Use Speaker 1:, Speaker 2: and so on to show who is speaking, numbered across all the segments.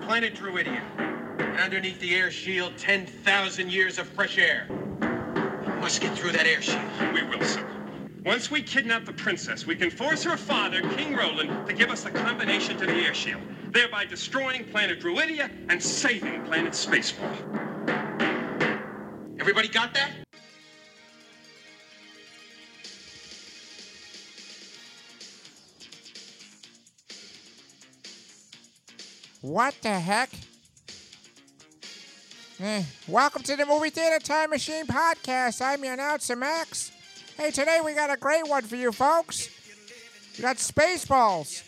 Speaker 1: planet Druidia. And underneath the air shield, 10,000 years of fresh air. We must get through that air shield.
Speaker 2: We will, sir. Once we kidnap the princess, we can force her father, King Roland, to give us the combination to the air shield, thereby destroying planet Druidia and saving planet Spaceball.
Speaker 1: Everybody got that?
Speaker 3: What the heck? Eh, welcome to the Movie Theater Time Machine Podcast. I'm your announcer, Max. Hey, today we got a great one for you folks. We got Spaceballs,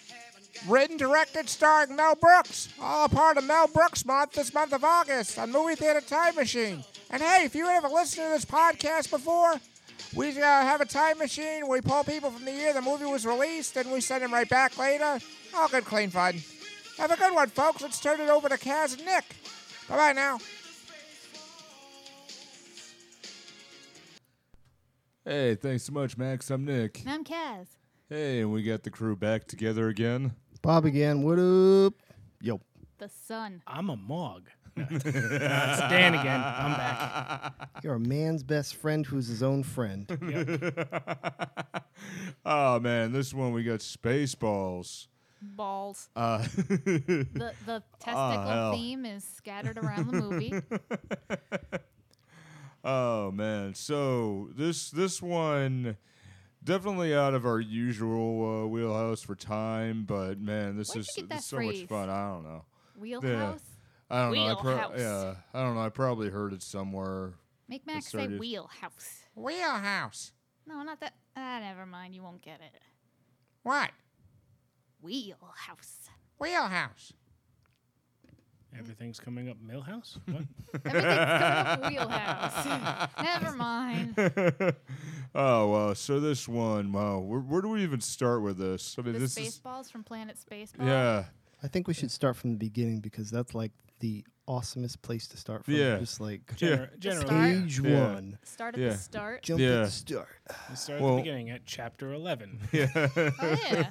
Speaker 3: written, directed, starring Mel Brooks. All a part of Mel Brooks Month this month of August on Movie Theater Time Machine. And hey, if you ever listened to this podcast before, we uh, have a time machine. We pull people from the year the movie was released, and we send them right back later. All good, clean fun. Have a good one, folks. Let's turn it over to Kaz and Nick. Bye bye now.
Speaker 4: Hey, thanks so much, Max. I'm Nick.
Speaker 5: I'm Kaz.
Speaker 4: Hey, and we got the crew back together again.
Speaker 6: Bob again. What up? Yo.
Speaker 5: The sun.
Speaker 7: I'm a mog. No, it's Dan again. I'm back.
Speaker 6: You're a man's best friend who's his own friend.
Speaker 4: Oh man, this one we got Spaceballs.
Speaker 5: Balls.
Speaker 4: Uh, oh,
Speaker 5: The the testicle
Speaker 4: hell.
Speaker 5: theme is scattered around the movie.
Speaker 4: oh man, so this this one definitely out of our usual uh, wheelhouse for time, but man, this
Speaker 5: Where'd
Speaker 4: is
Speaker 5: you get
Speaker 4: this
Speaker 5: that
Speaker 4: is so much
Speaker 5: phrase?
Speaker 4: fun. I don't know.
Speaker 5: Wheelhouse.
Speaker 4: I don't know. I
Speaker 5: Wheelhouse.
Speaker 4: yeah, I don't know. I probably heard it somewhere.
Speaker 5: Make Max
Speaker 4: Sorry,
Speaker 5: say
Speaker 4: dude.
Speaker 5: wheelhouse.
Speaker 3: Wheelhouse.
Speaker 5: No, not that. Ah, never mind. You won't get it.
Speaker 3: What?
Speaker 5: Wheelhouse.
Speaker 3: Wheelhouse.
Speaker 7: Everything's coming up Millhouse? What?
Speaker 5: Everything's coming up wheelhouse. never mind.
Speaker 4: Oh well, so this one, wow, where, where do we even start with this? I mean,
Speaker 5: The
Speaker 4: this is
Speaker 5: Spaceballs from Planet Spaceball.
Speaker 4: yeah.
Speaker 6: I think we should start from the beginning because that's like the awesomest place to start from.
Speaker 4: Yeah.
Speaker 6: Just like
Speaker 7: Gener- Generally,
Speaker 5: start?
Speaker 6: page
Speaker 4: Yeah.
Speaker 6: one.
Speaker 5: Start at
Speaker 4: Yeah.
Speaker 5: the start.
Speaker 6: Jump at
Speaker 4: Yeah.
Speaker 6: the start.
Speaker 7: we start
Speaker 4: Well-
Speaker 7: at the beginning at chapter 11.
Speaker 5: Oh yeah.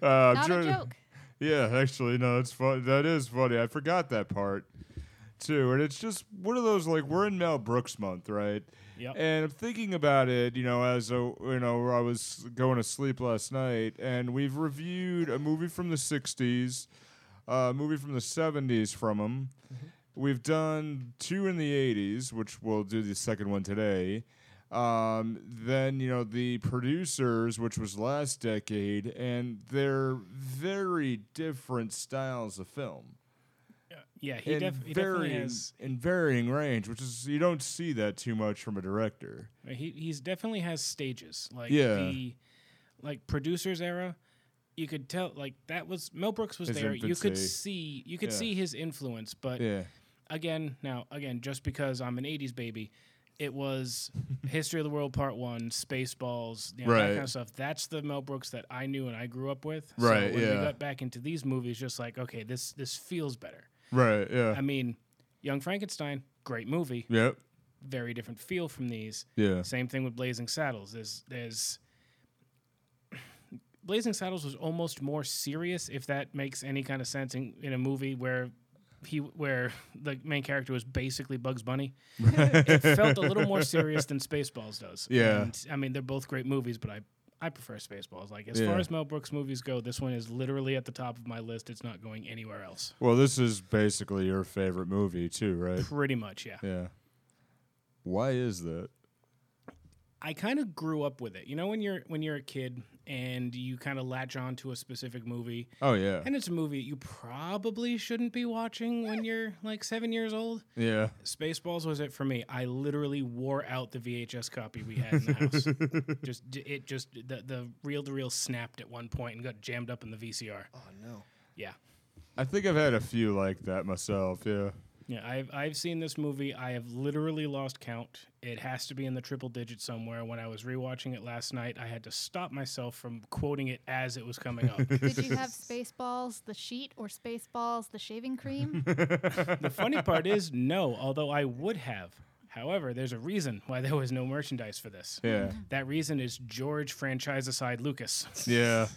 Speaker 4: Uh, I'm
Speaker 5: not a
Speaker 4: trying to-
Speaker 5: joke.
Speaker 4: Yeah, actually, no, it's fun. That is funny. I forgot that part too. And it's just one of those like we're in Mel Brooks month, right?
Speaker 7: Yep.
Speaker 4: And I'm thinking about it, you know, as a, you know, I was going to sleep last night, and we've reviewed a movie from the '60s, a movie from the '70s from him. We've done two in the '80s, which we'll do the second one today. Um, then you know the producers, which was last decade, and they're very different styles of film.
Speaker 7: yeah, he,
Speaker 4: in
Speaker 7: def- he definitely
Speaker 4: varying,
Speaker 7: has.
Speaker 4: in varying range, which is you don't see that too much from a director.
Speaker 7: He he's definitely has stages. Like
Speaker 4: Yeah.
Speaker 7: the like producers era, you could tell like that was Mel Brooks was
Speaker 4: His
Speaker 7: there. You could
Speaker 4: infancy.
Speaker 7: see you could
Speaker 4: Yeah.
Speaker 7: see his influence, but
Speaker 4: Yeah,
Speaker 7: again, now again, just because I'm an '80s baby, it was History of the World Part One, Spaceballs, you know, that
Speaker 4: Right.
Speaker 7: kind of stuff. That's the Mel Brooks that I knew and I grew up with.
Speaker 4: Right,
Speaker 7: So when
Speaker 4: yeah.
Speaker 7: we got back into these movies, just like okay, this this feels better.
Speaker 4: right. Yeah.
Speaker 7: I mean, Young Frankenstein, great movie,
Speaker 4: yep.
Speaker 7: very different feel from these.
Speaker 4: Yeah.
Speaker 7: Same thing with Blazing Saddles. There's there's Blazing Saddles was almost more serious, if that makes any kind of sense in, in a movie where he where the main character was basically Bugs Bunny. it felt a little more serious than Spaceballs does.
Speaker 4: Yeah.
Speaker 7: And, I mean they're both great movies, but I I prefer Spaceballs. Like as
Speaker 4: Yeah.
Speaker 7: far as Mel Brooks movies go, this one is literally at the top of my list. It's not going anywhere else.
Speaker 4: Well, this is basically your favorite movie too, right?
Speaker 7: Pretty much, yeah.
Speaker 4: Yeah. Why is that?
Speaker 7: I kind of grew up with it. You know when you're when you're a kid and you kind of latch on to a specific movie
Speaker 4: Oh yeah.
Speaker 7: and it's a movie you probably shouldn't be watching when you're like 7 years old.
Speaker 4: Yeah.
Speaker 7: Spaceballs was it for me. I literally wore out the VHS copy we had in the house. just d- it just the the reel to reel snapped at one point and got jammed up in the VCR.
Speaker 6: Oh no.
Speaker 7: Yeah.
Speaker 4: I think I've had a few like that myself. Yeah.
Speaker 7: Yeah, I've I've seen this movie. I have literally lost count. It has to be in the triple digits somewhere. When I was rewatching it last night, I had to stop myself from quoting it as it was coming up.
Speaker 5: Did you have Spaceballs the sheet or Spaceballs the shaving cream?
Speaker 7: the funny part is, no. Although I would have. However, there's a reason why there was no merchandise for this.
Speaker 4: Yeah.
Speaker 7: That reason is George franchise aside Lucas.
Speaker 4: Yeah.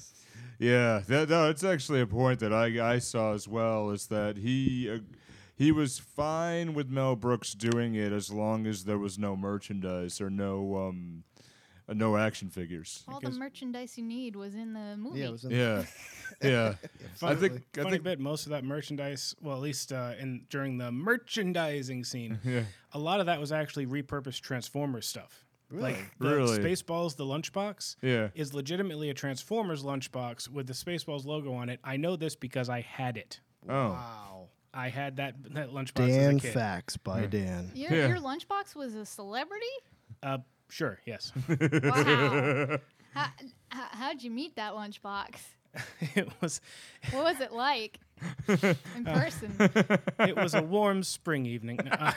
Speaker 4: Yeah, that, no, it's actually a point that I, I saw as well is that he uh, he was fine with Mel Brooks doing it as long as there was no merchandise or no um uh, no action figures.
Speaker 8: All the merchandise you need was in the movie.
Speaker 6: Yeah, it was in
Speaker 4: Yeah, yeah. I think I
Speaker 7: Funny
Speaker 4: think
Speaker 7: bit, most of that merchandise, well, at least uh, in during the merchandising scene,
Speaker 4: Yeah.
Speaker 7: a lot of that was actually repurposed Transformers stuff. Like the
Speaker 4: Really?
Speaker 7: Spaceballs, the lunchbox,
Speaker 4: Yeah.
Speaker 7: is legitimately a Transformers lunchbox with the Spaceballs logo on it. I know this because I had it.
Speaker 4: oh
Speaker 6: Wow.
Speaker 7: I had that that lunchbox
Speaker 6: Dan
Speaker 7: as a kid.
Speaker 6: Facts
Speaker 4: Mm.
Speaker 6: by Dan.
Speaker 8: Your,
Speaker 4: Yeah.
Speaker 8: your lunchbox was a celebrity?
Speaker 7: Uh, sure, yes.
Speaker 8: Wow. how, how, how'd you meet that lunchbox?
Speaker 7: it was
Speaker 8: What was it like in person?
Speaker 7: it was a warm spring evening. Uh,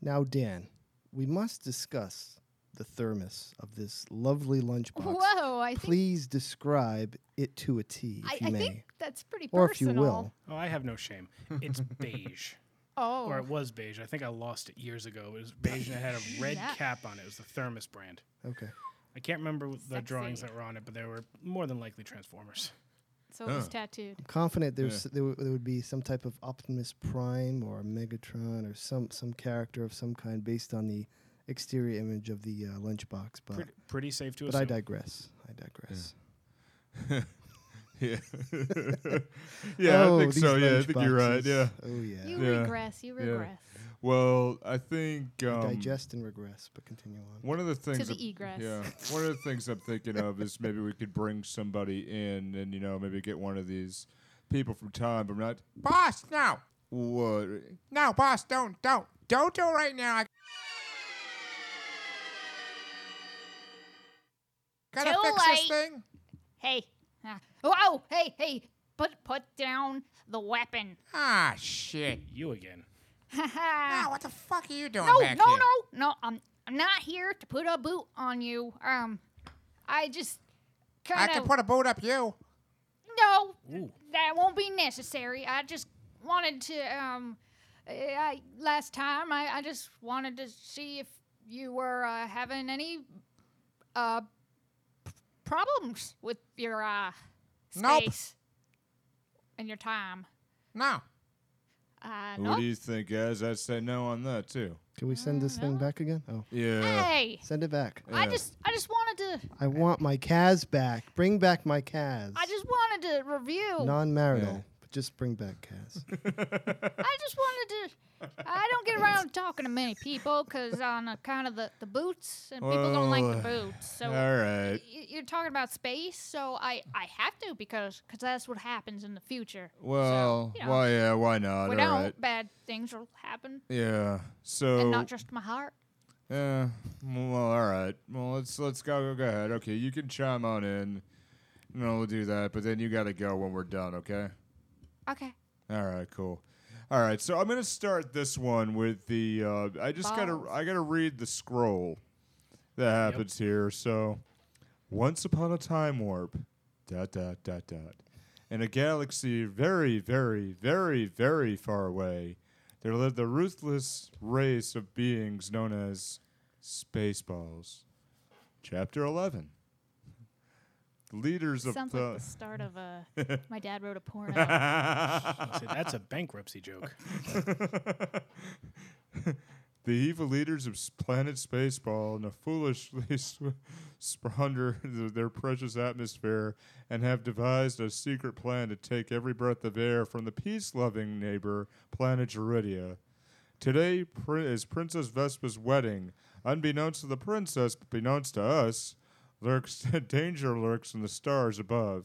Speaker 6: Now, Dan, we must discuss the thermos of this lovely lunchbox.
Speaker 8: Whoa, I think,
Speaker 6: Please describe it to a T, if
Speaker 8: I,
Speaker 6: you
Speaker 8: I
Speaker 6: may,
Speaker 8: think that's pretty
Speaker 6: or if you
Speaker 8: personal.
Speaker 6: will.
Speaker 7: oh, I have no shame. It's beige.
Speaker 8: Oh,
Speaker 7: or it was beige. I think I lost it years ago. It was beige and it had a red
Speaker 8: Yeah.
Speaker 7: cap on it. It was the Thermos brand.
Speaker 6: Okay.
Speaker 7: I can't remember the drawings
Speaker 8: Sexy.
Speaker 7: that were on it, but they were more than likely Transformers.
Speaker 8: so it was tattooed.
Speaker 6: confident there's there, w- there would be some type of Optimus Prime or Megatron or some some character of some kind based on the exterior image of the uh, lunchbox, but
Speaker 7: Pretty, pretty safe to
Speaker 6: but
Speaker 7: assume.
Speaker 6: I digress. I digress.
Speaker 4: yeah, yeah. I think
Speaker 6: Oh, these
Speaker 4: so. Yeah, I think you're right.
Speaker 6: lunchboxes.
Speaker 4: Yeah.
Speaker 6: Oh yeah.
Speaker 8: You
Speaker 4: Yeah.
Speaker 8: regress, you regress.
Speaker 4: Well, I think um,
Speaker 6: I digest and regress, but continue on.
Speaker 4: One of the things
Speaker 8: the
Speaker 4: that-
Speaker 8: egress.
Speaker 4: Yeah. One of the things I'm thinking of is maybe we could bring somebody in and you know maybe get one of these people from time, but not
Speaker 3: Boss, no.
Speaker 4: what.
Speaker 3: No, boss, don't, don't. Don't do it right now. I gotta
Speaker 8: Too
Speaker 3: fix
Speaker 8: late.
Speaker 3: this thing.
Speaker 8: Hey. Ah. Whoa, hey, hey. Put put down the weapon.
Speaker 3: Ah, shit.
Speaker 7: You again.
Speaker 8: Ha ha.
Speaker 3: Ah, what the fuck are you doing
Speaker 8: No, no,
Speaker 3: back
Speaker 8: no,
Speaker 3: here?
Speaker 8: no. I'm I'm not here to put a boot on you. Um, I just
Speaker 3: I
Speaker 8: kind
Speaker 3: can
Speaker 8: of
Speaker 3: put a boot up you.
Speaker 8: no.
Speaker 7: Ooh.
Speaker 8: That won't be necessary. I just wanted to um, eh, I last time I I just wanted to see if you were uh, having any uh p- problems with your uh
Speaker 3: Nope.
Speaker 8: space and your time.
Speaker 3: No.
Speaker 4: What
Speaker 8: Uh,
Speaker 4: do
Speaker 8: nope.
Speaker 4: you think, guys? I'd say no on that too.
Speaker 6: Can we send this thing back again? Oh,
Speaker 4: Yeah.
Speaker 8: Hey,
Speaker 6: send it back.
Speaker 8: I
Speaker 4: Yeah.
Speaker 8: just I just wanted to
Speaker 6: I want my Kaz back. Bring back my Kaz.
Speaker 8: I just wanted to review.
Speaker 6: non-marital,
Speaker 4: Oh. Yeah.
Speaker 6: but just bring back Kaz.
Speaker 8: I just wanted to. I don't get around talking to many people because on account of the, the boots, and people don't like the
Speaker 4: Well,
Speaker 8: boots. So
Speaker 4: Oh, All right.
Speaker 8: y- you're talking about space, so I, I have to because cause that's what happens in the future.
Speaker 4: Well,
Speaker 8: you know.
Speaker 4: why? Yeah. Why not?
Speaker 8: We
Speaker 4: All
Speaker 8: don't,
Speaker 4: right.
Speaker 8: bad things will happen,
Speaker 4: Yeah.
Speaker 8: and
Speaker 4: So.
Speaker 8: not just my heart.
Speaker 4: Yeah. Well, all right. Well, let's let's go. Go ahead. Okay, you can chime on in. No, we'll do that. But then you got to go when we're done. Okay.
Speaker 8: Okay.
Speaker 4: All right, cool. All right, so I'm gonna start this one with the. Uh, I just
Speaker 8: Balls.
Speaker 4: gotta I gotta read the scroll that happens here. So, once upon a time warp, dot dot dot dot, in a galaxy very very very very far away, there lived a ruthless race of beings known as Spaceballs. Chapter eleven. Leaders of
Speaker 8: Sounds
Speaker 4: the.
Speaker 8: like the start of a. my dad wrote a porno.
Speaker 7: I said, That's a bankruptcy joke.
Speaker 4: The evil leaders of s- planet Spaceball now foolishly sw- squander th- their precious atmosphere and have devised a secret plan to take every breath of air from the peace loving neighbor, planet Geridia. Today pr- is Princess Vespa's wedding. Unbeknownst to the princess, but beknownst to us, lurks danger lurks in the stars above.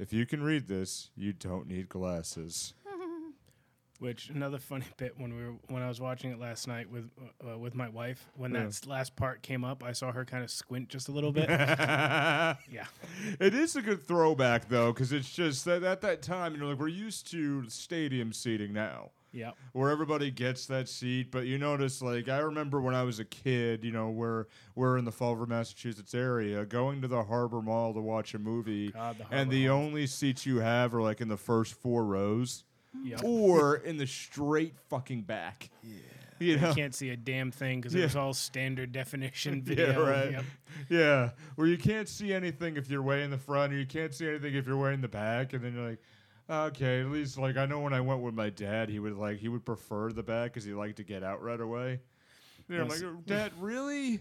Speaker 4: If you can read this, you don't need glasses.
Speaker 7: Which another funny bit when we were when I was watching it last night with uh, with my wife when that s- last part came up I saw her kind of squint just a little bit yeah
Speaker 4: It is a good throwback though, because it's just that at that time, you know, like we're used to stadium seating now,
Speaker 7: yeah
Speaker 4: where everybody gets that seat. But you notice, like I remember when I was a kid, you know, where we're in the Fall River, Massachusetts area, going to the Harbor Mall to watch a movie,
Speaker 7: God, the Harbor
Speaker 4: and the
Speaker 7: Mall.
Speaker 4: only seats you have are like in the first four rows.
Speaker 7: Yep.
Speaker 4: or in the straight fucking back. Yeah. You know?
Speaker 7: Can't see a damn thing because
Speaker 4: Yeah.
Speaker 7: it was all standard definition
Speaker 4: Yeah,
Speaker 7: video.
Speaker 4: right.
Speaker 7: Yep.
Speaker 4: Yeah, where you can't see anything if you're way in the front, or you can't see anything if you're way in the back, and then you're like, okay, at least like I know when I went with my dad, he would like he would prefer the back because he liked to get out right away. You know, I'm like,
Speaker 7: Yes.
Speaker 4: Dad, really?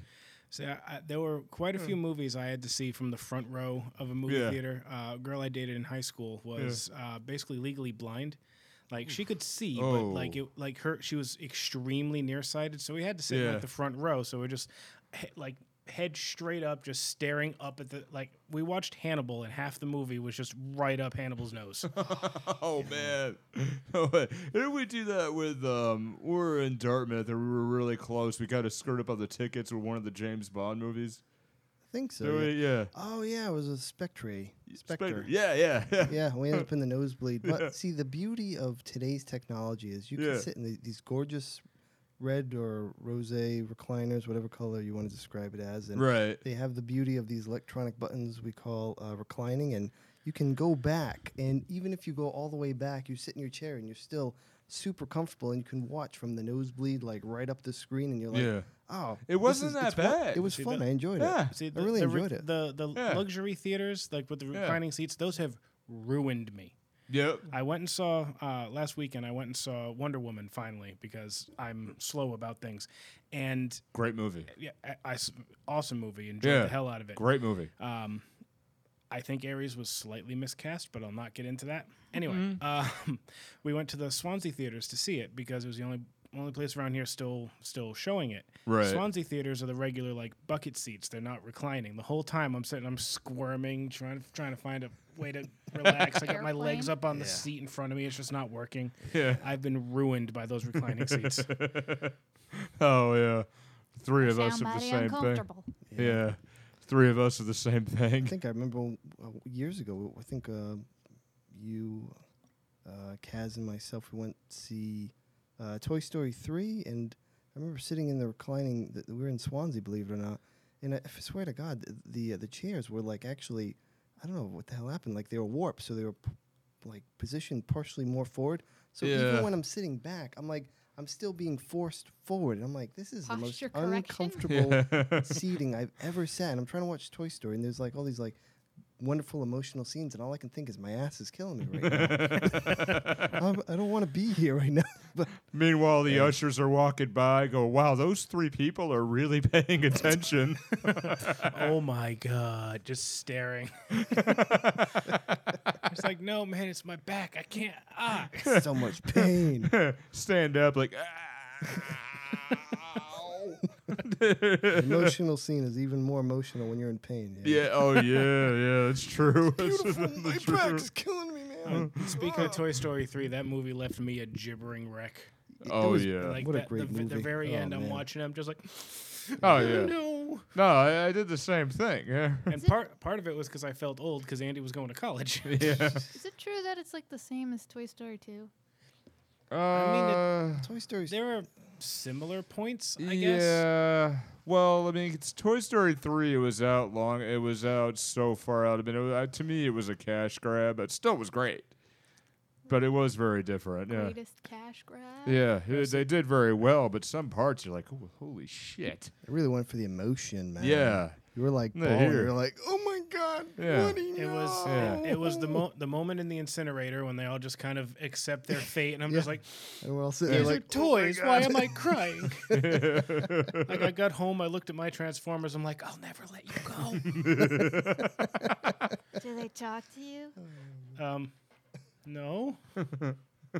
Speaker 7: So I, I- there were quite a few movies I had to see from the front row of a movie
Speaker 4: Hmm. Yeah.
Speaker 7: theater. Uh, a girl I dated in high school was uh, basically legally blind. Like she could see, but like
Speaker 4: Oh.
Speaker 7: it, like her, she was extremely nearsighted. So we had to sit in
Speaker 4: Yeah.
Speaker 7: like the front row. So we're just he- like head straight up, just staring up at the like. We watched Hannibal, and half the movie was just right up Hannibal's nose.
Speaker 4: Oh man, didn't we do that with um? We were in Dartmouth, and we were really close. We got to skirt up on the tickets with one of the James Bond movies.
Speaker 6: I think so.
Speaker 4: Did
Speaker 6: yeah.
Speaker 4: we? Yeah.
Speaker 6: Oh yeah, it was a spectre. Spectre.
Speaker 4: Spectre. Yeah, yeah, yeah.
Speaker 6: Yeah, we ended up in the nosebleed. But see, the beauty of today's technology is you can
Speaker 4: Yeah.
Speaker 6: sit in the, these gorgeous red or rose recliners, whatever color you want to describe it as, and
Speaker 4: Right.
Speaker 6: they have the beauty of these electronic buttons we call uh, reclining, and you can go back. And even if you go all the way back, you sit in your chair and you're still super comfortable, and you can watch from the nosebleed, like right up the screen, and you're like,
Speaker 4: Yeah.
Speaker 6: oh,
Speaker 4: It
Speaker 6: this is-
Speaker 4: wasn't that
Speaker 6: it's fun-
Speaker 4: bad.
Speaker 6: It was
Speaker 7: See,
Speaker 6: fun.
Speaker 7: the-
Speaker 6: I enjoyed
Speaker 4: Yeah.
Speaker 6: it.
Speaker 7: See,
Speaker 6: I really
Speaker 7: the, re-
Speaker 6: enjoyed it.
Speaker 7: The the
Speaker 4: Yeah.
Speaker 7: luxury theaters, like with the reclining seats, those have ruined me.
Speaker 4: Yep.
Speaker 7: I went and saw uh, last weekend. I went and saw Wonder Woman finally because I'm slow about things, and
Speaker 4: Great movie.
Speaker 7: yeah, I, I s- awesome movie. Enjoyed
Speaker 4: Yeah.
Speaker 7: the hell out of it. Um,
Speaker 4: Great movie.
Speaker 7: I think Aries was slightly miscast, but I'll not get into that. Anyway, um, we went to the Swansea theaters to see it because it was the only only place around here still still showing it.
Speaker 4: Right.
Speaker 7: Swansea theaters are the regular like bucket seats. They're not reclining. The whole time I'm sitting, I'm squirming, trying trying to find a way to relax. I got my legs
Speaker 5: Airplane?
Speaker 7: up on the seat in front of me. It's just not working.
Speaker 4: Yeah.
Speaker 7: I've been ruined by those reclining seats.
Speaker 4: Oh yeah, three of us
Speaker 5: Sound
Speaker 4: have the
Speaker 5: mighty
Speaker 4: same thing.
Speaker 5: uncomfortable.
Speaker 4: Yeah. three of us have the same thing.
Speaker 6: I think I remember when- uh, years ago. I think uh, you, uh, Kaz, and myself we went to see uh, Toy Story three, and I remember sitting in the reclining. That we were in Swansea, believe it or not, and I, I swear to God, th- the uh, the chairs were like actually, I don't know what the hell happened. Like they were warped, so they were p- like positioned partially more forward. So
Speaker 4: Yeah.
Speaker 6: even when I'm sitting back, I'm like. I'm still being forced forward, and I'm like, "This is
Speaker 5: Posture
Speaker 6: the most
Speaker 5: correction?
Speaker 6: uncomfortable seating I've ever sat. And I'm trying to watch Toy Story, and there's like all these like wonderful emotional scenes, and all I can think is my ass is killing me right now. I'm, I don't want to be here right now. But
Speaker 4: Meanwhile, the ushers are walking by. Go, wow, those three people are really paying attention.
Speaker 7: oh my god, just staring. it's like, no man, it's my back. I can't. Ah.
Speaker 6: so much pain.
Speaker 4: Stand up, like. "Ow."
Speaker 6: The emotional scene is even more emotional when you're in pain.
Speaker 4: yeah. Oh yeah. Yeah. That's true. That's
Speaker 6: my
Speaker 4: true.
Speaker 6: back is killing me,
Speaker 4: Uh-huh.
Speaker 6: man.
Speaker 7: Speaking of Toy Story 3, that movie left me a gibbering wreck.
Speaker 4: Oh
Speaker 6: was
Speaker 4: yeah.
Speaker 7: Like
Speaker 6: What a
Speaker 7: that-
Speaker 6: great
Speaker 7: the, v-
Speaker 6: movie.
Speaker 7: the very
Speaker 6: Oh,
Speaker 7: end, I'm
Speaker 6: man.
Speaker 7: watching it, I'm just like,
Speaker 4: oh yeah.
Speaker 7: no.
Speaker 4: No, I, I did the same thing. Yeah.
Speaker 7: And part part of it was because I felt old because Andy was going to college.
Speaker 4: yeah.
Speaker 8: Is it true that it's like the same as Toy Story 2?
Speaker 4: Uh,
Speaker 7: mean,
Speaker 6: Toy Story.
Speaker 7: there are similar points, I guess.
Speaker 4: yeah. Well, I mean, it's Toy Story three. It was out long. It was out so far out. I mean, it was, uh, to me, it was a cash grab. It still was great, but it was very different. Yeah.
Speaker 8: Greatest cash grab?
Speaker 4: Yeah, it- they did very well, but some parts you're like, "Ooh, holy shit!
Speaker 6: I really went for the emotion, man.
Speaker 4: Yeah,
Speaker 6: You were like,
Speaker 4: No,
Speaker 6: bawling.
Speaker 4: here.
Speaker 6: you were like, oh my god,
Speaker 4: Yeah.
Speaker 6: what do you
Speaker 7: It was
Speaker 6: know?"
Speaker 4: Yeah.
Speaker 7: it was the mo- the moment in the incinerator when they all just kind of accept their fate, and I'm just
Speaker 6: Yeah.
Speaker 7: like,
Speaker 6: And we're all sitting
Speaker 7: These
Speaker 6: there
Speaker 7: are
Speaker 6: like,
Speaker 4: "Oh
Speaker 7: toys. Why am I crying? like I got home, I looked at my Transformers. I'm like, I'll never let you go.
Speaker 8: Do they talk to you? Do
Speaker 7: um, no,
Speaker 8: they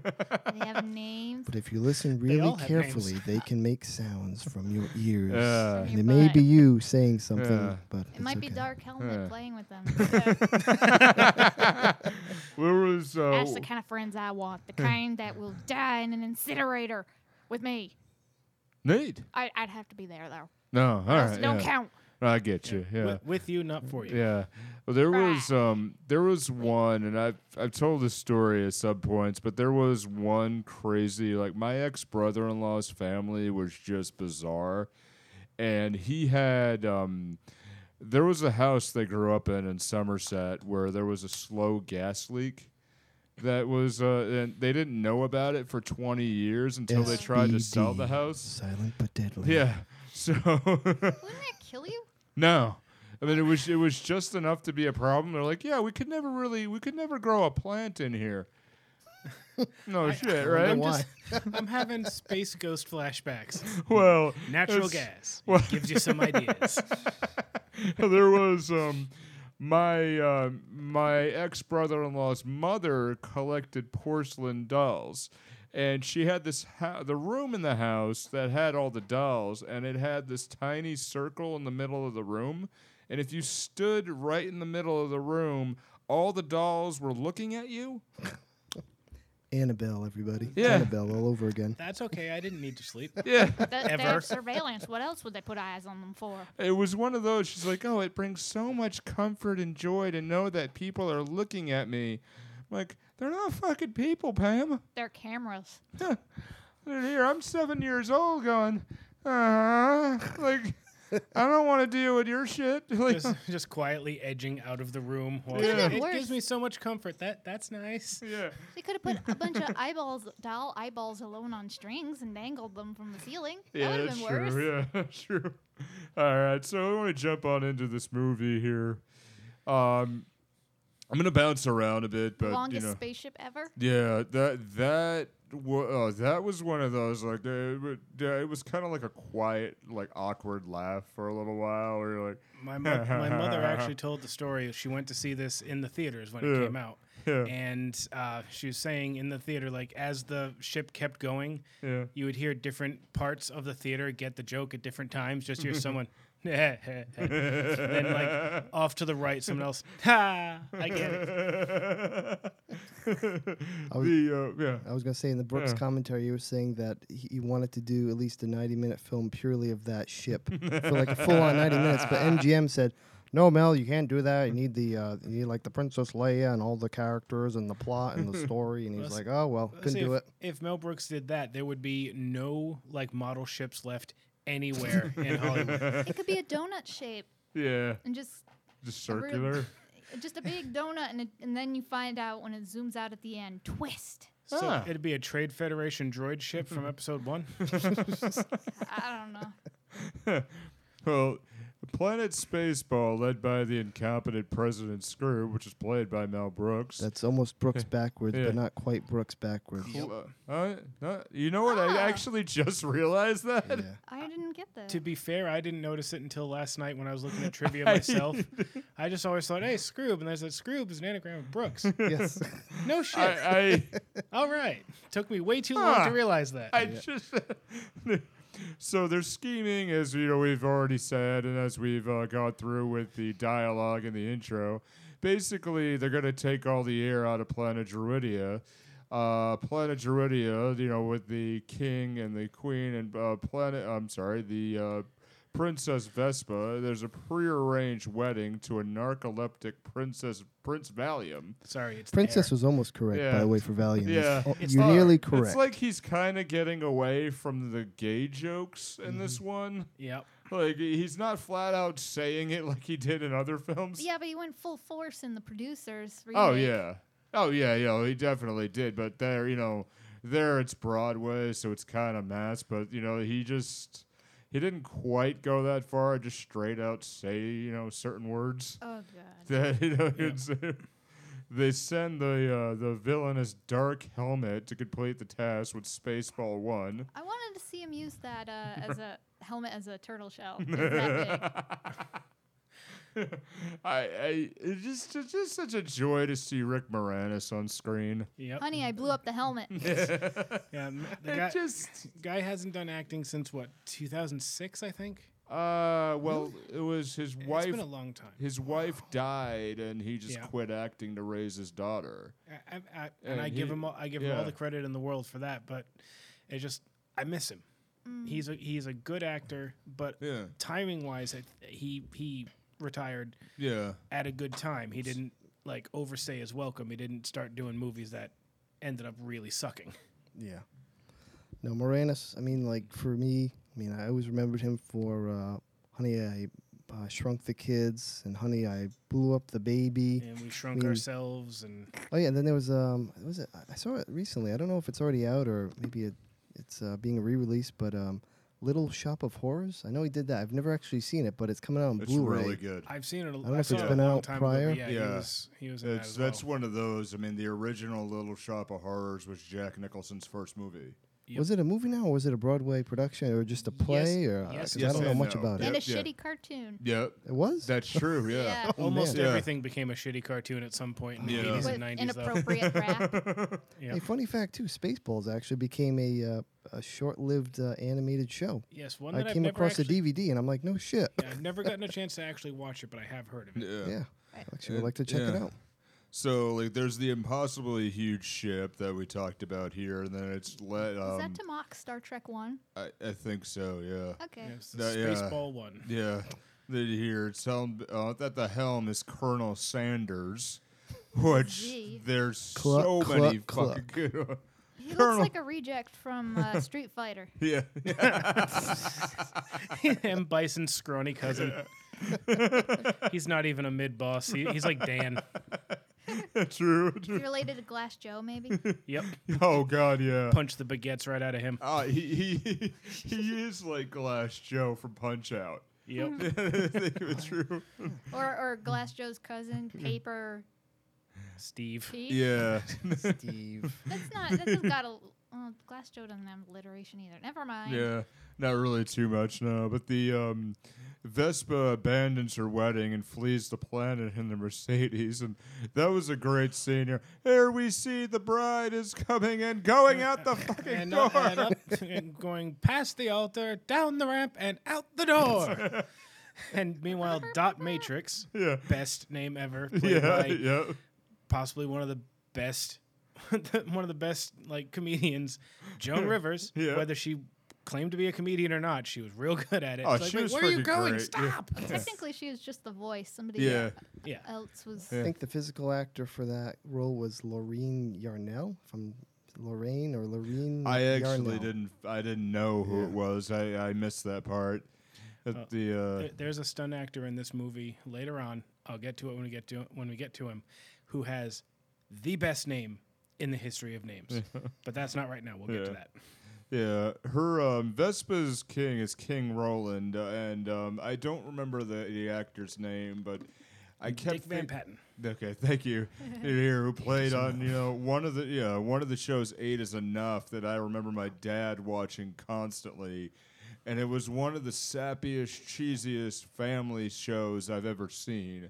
Speaker 8: have names?
Speaker 6: But if you listen
Speaker 7: They all
Speaker 6: really
Speaker 7: have
Speaker 6: carefully,
Speaker 7: names.
Speaker 6: they can make sounds from your ears.
Speaker 4: Yeah.
Speaker 6: And
Speaker 8: Your
Speaker 6: it may
Speaker 8: butt.
Speaker 6: be you saying something,
Speaker 4: Yeah.
Speaker 6: but
Speaker 8: It might be Dark Helmet
Speaker 4: Yeah.
Speaker 8: playing with them. So
Speaker 4: where was uh,
Speaker 5: That's the kind of friends I want. The kind that will die in an incinerator with me.
Speaker 4: Nate?
Speaker 5: I, I'd have to be there though.
Speaker 4: No, all
Speaker 5: Those
Speaker 4: right,
Speaker 5: don't
Speaker 4: yeah.
Speaker 5: count.
Speaker 4: I get you. Yeah,
Speaker 7: with, with you, not for you.
Speaker 4: Yeah. Well, there
Speaker 5: Right.
Speaker 4: was um there was one and I've I've told this story at some points, but there was one crazy like my ex brother in law's family was just bizarre. And he had um there was a house they grew up in in Somerset where there was a slow gas leak that was uh, and they didn't know about it for 20 years until they tried to sell the
Speaker 6: SBD,
Speaker 4: house.
Speaker 6: Silent but deadly.
Speaker 4: Yeah. So
Speaker 5: Wouldn't that kill you?
Speaker 4: No. I mean, it was it was just enough to be a problem. They're like, yeah, we could never really, we could never grow a plant in here. No shit, right?
Speaker 6: why.
Speaker 7: I'm having space ghost flashbacks.
Speaker 4: well,
Speaker 7: Natural
Speaker 4: that's-
Speaker 7: gas
Speaker 4: well-
Speaker 7: gives you some ideas.
Speaker 4: there was um, my uh, my ex brother in law's mother collected porcelain dolls, and she had this ho the room in the house that had all the dolls, and it had this tiny circle in the middle of the room, and if you stood right in the middle of the room, all the dolls were looking at you.
Speaker 6: Annabelle, everybody.
Speaker 4: Yeah.
Speaker 6: Annabelle all over again.
Speaker 7: That's okay. I didn't need to sleep.
Speaker 4: Yeah,
Speaker 5: Th- They
Speaker 7: Ever.
Speaker 5: have surveillance. What else would they put eyes on them for?
Speaker 4: it was one of those. She's like, "Oh, it brings so much comfort and joy to know that people are looking at me." I'm like, they're not fucking people, Pam.
Speaker 5: They're cameras.
Speaker 4: They're here. I'm seven years old, going, uh, like, I don't want to deal with your shit. Like,
Speaker 7: Just, just quietly edging out of the room. while-
Speaker 4: Could've
Speaker 7: It
Speaker 4: been
Speaker 8: worse.
Speaker 7: gives me so much comfort. That that's nice.
Speaker 4: yeah.
Speaker 8: They could have put a bunch of eyeballs, doll eyeballs alone on strings and dangled them from the ceiling.
Speaker 4: Yeah,
Speaker 8: that would have
Speaker 4: that's
Speaker 8: been
Speaker 4: true.
Speaker 8: worse.
Speaker 4: Yeah, that's true. All right, so I want to jump on into this movie here. Um, I'm gonna bounce around a bit, but
Speaker 8: Longest
Speaker 4: you know,
Speaker 8: spaceship ever.
Speaker 4: yeah, that that wa- uh, that was one of those like uh, it wa- yeah, it was kind of like a quiet, like awkward laugh for a little while. Where you're like,
Speaker 7: My, mo- my mother actually told the story. She went to see this in the theaters when it
Speaker 4: Yeah.
Speaker 7: came out.
Speaker 4: Yeah.
Speaker 7: And uh, she was saying in the theater, like, as the ship kept going,
Speaker 4: Yeah.
Speaker 7: you would hear different parts of the theater get the joke at different times. Just hear someone, and then, like, off to the right, someone else, ha, I get it.
Speaker 6: was-
Speaker 4: the uh, yeah.
Speaker 6: I was going to say in the Brooks
Speaker 4: Yeah.
Speaker 6: commentary, you were saying that he he wanted to do at least a 90 minute film purely of that ship for like a full on 90 minutes. But MGM said, no, Mel, you can't do that. You need the, uh, you need like the Princess Leia and all the characters and the plot and the story. And he was like, oh, well, couldn't
Speaker 7: See,
Speaker 6: do
Speaker 7: if,
Speaker 6: it.
Speaker 7: If Mel Brooks did that, there would be no, like, model ships left anywhere in Hollywood.
Speaker 8: It could be a donut shape
Speaker 4: Yeah,
Speaker 8: and just
Speaker 4: just
Speaker 8: a real-
Speaker 4: circular.
Speaker 8: just a big donut, and, it, and then you find out when it zooms out at the end, twist.
Speaker 7: So
Speaker 4: Ah. Hmm.
Speaker 7: it'd be a Trade Federation droid ship from episode one.
Speaker 8: I don't know.
Speaker 4: Well, Planet Spaceball, led by the incompetent President Screw, which is played by Mel Brooks.
Speaker 6: That's almost Brooks backwards,
Speaker 4: Yeah.
Speaker 6: but not quite Brooks backwards.
Speaker 4: Uh, no, you know what? I actually just realized that.
Speaker 6: Yeah.
Speaker 8: I didn't get that.
Speaker 7: To be fair, I didn't notice it until last night when I was looking at trivia myself. I just always thought, hey, Scroob. And I said, Scroob is an anagram of Brooks.
Speaker 6: Yes.
Speaker 7: no shit.
Speaker 4: I,
Speaker 7: All right. Took me way too long
Speaker 4: Huh.
Speaker 7: to realize that.
Speaker 4: I, I just. so they're scheming, as you know, we've already said, and as we've uh, gone through with the dialogue and the intro. Basically, they're going to take all the air out of Planet Druidia. Uh, Planet Druidia, you know, with the king and the queen and uh, Planet. I'm sorry, the uh, Princess Vespa. There's a prearranged wedding to a narcoleptic princess, Prince Valium.
Speaker 7: Sorry. It's the
Speaker 6: Princess
Speaker 7: air.
Speaker 6: was almost correct, by
Speaker 4: Yeah.
Speaker 6: the way, for Valium. It's-
Speaker 4: Yeah.
Speaker 6: oh,
Speaker 7: It's
Speaker 6: you're
Speaker 7: not-
Speaker 6: nearly
Speaker 4: It's
Speaker 6: correct.
Speaker 4: like he's kind of getting away from the gay jokes in
Speaker 6: Mm-hmm.
Speaker 4: this one.
Speaker 7: Yep.
Speaker 4: Like he's not flat out saying it like he did in other films.
Speaker 8: yeah, but you went full force in the producers.
Speaker 4: Oh
Speaker 8: remake.
Speaker 4: yeah. Oh yeah, yeah, he definitely did, but there, you know, there it's Broadway, so it's kind of mass, but you know, he just he didn't quite go that far, just straight out say, you know, certain words.
Speaker 8: Oh god.
Speaker 4: that you know it's, they send the uh, the villainous dark helmet to complete the task with Spaceball 1.
Speaker 8: I wanted to see him use that uh, as a helmet as a turtle shell. It was that big.
Speaker 4: I, I it's just it's just such a joy to see Rick Moranis on screen.
Speaker 7: Yep.
Speaker 8: Honey, I blew up the helmet.
Speaker 7: Yeah, m- the
Speaker 4: It
Speaker 7: guy,
Speaker 4: just
Speaker 7: guy hasn't done acting since what, 2006, I think?
Speaker 4: uh well it was his
Speaker 7: It's
Speaker 4: wife
Speaker 7: been a long time.
Speaker 4: his wife died and he just
Speaker 7: Yeah.
Speaker 4: quit acting to raise his daughter.
Speaker 7: I, I, I, and
Speaker 4: Uh,
Speaker 7: I give
Speaker 4: he-
Speaker 7: him all, I give him all
Speaker 4: yeah.
Speaker 7: the credit in the world for that, but it just I miss him.
Speaker 8: Mm.
Speaker 7: He's a he's a good actor, but
Speaker 4: Yeah.
Speaker 7: timing wise, he he retired
Speaker 4: Yeah.
Speaker 7: at a good time. He didn't like overstay his welcome. He didn't start doing movies that ended up really sucking.
Speaker 6: Yeah. No, Moranis, I mean, like, for me, I mean, I always remembered him for uh, Honey, I uh, Shrunk the Kids and Honey, I Blew Up the Baby.
Speaker 7: and we shrunk
Speaker 6: Mm.
Speaker 7: ourselves and
Speaker 6: Oh yeah, and then there was um, what was it? I- I saw it recently. I don't know if it's already out or maybe it, it's uh, being re-released, but um, Little Shop of Horrors. I know he did that. I've never actually seen it, but it's coming out on
Speaker 9: It's
Speaker 6: Blu-ray.
Speaker 9: really good.
Speaker 7: I've seen it. a-
Speaker 6: know
Speaker 7: I
Speaker 6: if
Speaker 7: saw
Speaker 6: it's
Speaker 7: it a
Speaker 6: been
Speaker 7: long
Speaker 6: out
Speaker 7: time ago, but
Speaker 6: prior.
Speaker 7: Yeah, He
Speaker 9: Yeah.
Speaker 7: was, he was in that
Speaker 4: It's
Speaker 7: as well.
Speaker 4: that's one of those. I mean, the original Little Shop of Horrors was Jack Nicholson's first movie.
Speaker 7: Yep.
Speaker 6: Was it a movie now, or was it a Broadway production, or just a play? or uh,
Speaker 7: yes,
Speaker 6: 'cause
Speaker 4: yes
Speaker 6: I don't know
Speaker 4: and
Speaker 6: much
Speaker 4: no.
Speaker 6: about
Speaker 4: Yep,
Speaker 8: and
Speaker 6: it.
Speaker 8: a
Speaker 4: yeah.
Speaker 8: shitty cartoon.
Speaker 4: Yep,
Speaker 6: It was.
Speaker 4: that's true. Yeah.
Speaker 8: Yeah.
Speaker 7: Almost
Speaker 6: man.
Speaker 7: everything became a shitty cartoon at some point in the
Speaker 4: Yeah.
Speaker 7: 80s
Speaker 8: With
Speaker 7: and 90s. Though.
Speaker 8: inappropriate rap.
Speaker 4: Um,
Speaker 7: Yeah.
Speaker 6: Hey, funny fact too. Spaceballs actually became a uh, a short-lived uh, animated show.
Speaker 7: Yes, one
Speaker 6: I came
Speaker 7: that have never
Speaker 6: across
Speaker 7: actually,
Speaker 6: a DVD, and I'm like, no shit.
Speaker 7: yeah, I've never gotten a chance to actually watch it, but I have heard of it.
Speaker 4: yeah.
Speaker 6: Yeah, actually, would
Speaker 4: It-
Speaker 6: like to check it
Speaker 4: yeah.
Speaker 6: out.
Speaker 4: So like, there's the impossibly huge ship that we talked about here, and then it's let.
Speaker 8: Is
Speaker 4: Um,
Speaker 8: that to mock Star Trek One?
Speaker 4: I, I think so. Yeah.
Speaker 8: Okay.
Speaker 7: Yeah, it's the
Speaker 4: That- yeah.
Speaker 7: Spaceball one.
Speaker 4: Yeah. Then here it's helmed, uh, at the helm is Colonel Sanders, which
Speaker 8: Gee.
Speaker 4: there's
Speaker 6: Cluck,
Speaker 4: so
Speaker 6: cluck,
Speaker 4: many
Speaker 6: cluck.
Speaker 4: fucking good. one-
Speaker 8: He
Speaker 4: Colonel.
Speaker 8: looks like a reject from uh, Street Fighter.
Speaker 4: Yeah.
Speaker 7: M. Bison's scrawny cousin. he's not even a mid boss. He, he's like Dan.
Speaker 4: true.
Speaker 8: He's
Speaker 4: True.
Speaker 8: related to Glass Joe, maybe.
Speaker 7: Yep.
Speaker 4: Oh God. Yeah.
Speaker 7: Punch the baguettes right out of him.
Speaker 4: Uh, he, he he is like Glass Joe from Punch Out.
Speaker 7: Yep.
Speaker 4: I think it's true.
Speaker 8: or or Glass Joe's cousin, Paper
Speaker 7: Steve.
Speaker 8: Pete.
Speaker 4: Yeah.
Speaker 6: Steve.
Speaker 8: That's not. That has got a. Well, Glass Joe doesn't have alliteration either. Never mind.
Speaker 4: Yeah, not really too much, no. But the um, Vespa abandons her wedding and flees the planet in the Mercedes, and that was a great scene here. Here we see the bride is coming and going out the fucking
Speaker 7: And,
Speaker 4: door.
Speaker 7: up, and up and going past the altar, down the ramp, and out the door. and meanwhile, Dot Matrix,
Speaker 4: yeah,
Speaker 7: best name ever, played
Speaker 4: yeah,
Speaker 7: by
Speaker 4: yeah.
Speaker 7: possibly one of the best, one of the best like comedians, Joan Rivers.
Speaker 4: Yeah.
Speaker 7: Whether she claimed to be a comedian or not, she was real good at it.
Speaker 4: Oh,
Speaker 7: It's like,
Speaker 4: she
Speaker 7: "Wait,
Speaker 4: was
Speaker 7: where are you
Speaker 4: freaking
Speaker 7: going?
Speaker 4: great." Yeah.
Speaker 7: Stop.
Speaker 8: Technically, she was just the voice. Somebody
Speaker 4: Yeah.
Speaker 7: Yeah.
Speaker 8: else was.
Speaker 6: I think the physical actor for that role was Lorene Yarnell from Lorraine or Lorene.
Speaker 4: I actually
Speaker 6: Yarnell.
Speaker 4: didn't. I didn't know who it was. I, I missed that part. At the uh,
Speaker 7: There- there's a stunt actor in this movie later on. I'll get to it when we get to when we get to him, who has the best name in the history of names. but that's not right now. We'll get to
Speaker 4: Yeah.
Speaker 7: that.
Speaker 4: Yeah, her um, Vespa's king is King Roland, uh, and um, I don't remember the, the actor's name, but I kept
Speaker 7: Dick Van
Speaker 4: thi-
Speaker 7: Patten.
Speaker 4: Okay, thank you. Here, who played on you know one of the yeah one of the shows Eight is Enough that I remember my dad watching constantly, and it was one of the sappiest, cheesiest family shows I've ever seen.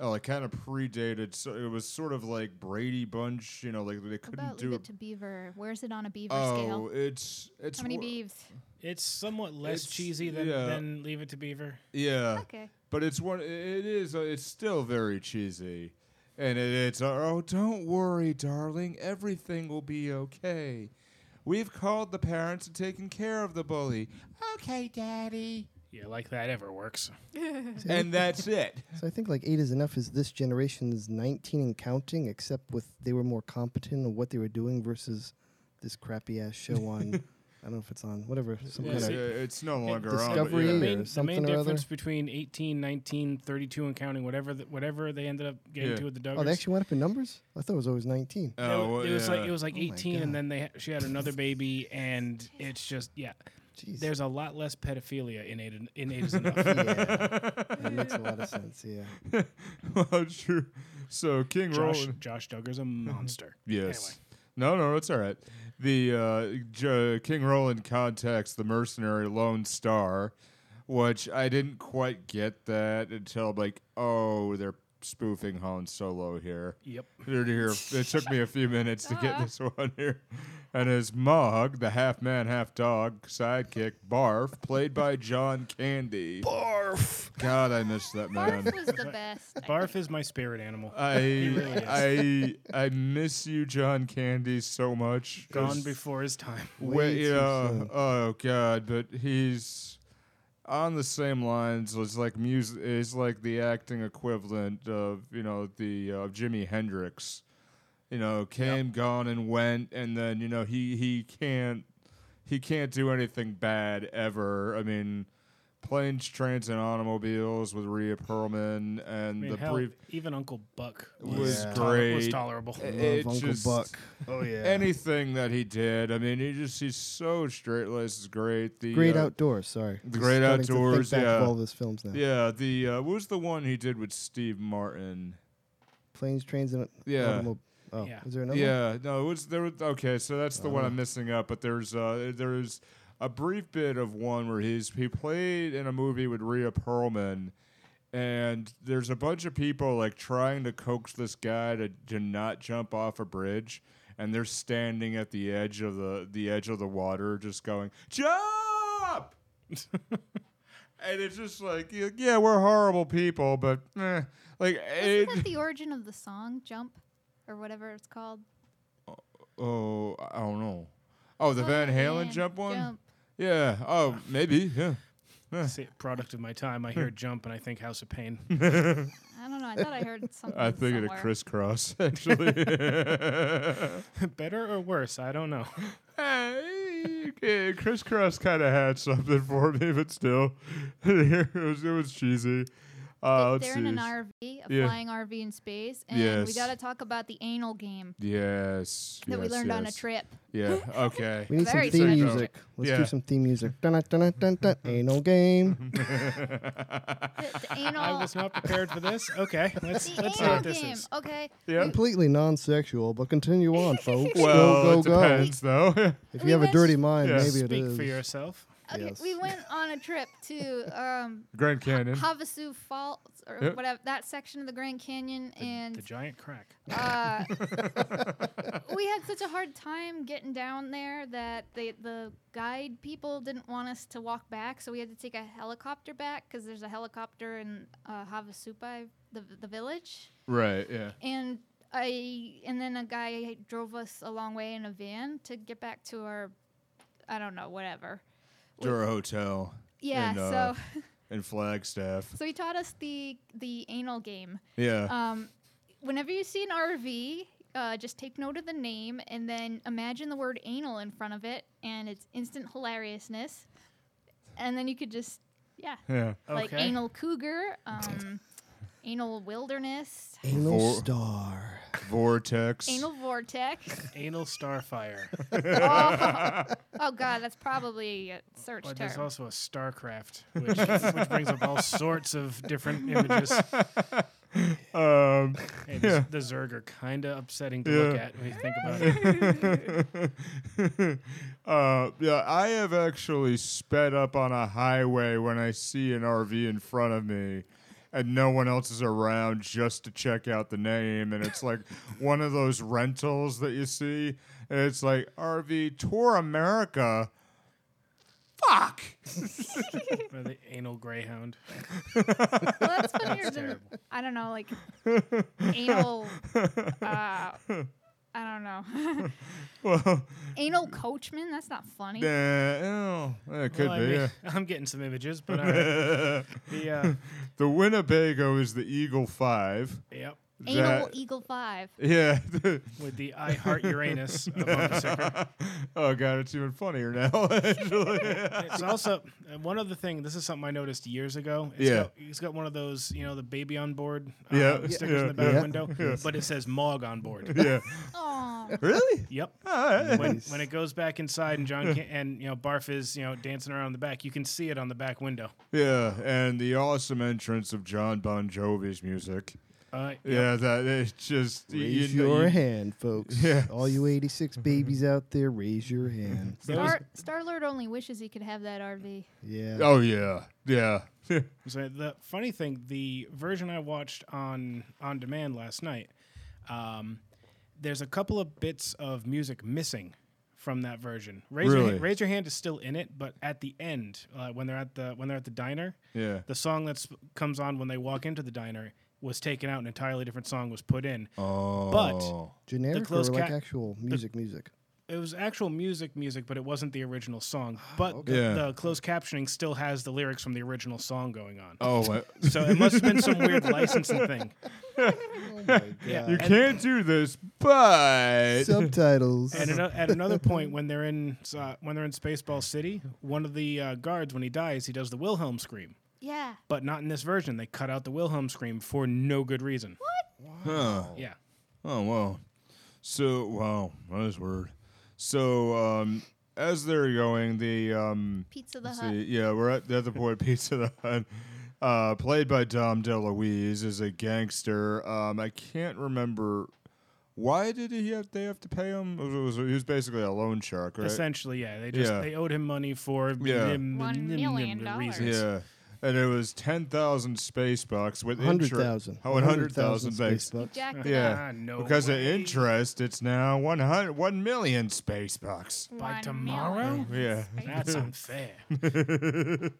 Speaker 4: Uh, like kind of predated, so it was sort of like Brady Bunch, you know, like they
Speaker 8: What
Speaker 4: couldn't
Speaker 8: about
Speaker 4: do
Speaker 8: Leave
Speaker 4: it.
Speaker 8: It to Beaver? Where's it on a Beaver
Speaker 4: Oh,
Speaker 8: scale?
Speaker 4: it's it's
Speaker 8: How many
Speaker 4: wor-
Speaker 8: beeves?
Speaker 7: It's somewhat less
Speaker 4: It's-
Speaker 7: cheesy than,
Speaker 4: yeah.
Speaker 7: than Leave It to Beaver.
Speaker 4: Yeah.
Speaker 8: Okay.
Speaker 4: But it's one. It is. uh, It's still very cheesy, and it, it's uh, oh, don't worry, darling. Everything will be okay. We've called the parents and taken care of the bully. Okay, daddy.
Speaker 7: Yeah, like that ever works.
Speaker 4: And that's it.
Speaker 6: So I think like Eight is Enough is this generation's 19 and counting, except with they were more competent in what they were doing versus this crappy ass show on. I don't know if it's on whatever some
Speaker 7: Yeah,
Speaker 4: Yeah,
Speaker 6: kind of.
Speaker 7: see-
Speaker 4: it's no longer on.
Speaker 6: Discovery
Speaker 4: uh,
Speaker 7: The
Speaker 4: but
Speaker 6: or
Speaker 7: main, the
Speaker 6: something
Speaker 7: main
Speaker 6: or other.
Speaker 7: difference between 18, 19, 32, and counting, whatever the, whatever they ended up getting
Speaker 4: Yeah.
Speaker 7: to with the Duggars.
Speaker 6: Oh, they actually went up in numbers. I thought it was always 19.
Speaker 4: yeah.
Speaker 7: It
Speaker 4: Oh,
Speaker 7: wa-
Speaker 4: well,
Speaker 7: it was like
Speaker 4: yeah.
Speaker 7: it was like
Speaker 6: Oh my
Speaker 7: 18, and
Speaker 6: God.
Speaker 7: then they ha- she had another baby, and it's just yeah.
Speaker 6: Jeez.
Speaker 7: There's a lot less pedophilia in Eight, in eight is Enough.
Speaker 6: yeah, that makes a lot of sense. Yeah.
Speaker 4: well, true. Oh, So King
Speaker 7: Josh,
Speaker 4: Roland.
Speaker 7: Josh Duggar's a
Speaker 6: Mm-hmm.
Speaker 7: monster.
Speaker 4: Yes. No, no, it's all right. The uh, J- King Roland contacts the mercenary Lone Star, which I didn't quite get that until like, oh, they're spoofing Han Solo here.
Speaker 7: Yep.
Speaker 4: Here to here. It took me a few minutes to get this one here. And his Mog, the half man, half dog sidekick, Barf, played by John Candy. Barf. God, I miss that man.
Speaker 8: Barf was the best. I
Speaker 7: Barf is my spirit animal.
Speaker 4: Uh, I I I miss you, John Candy, so much.
Speaker 7: Gone
Speaker 4: 'cause
Speaker 7: before his time.
Speaker 4: Wait,
Speaker 6: too
Speaker 4: yeah.
Speaker 6: soon.
Speaker 4: Oh God, but he's on the same lines as like music is like the acting equivalent of you know the uh, Jimi Hendrix. You know, came, gone, and went, and then you know he he can't he can't do anything bad ever. I mean, Planes, Trains, and Automobiles with Rhea Perlman, and
Speaker 7: I mean,
Speaker 4: the
Speaker 7: hell,
Speaker 4: brief
Speaker 7: even Uncle Buck
Speaker 4: was
Speaker 6: Yeah.
Speaker 7: toler- was
Speaker 4: great.
Speaker 7: tolerable.
Speaker 4: Eh,
Speaker 6: Love
Speaker 4: It
Speaker 6: Uncle
Speaker 4: just-
Speaker 6: Buck. Oh yeah.
Speaker 4: Anything that he did, I mean, he just he's so straight laced. It's great. The
Speaker 6: Great
Speaker 4: uh,
Speaker 6: Outdoors. Sorry. Just
Speaker 4: Great
Speaker 6: starting to think
Speaker 4: Outdoors,
Speaker 6: back
Speaker 4: yeah.
Speaker 6: Of all those films now.
Speaker 4: Yeah, the uh, what was the one he did with Steve Martin?
Speaker 6: Planes, trains, and
Speaker 4: Yeah.
Speaker 6: automobiles. Oh,
Speaker 7: Yeah.
Speaker 6: was there another? one? Oh.
Speaker 4: Yeah, no, it was there. was- Okay, so that's the one I'm missing up. But there's uh, there's a brief bit of one where he's he played in a movie with Rhea Perlman, and there's a bunch of people like trying to coax this guy to to not jump off a bridge, and they're standing at the edge of the the edge of the water, just going jump. And it's just like, y- yeah, we're horrible people, but eh. like, it,
Speaker 8: Isn't that the origin of the song Jump or whatever it's called?
Speaker 4: oh, I don't know. Oh, the
Speaker 8: Oh,
Speaker 4: Van Halen
Speaker 8: man,
Speaker 4: jump one.
Speaker 8: Jump.
Speaker 4: Yeah. Oh, maybe. Yeah.
Speaker 7: Say, Product of my time. I hear jump and I think House of Pain.
Speaker 8: I don't know. I thought I heard something.
Speaker 4: I think it a
Speaker 8: somewhere.
Speaker 4: crisscross actually.
Speaker 7: Better or worse, I don't know.
Speaker 4: hey, okay, crisscross kind of had something for me, but still, it was it was cheesy. Uh, let's
Speaker 8: They're
Speaker 4: see.
Speaker 8: in an RV, a
Speaker 4: Yeah.
Speaker 8: flying RV in space, and we
Speaker 4: Yes.
Speaker 8: got to talk about the anal game
Speaker 4: Yes.
Speaker 8: that we
Speaker 4: yes,
Speaker 8: learned on a
Speaker 4: yes.
Speaker 8: trip.
Speaker 4: Yeah. Okay.
Speaker 6: We need
Speaker 8: Very
Speaker 6: some theme
Speaker 8: special.
Speaker 6: music. Let's
Speaker 4: Yeah.
Speaker 6: do some theme music. Dun, dun, dun, dun, dun, anal game.
Speaker 8: The, the
Speaker 7: I
Speaker 8: anal,
Speaker 7: was not prepared for this. Okay, let's
Speaker 8: Oh. the
Speaker 7: let's see
Speaker 8: anal
Speaker 7: what this
Speaker 8: game.
Speaker 7: is.
Speaker 8: Okay.
Speaker 4: yeah.
Speaker 6: Completely non-sexual, but continue on, folks.
Speaker 4: Well,
Speaker 6: go,
Speaker 4: it
Speaker 6: go, go.
Speaker 4: depends, though.
Speaker 6: If
Speaker 8: We
Speaker 6: you have a
Speaker 8: went-
Speaker 6: dirty mind,
Speaker 4: Yeah.
Speaker 6: maybe it
Speaker 7: Speak
Speaker 6: is.
Speaker 7: for yourself.
Speaker 8: Okay,
Speaker 6: Yes.
Speaker 8: we went on a trip to um,
Speaker 4: Grand Canyon.
Speaker 8: Havasu Falls or
Speaker 4: Yep.
Speaker 8: whatever that section of the Grand Canyon, and
Speaker 7: The giant crack.
Speaker 8: uh, we had such a hard time getting down there that the the guide people didn't want us to walk back, so we had to take a helicopter back because there's a helicopter in uh, Havasupai, the the village,
Speaker 4: Right. Yeah.
Speaker 8: and I and then a guy drove us a long way in a van to get back to our, I don't know, whatever.
Speaker 4: Dura Hotel.
Speaker 8: Yeah,
Speaker 4: in, uh,
Speaker 8: so
Speaker 4: in Flagstaff.
Speaker 8: so he taught us the the anal game.
Speaker 4: Yeah.
Speaker 8: Um, whenever you see an RV, uh, just take note of the name and then imagine the word anal in front of it and it's instant hilariousness. And then you could just, yeah,
Speaker 4: yeah.
Speaker 8: like
Speaker 7: Okay.
Speaker 8: anal cougar, um, anal wilderness,
Speaker 6: Anal
Speaker 4: Vor-
Speaker 6: star.
Speaker 4: Vortex.
Speaker 8: anal vortex.
Speaker 7: Anal starfire.
Speaker 8: oh, God, that's probably a search
Speaker 7: But there's
Speaker 8: term.
Speaker 7: also a starcraft, which, which brings up all sorts of different images.
Speaker 4: Um,
Speaker 7: Hey, the, the Zerg are kind of upsetting to look
Speaker 4: Yeah.
Speaker 7: at when you think about it.
Speaker 4: uh, yeah, I have actually sped up on a highway when I see an RV in front of me. And no one else is around just to check out the name. And it's like one of those rentals that you see. And it's like RV Tour America. Fuck.
Speaker 7: Or the anal greyhound.
Speaker 8: well, that's when you're in,
Speaker 7: terrible.
Speaker 8: I don't know, like anal, uh, I don't know.
Speaker 4: Well,
Speaker 8: anal coachman? That's not funny.
Speaker 4: yeah, ew, it could
Speaker 7: Well, I
Speaker 4: be.
Speaker 7: mean,
Speaker 4: yeah.
Speaker 7: I'm getting some images, but all right. the, uh,
Speaker 4: The Winnebago is the Eagle Five.
Speaker 7: yep,
Speaker 8: Anal
Speaker 7: E
Speaker 4: That-
Speaker 8: Eagle 5.
Speaker 4: Yeah.
Speaker 7: with the I heart Uranus. of Officer.
Speaker 4: oh god, it's even funnier now. actually.
Speaker 7: It's also uh, one other thing. This is something I noticed years ago. It's
Speaker 4: Yeah.
Speaker 7: got, it's got one of those, you know, the baby on board uh,
Speaker 4: Yeah, yeah,
Speaker 7: stickers in the
Speaker 4: yeah,
Speaker 7: back window, but it says Mog on board.
Speaker 4: yeah.
Speaker 8: Oh,
Speaker 4: Really?
Speaker 7: Yep.
Speaker 4: All right.
Speaker 7: when, when it goes back inside and John can, and you know Barf is you know dancing around in the back, you can see it on the back window.
Speaker 4: Yeah, and the awesome entrance of John Bon Jovi's music.
Speaker 7: Uh,
Speaker 4: Yeah, that it's just y-
Speaker 6: Raise
Speaker 4: you know,
Speaker 6: your
Speaker 4: you-
Speaker 6: hand, folks.
Speaker 4: Yeah.
Speaker 6: All you 86 babies out there, raise your hand.
Speaker 8: Star Star Lord only wishes he could have that RV.
Speaker 6: Yeah.
Speaker 4: Oh yeah, yeah.
Speaker 7: So the funny thing, the version I watched on on demand last night, um, there's a couple of bits of music missing from that version. Raise, your,
Speaker 4: Really?
Speaker 7: hand, raise your hand is still in it, but at the end, uh, when they're at the when they're at the diner,
Speaker 4: Yeah.
Speaker 7: the song that comes on when they walk into the diner was taken out. An entirely different song was put in.
Speaker 4: oh.
Speaker 7: But
Speaker 6: Generic or
Speaker 7: closed
Speaker 6: like
Speaker 7: ca-
Speaker 6: actual music, music?
Speaker 7: it was actual music, music, but it wasn't the original song. But
Speaker 6: okay.
Speaker 4: Yeah.
Speaker 7: the closed captioning still has the lyrics from the original song going on.
Speaker 4: Oh, I-
Speaker 7: So it must have been some weird licensing thing.
Speaker 6: Oh my God.
Speaker 7: Yeah.
Speaker 4: you
Speaker 7: And-
Speaker 4: can't do this, but
Speaker 6: Subtitles.
Speaker 7: At, ano- at another point, when they're in uh, when they're in Spaceball City, one of the uh, guards, when he dies, he does the Wilhelm scream,
Speaker 8: Yeah.
Speaker 7: but not in this version. They cut out the Wilhelm scream for no good reason.
Speaker 4: Huh.
Speaker 7: Yeah,
Speaker 4: Oh wow. So wow, that is weird. So um, as they're going, the um,
Speaker 8: Pizza the
Speaker 4: let's
Speaker 8: Hut.
Speaker 4: see, yeah, we're at the other point. Pizza the Hut, uh, played by Dom DeLuise, is a gangster. Um, I can't remember why did he have they have to pay him. It was, he was basically a loan shark, right?
Speaker 7: essentially, yeah. They just
Speaker 4: Yeah.
Speaker 7: they owed him money for
Speaker 4: Yeah.
Speaker 7: nim-
Speaker 5: One
Speaker 7: nim- nim-
Speaker 5: million
Speaker 7: nim-
Speaker 5: dollars.
Speaker 7: reasons.
Speaker 4: Yeah. And it was ten thousand space bucks with interest.
Speaker 6: 100,000.
Speaker 4: Oh, and hundred thousand
Speaker 6: space
Speaker 4: space
Speaker 6: bucks.
Speaker 8: Jacked it up.
Speaker 4: Yeah,
Speaker 7: Ah, no
Speaker 4: because of
Speaker 7: way.
Speaker 4: interest, it's now 100, 1 million space bucks.
Speaker 7: by
Speaker 5: One
Speaker 7: tomorrow.
Speaker 4: Yeah.
Speaker 7: That's unfair.
Speaker 4: They're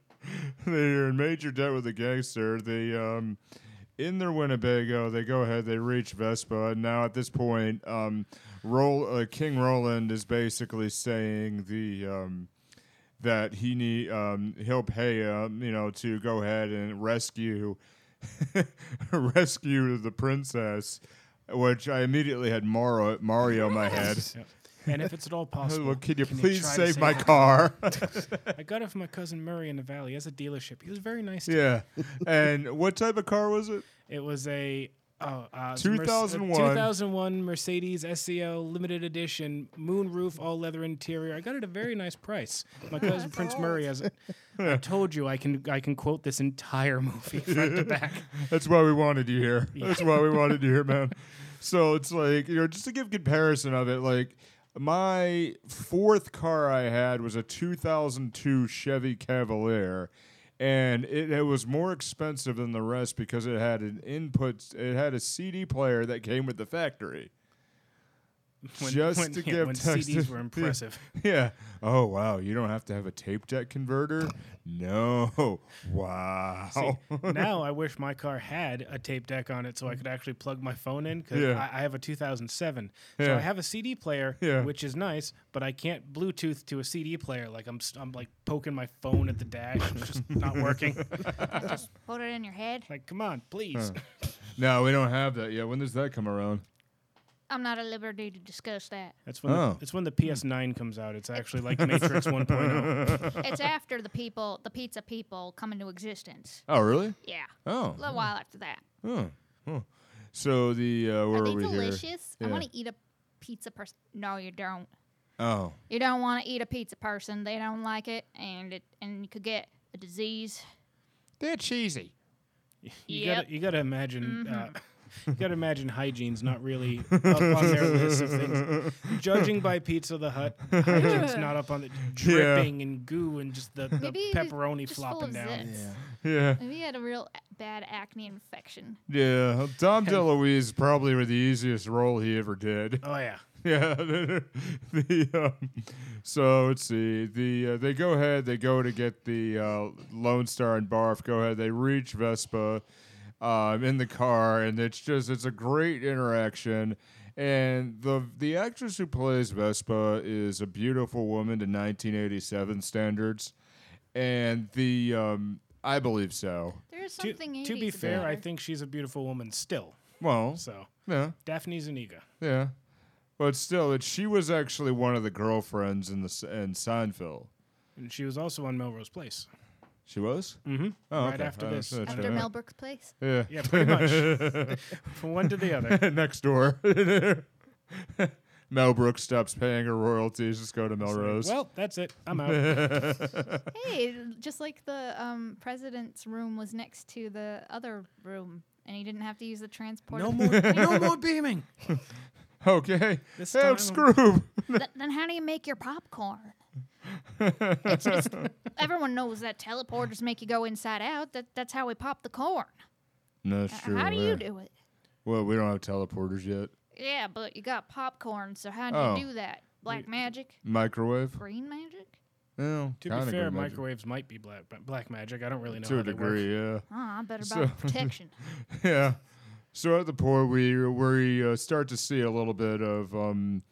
Speaker 4: in major debt with the gangster. They um in their Winnebago, they go ahead, they reach Vespa. And now at this point, um Roll uh, King Roland is basically saying the um that he need um he'll pay um, you know, to go ahead and rescue rescue the princess. Which I immediately had Mario, Mario in my head.
Speaker 7: Yep. And if it's at all possible,
Speaker 4: Well, can you
Speaker 7: can
Speaker 4: please
Speaker 7: try to
Speaker 4: save my
Speaker 7: the-
Speaker 4: car?
Speaker 7: I got it from my cousin Murray in the Valley. He has a dealership. He was very nice. To
Speaker 4: yeah. And what type of car was it?
Speaker 7: It was a oh, uh,
Speaker 4: 2001.
Speaker 7: 2001 Mercedes SEL limited edition, moonroof, all leather interior. I got it at a very nice price. My cousin Prince Murray has. it. I told you I can I can quote this entire movie front to back.
Speaker 4: That's why we wanted you here. That's why we wanted you here, man. So it's like, you know, just to give comparison of it, like my fourth car I had was a 2002 Chevy Cavalier. And it, it was more expensive than the rest because it had an input. It had a CD player that came with the factory. Just
Speaker 7: when,
Speaker 4: to
Speaker 7: yeah,
Speaker 4: give
Speaker 7: when
Speaker 4: text-
Speaker 7: CDs were impressive.
Speaker 4: Yeah. Oh wow, you don't have to have a tape deck converter? No. Wow.
Speaker 7: now I wish my car had a tape deck on it so I could actually plug my phone in because
Speaker 4: Mm. Yeah.
Speaker 7: I, I have a 2007. So
Speaker 4: Yeah.
Speaker 7: I have a CD player,
Speaker 4: Yeah.
Speaker 7: which is nice, but I can't Bluetooth to a CD player. Like I'm, s- I'm like poking my phone at the dash, and it's just not working.
Speaker 5: Put it in your head.
Speaker 7: Like, come on, please.
Speaker 4: no, we don't have that yet. When does that come around?
Speaker 5: I'm not at liberty to discuss that.
Speaker 7: That's when
Speaker 4: Oh.
Speaker 7: the, it's when the PS9 comes out. It's actually like Matrix oh. 1.0.
Speaker 5: it's after the people, the pizza people, come into existence.
Speaker 4: Oh really?
Speaker 5: Yeah,
Speaker 4: Oh.
Speaker 5: a little while after that.
Speaker 4: Huh. Huh. So the uh, where
Speaker 8: Are
Speaker 4: are,
Speaker 8: they
Speaker 4: we here?
Speaker 8: delicious?
Speaker 4: Yeah.
Speaker 8: I want
Speaker 5: Want to eat a pizza person? No, you don't.
Speaker 4: Oh.
Speaker 5: You don't want to eat a pizza person. They don't like it, and it and you could get a disease.
Speaker 3: They're cheesy.
Speaker 7: You
Speaker 5: Yep.
Speaker 7: gotta, you gotta imagine. Uh,
Speaker 8: Mm-hmm.
Speaker 7: you gotta imagine hygiene's not really up on their list of things. Judging by Pizza the Hut, hygiene's not up on the dripping and goo and just the, the
Speaker 8: Maybe it was
Speaker 7: pepperoni
Speaker 8: just full
Speaker 7: flopping
Speaker 8: of
Speaker 7: down.
Speaker 8: zits.
Speaker 4: Yeah.
Speaker 8: Maybe he had a real a- bad acne infection.
Speaker 4: Yeah. Well, Dom DeLuise is probably the easiest role he ever did.
Speaker 7: Oh yeah,
Speaker 4: Yeah. the, um, so let's see. The uh, they go ahead. They go to get the uh, Lone Star and Barf. Go ahead. They reach Vespa um, in the car, and it's just it's a great interaction. And the the actress who plays Vespa is a beautiful woman to 1987 standards, and the um, I believe so.
Speaker 8: There is
Speaker 7: to,
Speaker 8: something.
Speaker 7: to
Speaker 8: 80s
Speaker 7: be
Speaker 8: about
Speaker 7: fair,
Speaker 8: her.
Speaker 7: I think she's a beautiful woman still.
Speaker 4: Well,
Speaker 7: So
Speaker 4: yeah.
Speaker 7: Daphne Zuniga.
Speaker 4: Yeah, but still, it, she was actually one of the girlfriends in the S- in Seinfeld.
Speaker 7: And she was also on Melrose Place.
Speaker 4: She was.
Speaker 7: Mm-hmm.
Speaker 4: Oh,
Speaker 7: right
Speaker 4: okay.
Speaker 7: after
Speaker 4: I
Speaker 7: this.
Speaker 4: see what
Speaker 7: After
Speaker 4: you
Speaker 8: After
Speaker 4: meant.
Speaker 8: Mel Brooks' place.
Speaker 4: Yeah.
Speaker 7: Yeah, pretty much. From one to the other.
Speaker 4: Next door. Mel Brooks stops paying her royalties. Just go to Melrose.
Speaker 7: Well, that's it. I'm out.
Speaker 8: Hey, just like the um, president's room was next to the other room, and he didn't have to use the transporter.
Speaker 7: no more, no more beaming.
Speaker 4: okay.
Speaker 7: This
Speaker 4: Help,
Speaker 7: time I'm-
Speaker 4: Scroob.
Speaker 5: Th- then how do you make your popcorn? It's- it's- everyone knows that teleporters make you go inside out. That that's how we pop the corn.
Speaker 4: no, it's true.
Speaker 5: how do you
Speaker 4: yeah.
Speaker 5: do it?
Speaker 4: Well, we don't have teleporters yet.
Speaker 5: Yeah, but you got popcorn, so how do
Speaker 4: Oh.
Speaker 5: you do that? Black magic?
Speaker 4: Microwave.
Speaker 5: Green magic?
Speaker 4: No.
Speaker 7: To be fair, microwaves might be black, black magic. I don't really know.
Speaker 4: To
Speaker 7: how
Speaker 4: a
Speaker 7: they work.
Speaker 4: degree, yeah.
Speaker 5: Oh, I better
Speaker 4: So-
Speaker 5: buy protection.
Speaker 4: Yeah. So at the point we where we uh, start to see a little bit of um,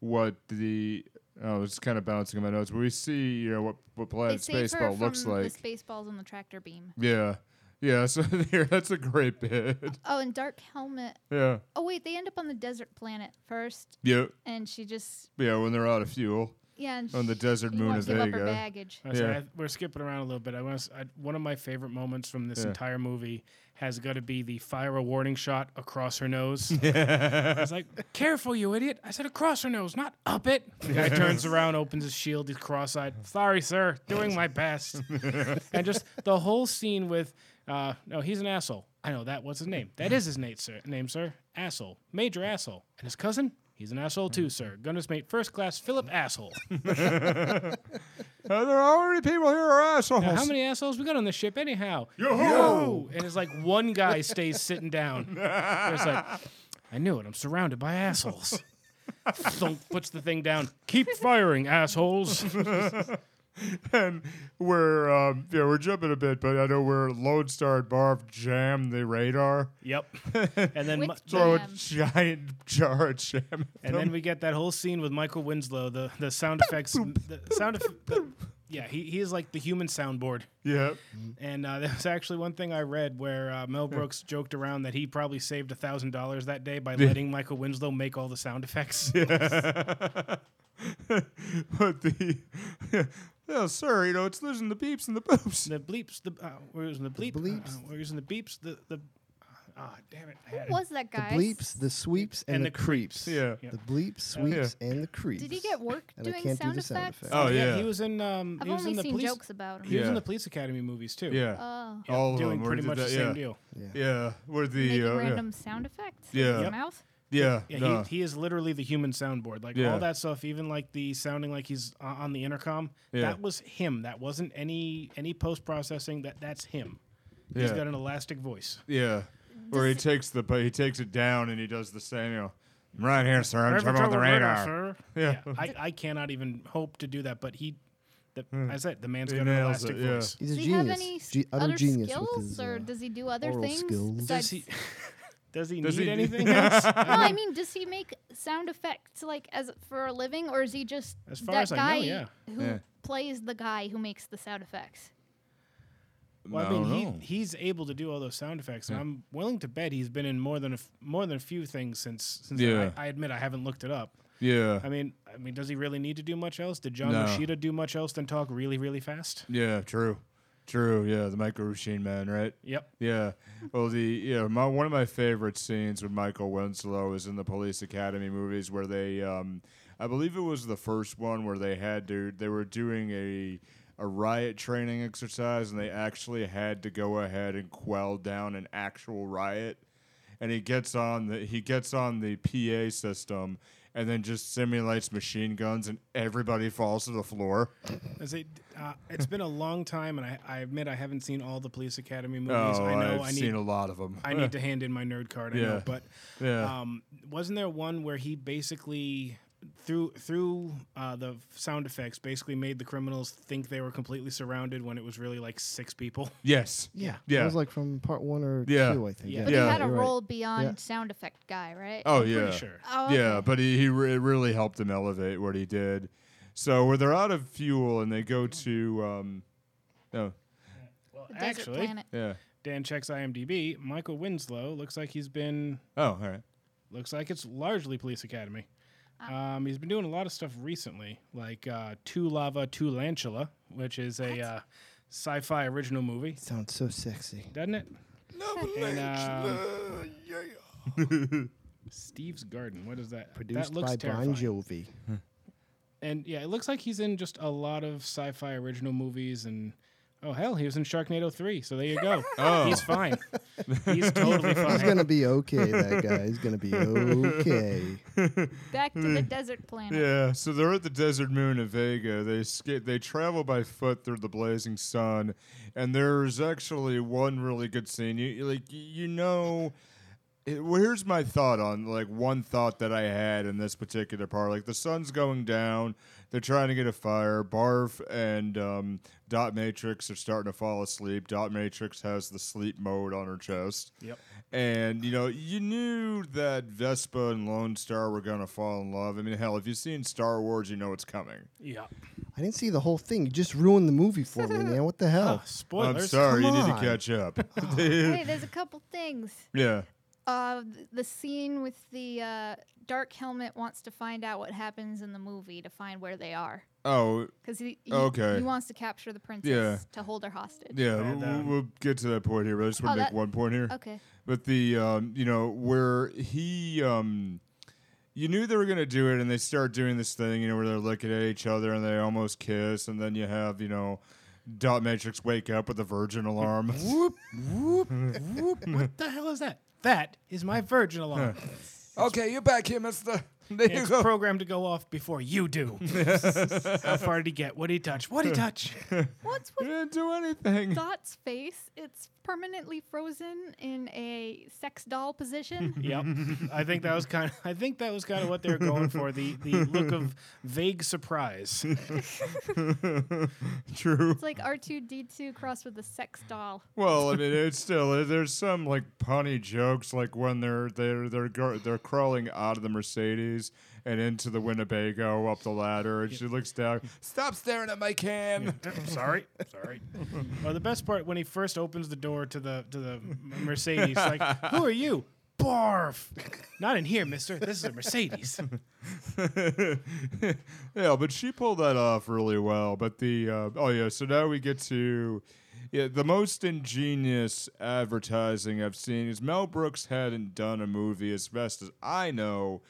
Speaker 4: what the oh, it's kind of bouncing in my notes. But we see you know what what Plaid
Speaker 8: they save her
Speaker 4: Spaceball
Speaker 8: from
Speaker 4: looks like.
Speaker 8: the spaceballs on the tractor beam.
Speaker 4: yeah, yeah. So here, that's a great bit.
Speaker 8: Oh, and Dark Helmet.
Speaker 4: yeah,
Speaker 8: Oh wait, they end up on the desert planet first,
Speaker 4: yeah,
Speaker 8: and she just
Speaker 4: yeah. When they're out of fuel
Speaker 8: yeah. And
Speaker 4: on the
Speaker 8: she-
Speaker 4: desert
Speaker 8: you
Speaker 4: moon
Speaker 8: won't
Speaker 4: of
Speaker 8: give up her
Speaker 4: Vega.
Speaker 8: baggage.
Speaker 7: I said,
Speaker 4: Yeah.
Speaker 7: I- we're skipping around a little bit. I want to, I, one of my favorite moments from this
Speaker 4: Yeah.
Speaker 7: entire movie has got to be the fire a warning shot across her nose. I was like, "Careful, you idiot!" I said, "Across her nose, not up it." The guy turns around, opens his shield, he's cross-eyed. Sorry, sir, doing my best. and just the whole scene with, uh, no, he's an asshole. I know that. What's his name? That is his name, sir. Name, sir. Asshole, major asshole, and his cousin. He's an asshole too, sir. Gunner's mate, first class, Philip asshole.
Speaker 4: Oh, there are already people here are assholes.
Speaker 7: Now, how many assholes we got on the ship anyhow?
Speaker 4: Yo-ho!
Speaker 7: Yo! And it's like one guy stays sitting down. It's like, I knew it. I'm surrounded by assholes. Thunk puts the thing down. Keep firing, assholes.
Speaker 4: and we're um, yeah, we're jumping a bit, but I know we're Lodestar and Barf jammed the radar.
Speaker 7: yep. And then
Speaker 8: With
Speaker 7: Mi-
Speaker 4: Throw a
Speaker 8: Jam.
Speaker 4: giant jar of jam. at
Speaker 7: and
Speaker 4: them.
Speaker 7: then we get that whole scene with Michael Winslow. The the sound effects. The sound. Eff- the- yeah, he, he is like the human soundboard.
Speaker 4: yeah,
Speaker 7: And uh, there was actually one thing I read where uh, Mel Brooks joked around that he probably saved thousand dollars that day by letting Michael Winslow make all the sound effects.
Speaker 4: but the yeah, sir, you know it's losing the beeps and the boops.
Speaker 7: the bleeps, the uh, we're using the bleep,
Speaker 6: bleeps.
Speaker 7: uh, we're using the beeps, the the ah, damn it, I had it.
Speaker 8: Who was that
Speaker 6: The
Speaker 8: guy?
Speaker 6: bleeps, the sweeps, and,
Speaker 7: And
Speaker 6: the,
Speaker 7: the
Speaker 6: creeps.
Speaker 4: Yeah.
Speaker 7: Yeah.
Speaker 6: The bleeps, sweeps, and the creeps.
Speaker 8: Did he get work
Speaker 6: And I
Speaker 8: doing
Speaker 6: can't do
Speaker 8: sound
Speaker 6: the
Speaker 8: effects?
Speaker 6: sound effect.
Speaker 4: Oh yeah,
Speaker 7: he was in um,
Speaker 8: I've
Speaker 7: he was
Speaker 8: only
Speaker 7: in the
Speaker 8: seen
Speaker 7: police,
Speaker 8: jokes about him.
Speaker 7: he was in
Speaker 4: Yeah.
Speaker 7: the police academy movies too.
Speaker 4: yeah,
Speaker 8: Oh.
Speaker 7: Yeah,
Speaker 4: all of
Speaker 7: doing
Speaker 4: them were
Speaker 7: pretty
Speaker 4: did
Speaker 7: much
Speaker 4: that,
Speaker 7: the same
Speaker 4: yeah.
Speaker 7: deal.
Speaker 6: Yeah.
Speaker 4: Yeah, where
Speaker 8: Making
Speaker 4: the uh, yeah.
Speaker 8: random sound effects
Speaker 4: Yeah.
Speaker 8: with
Speaker 4: Yep.
Speaker 8: his mouth.
Speaker 4: yeah,
Speaker 7: Yeah,
Speaker 4: no.
Speaker 7: he, he is literally the human soundboard. Like
Speaker 4: Yeah.
Speaker 7: all that stuff, even like the sounding like he's uh, on the intercom.
Speaker 4: Yeah.
Speaker 7: That was him. That wasn't any any post processing. That that's him. He's
Speaker 4: Yeah.
Speaker 7: got an elastic voice.
Speaker 4: yeah, where he takes the he takes it down and he does the same. You know, I'm right here, sir. I'm jumping on the radar.
Speaker 7: Yeah,
Speaker 4: Yeah.
Speaker 7: I, I cannot even hope to do that, but he, the, I said the man's
Speaker 4: Hmm. He
Speaker 7: got an
Speaker 4: nails
Speaker 7: elastic
Speaker 4: it, yeah.
Speaker 7: voice.
Speaker 6: He's a
Speaker 8: Does he
Speaker 6: genius.
Speaker 8: have any s-
Speaker 6: Ge- utter
Speaker 8: other
Speaker 6: genius with
Speaker 8: skills,
Speaker 6: his,
Speaker 8: or
Speaker 6: uh,
Speaker 8: does he do other
Speaker 6: oral
Speaker 8: things?
Speaker 6: skills.
Speaker 7: Does
Speaker 8: Besides,
Speaker 7: he? Does he
Speaker 4: Does
Speaker 7: need
Speaker 4: he-
Speaker 7: anything else?
Speaker 8: no, I mean, does he make sound effects like as for a living, or is he just
Speaker 7: As far
Speaker 8: that
Speaker 7: as I know,
Speaker 8: guy
Speaker 7: yeah.
Speaker 8: who
Speaker 4: Yeah.
Speaker 8: plays the guy who makes the sound effects?
Speaker 7: Well, I
Speaker 4: I don't
Speaker 7: mean,
Speaker 4: know.
Speaker 7: he, he's able to do all those sound effects, and I'm willing to bet he's been in more than a f- more than a few things since. since
Speaker 4: Yeah.
Speaker 7: I, I admit I haven't looked it up.
Speaker 4: Yeah,
Speaker 7: I mean, I mean, does he really need to do much else? Did John
Speaker 4: No.
Speaker 7: Yoshida do much else than talk really, really fast?
Speaker 4: yeah, true, true. Yeah, the micro machine man, right?
Speaker 7: Yep.
Speaker 4: Yeah. Well, the yeah, my, one of my favorite scenes with Michael Winslow is in the Police Academy movies where they, um, I believe it was the first one where they had to they were doing a a riot training exercise and they actually had to go ahead and quell down an actual riot. And he gets on the he gets on the PA system and then just simulates machine guns and everybody falls to the floor.
Speaker 7: As it, uh, it's been a long time, and I, I admit I haven't seen all the Police Academy movies.
Speaker 4: Oh,
Speaker 7: I know
Speaker 4: I've
Speaker 7: I need
Speaker 4: seen a lot of them.
Speaker 7: I need to hand in my nerd card. I know,
Speaker 4: Yeah.
Speaker 7: but
Speaker 4: Yeah.
Speaker 7: um, wasn't there one where he basically through through uh, the sound effects basically made the criminals think they were completely surrounded when it was really like six people?
Speaker 4: yes.
Speaker 6: Yeah.
Speaker 4: Yeah.
Speaker 6: That was like from part one or
Speaker 4: Yeah.
Speaker 6: two, I think.
Speaker 7: Yeah.
Speaker 6: Yeah.
Speaker 8: But
Speaker 4: Yeah.
Speaker 8: he had a
Speaker 6: you're right.
Speaker 8: role beyond
Speaker 6: Yeah.
Speaker 8: sound effect guy, right?
Speaker 4: Oh yeah.
Speaker 7: Pretty sure.
Speaker 8: Oh,
Speaker 4: Yeah, but he, he re- it really helped him elevate what he did. So where they're out of fuel and they go to um, oh
Speaker 7: Well,
Speaker 8: The desert
Speaker 7: actually,
Speaker 8: planet.
Speaker 4: yeah
Speaker 7: Dan checks IMDb. Michael Winslow looks like he's been
Speaker 4: oh all right
Speaker 7: looks like it's largely Police Academy.
Speaker 8: Ah.
Speaker 7: Um, he's been doing a lot of stuff recently, like uh, Two Lava, Two Lantula, which is a uh, sci-fi original movie,
Speaker 6: Sounds so sexy.
Speaker 7: doesn't it? And, um, Steve's Garden. What is that?
Speaker 6: Produced
Speaker 7: that looks
Speaker 6: by
Speaker 7: terrifying.
Speaker 6: Bon Jovi.
Speaker 7: And yeah, it looks like he's in just a lot of sci-fi original movies and oh hell, he was in Sharknado 3. So there you go.
Speaker 4: Oh.
Speaker 7: He's fine. He's totally fine.
Speaker 6: He's gonna be okay. That guy. He's gonna be okay.
Speaker 8: Back to the desert planet.
Speaker 4: yeah. So they're at the desert moon of Vega. They skate. They travel by foot through the blazing sun, and there's actually one really good scene. You you, like you know. It- well, here's my thought on like one thought that I had in this particular part. Like the sun's going down, they're trying to get a fire. Barf and um, Dot Matrix are starting to fall asleep. Dot Matrix has the sleep mode on her chest.
Speaker 7: Yep.
Speaker 4: And you know, you knew that Vespa and Lone Star were gonna fall in love. I mean, hell, if you've seen Star Wars, you know it's coming.
Speaker 7: Yeah.
Speaker 6: I didn't see the whole thing. You just ruined the movie for me, man.
Speaker 4: Oh.
Speaker 6: What the hell?
Speaker 7: Ah, spoilers.
Speaker 4: I'm sorry, you
Speaker 6: come
Speaker 4: need to
Speaker 6: on.
Speaker 4: catch up.
Speaker 8: Oh, hey, there's a couple things.
Speaker 4: yeah.
Speaker 8: Uh, th- the scene with the uh, dark helmet wants to find out what happens in the movie to find where they are.
Speaker 4: Oh,
Speaker 8: Because he, he,
Speaker 4: Okay.
Speaker 8: he wants to capture the princess
Speaker 4: Yeah.
Speaker 8: to hold her hostage.
Speaker 4: yeah.
Speaker 7: And,
Speaker 4: we'll,
Speaker 7: um,
Speaker 4: we'll get to that point here, but I just want
Speaker 8: Oh,
Speaker 4: to make
Speaker 8: that-
Speaker 4: one point here.
Speaker 8: Okay.
Speaker 4: But the um, you know where he um, you knew they were gonna do it, and they start doing this thing, you know, where they're looking at each other and they almost kiss, and then you have you know, Dot Matrix wake up with a virgin alarm.
Speaker 7: Whoop, whoop, whoop. What the hell is that? That is my virgin alarm.
Speaker 9: Okay, you're back here, mister. There you
Speaker 7: It's
Speaker 9: go.
Speaker 7: programmed to go off before you do. How far did he get? What did he touch? What did he touch?
Speaker 8: What's
Speaker 4: You didn't
Speaker 8: with
Speaker 4: do anything.
Speaker 8: Dot's face? It's permanently frozen in a sex doll position.
Speaker 7: yep. I think that was kind. Of, I think that was kind of what they were going for. The the look of vague surprise.
Speaker 4: True.
Speaker 8: it's like R2D2 crossed with a sex doll.
Speaker 4: Well, I mean, it's still uh, there's some like punny jokes, like when they're they're they're go- they're crawling out of the Mercedes and into the Winnebago up the ladder, and she looks down.
Speaker 9: Stop staring at my can.
Speaker 7: I'm sorry. Sorry. Well, the best part when he first opens the door to the to the Mercedes, like, who are you? Barf. Not in here, Mister. This is a Mercedes.
Speaker 4: yeah, but she pulled that off really well. But the uh, oh yeah, so now we get to yeah, the most ingenious advertising I've seen is Mel Brooks hadn't done a movie as best as I know.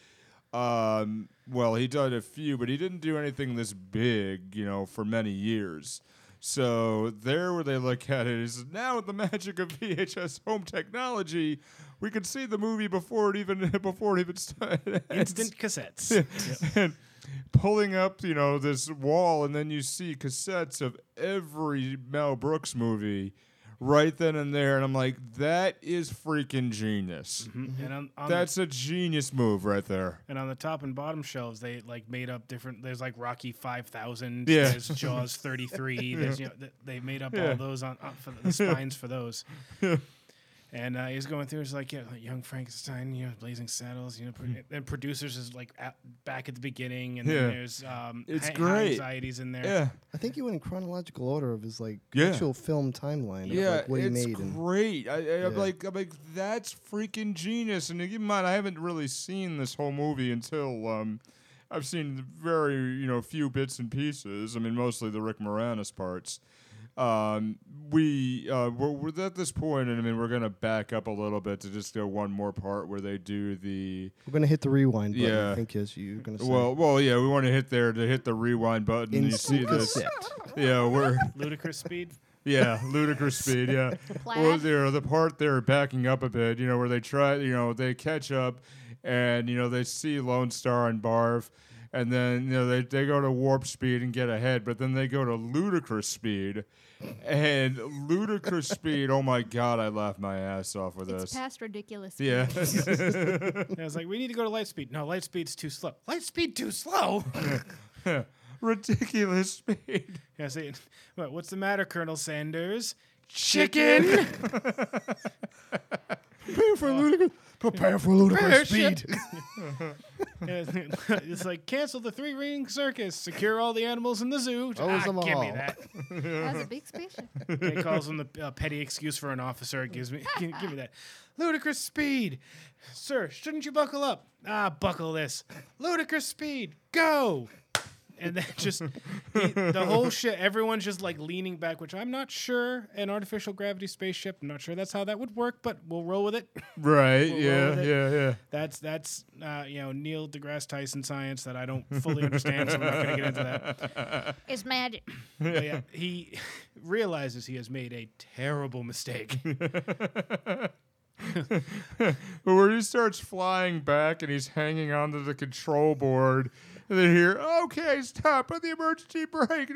Speaker 4: Um, well, he did a few, but he didn't do anything this big, you know, for many years. So there, where they look at it is now with the magic of VHS home technology, we can see the movie before it even before it even started.
Speaker 7: Instant cassettes.
Speaker 4: and pulling up, you know, this wall, and then you see cassettes of every Mel Brooks movie right then and there. And I'm like, that is freaking genius.
Speaker 7: Mm-hmm. And on, on the
Speaker 4: That's a genius move right there.
Speaker 7: And on the top and bottom shelves, they like made up different. There's like Rocky Five Thousand.
Speaker 4: Yeah.
Speaker 7: There's Jaws Thirty Three. There's you know th- they made up
Speaker 4: Yeah.
Speaker 7: all those on, on for the spines for those. And uh, he's going through. He's like, yeah, like Young Frankenstein. You know, Blazing Saddles. You know, pro- and producers is like at, back at the beginning. And
Speaker 4: Hmm. Yeah.
Speaker 7: then there's um,
Speaker 4: It's
Speaker 7: Hi- High
Speaker 4: great.
Speaker 7: Anxieties in there.
Speaker 4: Yeah.
Speaker 6: I think he went in chronological order of his like
Speaker 4: Yeah.
Speaker 6: actual film timeline.
Speaker 4: Yeah,
Speaker 6: of, like, what he
Speaker 4: it's
Speaker 6: made. And,
Speaker 4: great. I, I,
Speaker 6: Yeah.
Speaker 4: I'm like, I'm like, that's freaking genius. And keep in mind, I haven't really seen this whole movie until um, I've seen very, you know, few bits and pieces. I mean, mostly the Rick Moranis parts. Um, we uh, we're, we're at this point, and I mean, we're gonna back up a little bit to just go one more part where they do the
Speaker 6: we're gonna hit the rewind button.
Speaker 4: Yeah.
Speaker 6: I think is you're gonna. Say.
Speaker 4: well, well, yeah, we want to hit there to hit the rewind button. and you see
Speaker 6: instant
Speaker 4: this,
Speaker 6: cassette.
Speaker 4: yeah, we're.
Speaker 7: Ludicrous Speed.
Speaker 4: Yeah, ludicrous speed. Yeah.
Speaker 8: Plaid.
Speaker 4: Well, there the part they're backing up a bit. You know where they try. You know they catch up, and you know they see Lone Star and Barf, and then you know they they go to warp speed and get ahead, but then they go to ludicrous speed, and ludicrous speed. Oh my god, I laughed my ass off with
Speaker 8: It's
Speaker 4: this.
Speaker 8: past ridiculous.
Speaker 4: Yeah.
Speaker 7: And I was like, we need to go to light speed. No, light speed's too slow. Light speed too slow.
Speaker 4: Ridiculous speed.
Speaker 7: Yeah, say, what, what's the matter, Colonel Sanders? Chicken.
Speaker 9: Prepare for ludicrous. Prepare for ludicrous
Speaker 7: Prepare,
Speaker 9: speed.
Speaker 7: Yeah, it's like cancel the three ring circus, secure all the animals in the zoo.
Speaker 6: Close
Speaker 7: ah,
Speaker 6: them
Speaker 7: give me
Speaker 6: all.
Speaker 7: that.
Speaker 8: That's a big spaceship.
Speaker 7: It calls him the uh, petty excuse for an officer. It gives me, give, give me that. Ludicrous speed, sir. Shouldn't you buckle up? Ah, buckle this. Ludicrous speed, go. And then just he- the whole shit. Everyone's just like leaning back, which I'm not sure an artificial gravity spaceship. I'm not sure that's how that would work, but we'll roll with it.
Speaker 4: Right.
Speaker 7: We'll roll
Speaker 4: yeah.
Speaker 7: with it.
Speaker 4: Yeah. Yeah.
Speaker 7: That's that's uh, you know Neil deGrasse Tyson science that I don't fully understand, so I'm not going to get into that.
Speaker 5: It's magic.
Speaker 7: But yeah, he realizes he has made a terrible mistake.
Speaker 4: but where he starts flying back and he's hanging onto the control board And they hear, okay, stop on the emergency brake.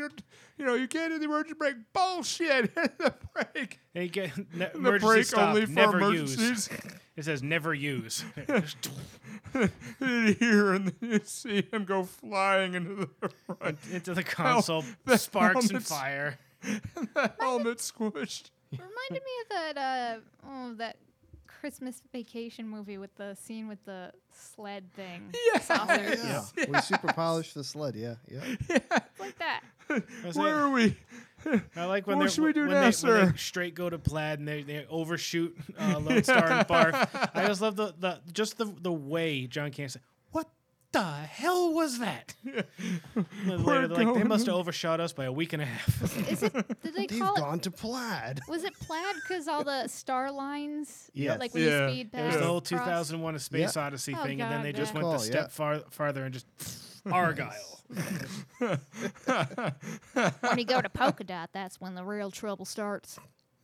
Speaker 4: You know, you can't do the emergency brake. Bullshit. Hit the brake.
Speaker 7: They get ne-
Speaker 4: The
Speaker 7: emergency
Speaker 4: brake
Speaker 7: stop,
Speaker 4: only for
Speaker 7: never use.
Speaker 4: emergencies.
Speaker 7: It says never use.
Speaker 4: and you hear and then you see him go flying into the front.
Speaker 7: Into the console,
Speaker 4: the
Speaker 7: sparks and
Speaker 4: helmets.
Speaker 7: fire.
Speaker 4: the helmet squished.
Speaker 8: Reminded me of that uh oh that Christmas vacation movie with the scene with the sled thing. Yeah.
Speaker 6: Yeah. We super polished the sled. Yeah. Yeah.
Speaker 8: Like that.
Speaker 7: That's it.
Speaker 4: Where are we?
Speaker 7: I like when
Speaker 4: What
Speaker 7: they're
Speaker 4: should we do
Speaker 7: when
Speaker 4: now,
Speaker 7: they, when
Speaker 4: sir?
Speaker 7: they straight go to plaid and they, they overshoot uh, Lone Star and Barf. I just love the, the just the the way John Candy said, "What the hell was that?" And then
Speaker 4: We're
Speaker 7: later, they're like, "They
Speaker 4: going
Speaker 7: must have overshot us by a week and a half."
Speaker 8: Is it did they
Speaker 6: They've
Speaker 8: call it
Speaker 6: gone to plaid.
Speaker 8: was it plaid because all the star lines?
Speaker 6: Yes.
Speaker 8: Like when
Speaker 4: Yeah.
Speaker 8: you speed
Speaker 7: it
Speaker 8: past.
Speaker 7: was the whole
Speaker 8: across?
Speaker 7: 2001: A Space
Speaker 6: Yeah.
Speaker 7: Odyssey
Speaker 8: Oh,
Speaker 7: thing, and then
Speaker 8: God,
Speaker 7: they just
Speaker 8: yeah.
Speaker 7: went the
Speaker 6: Good
Speaker 7: step far, farther and just Argyle.
Speaker 8: When you go to polka dot, that's when the real trouble starts.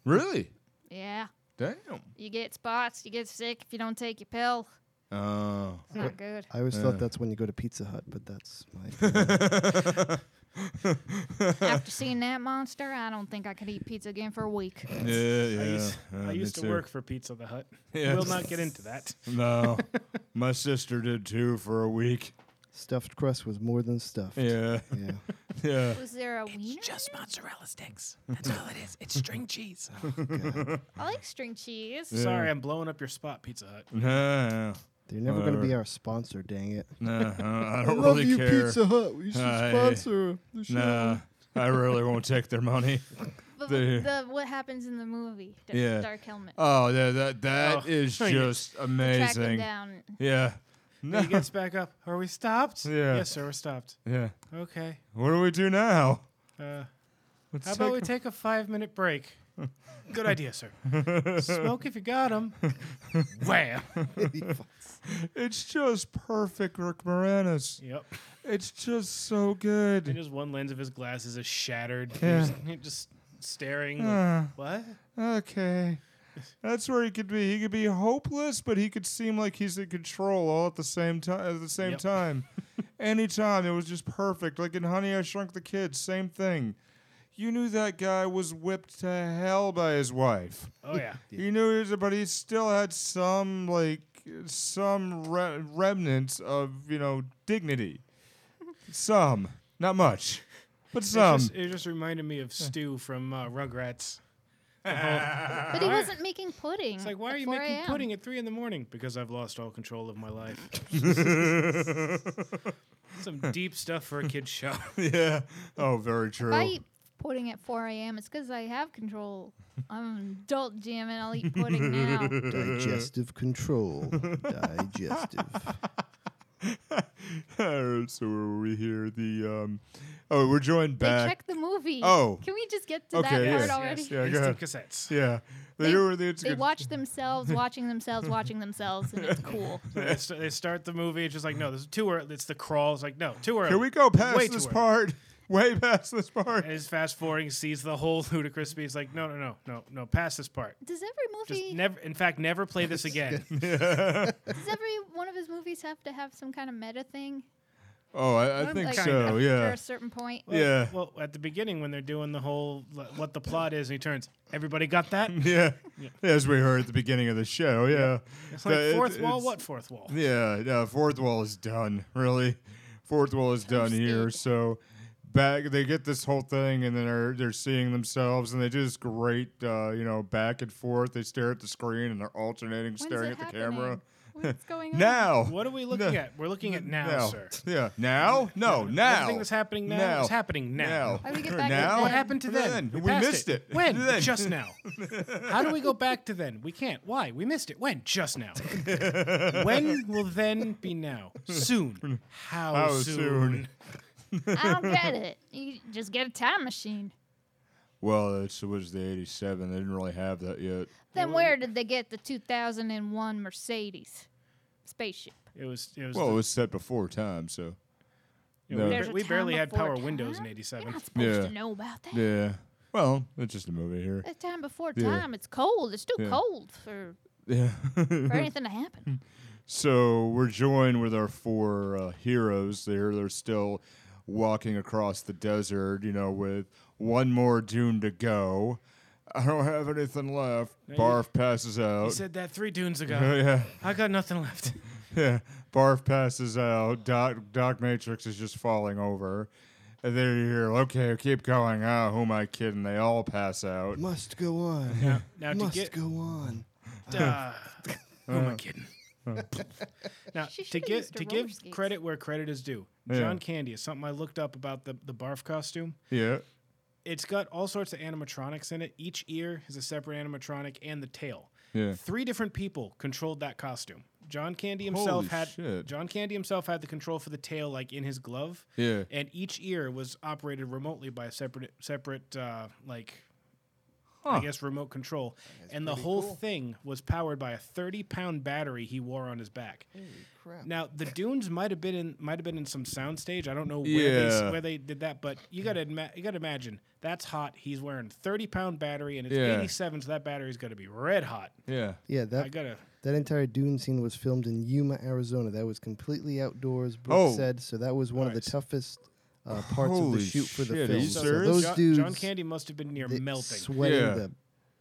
Speaker 4: Really?
Speaker 8: Yeah.
Speaker 4: Damn.
Speaker 8: You get spots, you get sick if you don't take your pill.
Speaker 4: Oh.
Speaker 8: It's not good.
Speaker 6: I always thought that's when you go to Pizza Hut, but that's my.
Speaker 8: After seeing that monster, I don't think I could eat pizza again for a week.
Speaker 4: Yeah, yeah.
Speaker 7: I used,
Speaker 4: yeah,
Speaker 7: I
Speaker 4: me
Speaker 7: used to
Speaker 4: too.
Speaker 7: work for Pizza the Hut.
Speaker 4: Yeah.
Speaker 7: We'll not get into that.
Speaker 4: No, my sister did too for a week.
Speaker 6: stuffed crust was more than stuffed.
Speaker 4: Yeah,
Speaker 6: Yeah.
Speaker 4: yeah.
Speaker 8: Was there a wiener?
Speaker 10: Just mozzarella sticks. That's all it is. It's string cheese.
Speaker 4: Oh,
Speaker 8: I like string cheese.
Speaker 7: Sorry, I'm blowing up your spot, Pizza Hut.
Speaker 4: Nah,
Speaker 6: They're never going to be our sponsor, dang it.
Speaker 4: nah, I don't really care.
Speaker 6: Hut. We should
Speaker 4: I-
Speaker 6: the
Speaker 4: Nah, I really won't take their money.
Speaker 8: But
Speaker 4: The-
Speaker 8: the, what happens in the movie? The
Speaker 4: Yeah.
Speaker 8: Dark Helmet.
Speaker 4: Oh, yeah, that that
Speaker 7: Oh,
Speaker 4: is
Speaker 7: yeah.
Speaker 4: just
Speaker 8: Track him
Speaker 4: amazing.
Speaker 8: down.
Speaker 4: Yeah, no,
Speaker 7: He gets back up. Are we stopped?
Speaker 4: Yeah.
Speaker 7: Yes, sir. We're stopped.
Speaker 4: yeah.
Speaker 7: Okay.
Speaker 4: What do we do now?
Speaker 7: Uh,
Speaker 4: Let's
Speaker 7: How about we
Speaker 4: take
Speaker 7: take a five minute break? Good idea, sir. Smoke if you got 'em. Wham.
Speaker 4: a- It's just perfect, Rick Moranis.
Speaker 7: Yep.
Speaker 4: It's just so
Speaker 7: And
Speaker 4: good.
Speaker 7: just one lens of his glasses is shattered.
Speaker 4: Yeah.
Speaker 7: He's Just, staring. like,
Speaker 4: Uh,
Speaker 7: what?
Speaker 4: okay. That's where he could be. He could be hopeless, but he could seem like he's in control all at the same time. At the same
Speaker 7: Yep.
Speaker 4: time, anytime it was just perfect. Like in Honey, I Shrunk the Kids, same thing. You knew that guy was whipped to hell by his wife.
Speaker 7: Oh, yeah.
Speaker 4: You knew he was, but he still had some like some re- remnants of you know dignity. Some, not much, but
Speaker 7: it,
Speaker 4: some.
Speaker 7: just, it just reminded me of Stu from uh, Rugrats.
Speaker 4: Uh,
Speaker 8: But he wasn't making pudding.
Speaker 7: It's like, why are
Speaker 8: at
Speaker 7: you
Speaker 8: 4
Speaker 7: making
Speaker 8: a.m.?
Speaker 7: pudding at 3 in the morning? Because I've lost all control of my life. Some deep stuff for a kid's show.
Speaker 4: yeah. Oh, very true.
Speaker 8: If I eat pudding at 4 a.m., it's because I have control. I'm an adult, damn it. I'll eat pudding now.
Speaker 6: Digestive control. Digestive.
Speaker 4: so were we here? The um, oh, we're joined
Speaker 8: They
Speaker 4: back.
Speaker 8: check the movie.
Speaker 4: Oh.
Speaker 8: Can we just get to that
Speaker 4: Okay,
Speaker 8: part
Speaker 4: yes,
Speaker 8: already?
Speaker 7: Yes,
Speaker 4: Yeah, go
Speaker 7: instant cassettes.
Speaker 4: yeah, they,
Speaker 8: They-
Speaker 4: do. They, it's
Speaker 8: They
Speaker 4: good.
Speaker 8: watch themselves watching themselves watching themselves, and it's cool.
Speaker 7: They, st- they start the movie. It's just like, no, this is too early. It's the crawl. It's like, no, too early.
Speaker 4: Can we go past
Speaker 7: Way too
Speaker 4: this
Speaker 7: early.
Speaker 4: part? Way past this part.
Speaker 7: And he's fast forwarding, sees the whole ludicrous He's like, no, no, no, no, no, pass this part.
Speaker 8: Does every
Speaker 7: Just
Speaker 8: movie,
Speaker 7: never, in fact, never play this again.
Speaker 8: does every one of his movies have to have some kind of meta thing?
Speaker 4: Oh, I, I
Speaker 7: I'm
Speaker 4: think
Speaker 8: Like
Speaker 4: so.
Speaker 8: after
Speaker 4: Yeah.
Speaker 8: a certain point.
Speaker 4: Yeah.
Speaker 7: well, at the beginning, when they're doing the whole like, what the plot is, and he turns, everybody got that?
Speaker 4: yeah, As we heard at the beginning of the show, yeah.
Speaker 7: It's
Speaker 4: So
Speaker 7: like,
Speaker 4: it-
Speaker 7: fourth wall,
Speaker 4: it's-
Speaker 7: what fourth wall?
Speaker 4: Yeah, yeah. Fourth wall is done. Really, fourth wall is done here.
Speaker 8: Toasted.
Speaker 4: So, back they get this whole thing, and then they're they're seeing themselves, and they do this great, uh, you know, back and forth. They stare at the screen, and they're alternating
Speaker 8: When's
Speaker 4: staring
Speaker 8: it
Speaker 4: at the
Speaker 8: happening?
Speaker 4: camera.
Speaker 8: What's going on?
Speaker 4: Now,
Speaker 7: What are we looking
Speaker 4: No.
Speaker 7: at? We're looking at now, sir.
Speaker 4: Yeah, now? No, now.
Speaker 7: Everything that's happening now,
Speaker 4: Now.
Speaker 7: is happening now.
Speaker 4: now.
Speaker 8: How do we get back to
Speaker 4: now?
Speaker 8: then?
Speaker 7: Oh, What happened to then?
Speaker 4: Then. We
Speaker 7: passed
Speaker 4: missed it.
Speaker 7: When?
Speaker 4: Then.
Speaker 7: Just now. How do we go back to then? We can't. Why? We missed it. When? Just now. when will then be now? Soon. How,
Speaker 4: How
Speaker 7: soon?
Speaker 4: soon?
Speaker 8: I don't get it. You just get a time machine.
Speaker 4: Well, it was the 87. They didn't really have that yet.
Speaker 8: Then where did they get the 2001 Mercedes spaceship?
Speaker 7: It was. It was.
Speaker 4: Well, it was set before time, so.
Speaker 7: you know, we
Speaker 4: no.
Speaker 7: bar-
Speaker 8: There's a
Speaker 7: we
Speaker 8: time
Speaker 7: barely had
Speaker 8: before
Speaker 7: power
Speaker 8: time?
Speaker 7: windows in
Speaker 8: You're
Speaker 7: '87.
Speaker 8: not supposed
Speaker 4: Yeah.
Speaker 8: to know about that.
Speaker 4: Yeah. Well, it's just a movie here.
Speaker 8: That time before
Speaker 4: Yeah.
Speaker 8: time. It's cold. It's too
Speaker 4: Yeah.
Speaker 8: cold for,
Speaker 4: Yeah.
Speaker 8: for anything to happen.
Speaker 4: So we're joined with our four uh, heroes there. They're still walking across the desert, you know, with one more dune to go. I don't have anything left. Barf passes
Speaker 7: You
Speaker 4: out.
Speaker 7: said that three dunes
Speaker 4: Oh,
Speaker 7: ago.
Speaker 4: yeah.
Speaker 7: I got nothing left.
Speaker 4: Yeah, Barf passes out. Doc, Doc Matrix is just falling over. And then you hear, okay, keep going. Ah, who am I kidding? They all pass out.
Speaker 6: Must go on.
Speaker 7: Now to
Speaker 6: Must
Speaker 7: get
Speaker 6: go on.
Speaker 7: uh, who am I kidding?
Speaker 4: uh.
Speaker 7: now
Speaker 8: She
Speaker 7: to
Speaker 8: should've
Speaker 7: get
Speaker 8: used her
Speaker 7: to
Speaker 8: roller
Speaker 7: give
Speaker 8: skates.
Speaker 7: credit where credit is due,
Speaker 4: Yeah.
Speaker 7: John Candy is something I looked up about the the barf costume.
Speaker 4: Yeah.
Speaker 7: It's got all sorts of animatronics in it. Each ear is a separate animatronic, and the tail.
Speaker 4: Yeah.
Speaker 7: Three different people controlled that costume. John Candy himself
Speaker 4: Holy
Speaker 7: had
Speaker 4: shit.
Speaker 7: John Candy himself had the control for the tail, like in his glove.
Speaker 4: Yeah.
Speaker 7: And each ear was operated remotely by a separate separate uh, like I guess remote control. and the whole thing was powered by a 30 pound battery he wore on his back.
Speaker 6: crap.
Speaker 7: Now the dunes might have been in might have been in some soundstage. I don't know where, they,
Speaker 4: Yeah.
Speaker 7: s- where they did that, but you gotta adma- you gotta imagine that's hot. He's wearing 30 pound battery and it's
Speaker 4: Yeah.
Speaker 7: 87, so that battery's gotta be red hot.
Speaker 4: Yeah.
Speaker 6: Yeah,
Speaker 7: I
Speaker 6: that
Speaker 7: gotta
Speaker 6: that entire Dune scene was filmed in Yuma, Arizona. That was completely outdoors. Brooke
Speaker 4: Oh.
Speaker 6: said so. That was one of
Speaker 7: Nice.
Speaker 6: the toughest uh, parts of
Speaker 4: Holy
Speaker 6: the shoot for the
Speaker 4: shit, are
Speaker 6: film.
Speaker 4: you
Speaker 6: So
Speaker 4: serious?
Speaker 6: those
Speaker 7: John,
Speaker 6: dudes
Speaker 7: John Candy must have been near
Speaker 6: they
Speaker 7: melting.
Speaker 6: sweated
Speaker 4: Yeah.
Speaker 6: the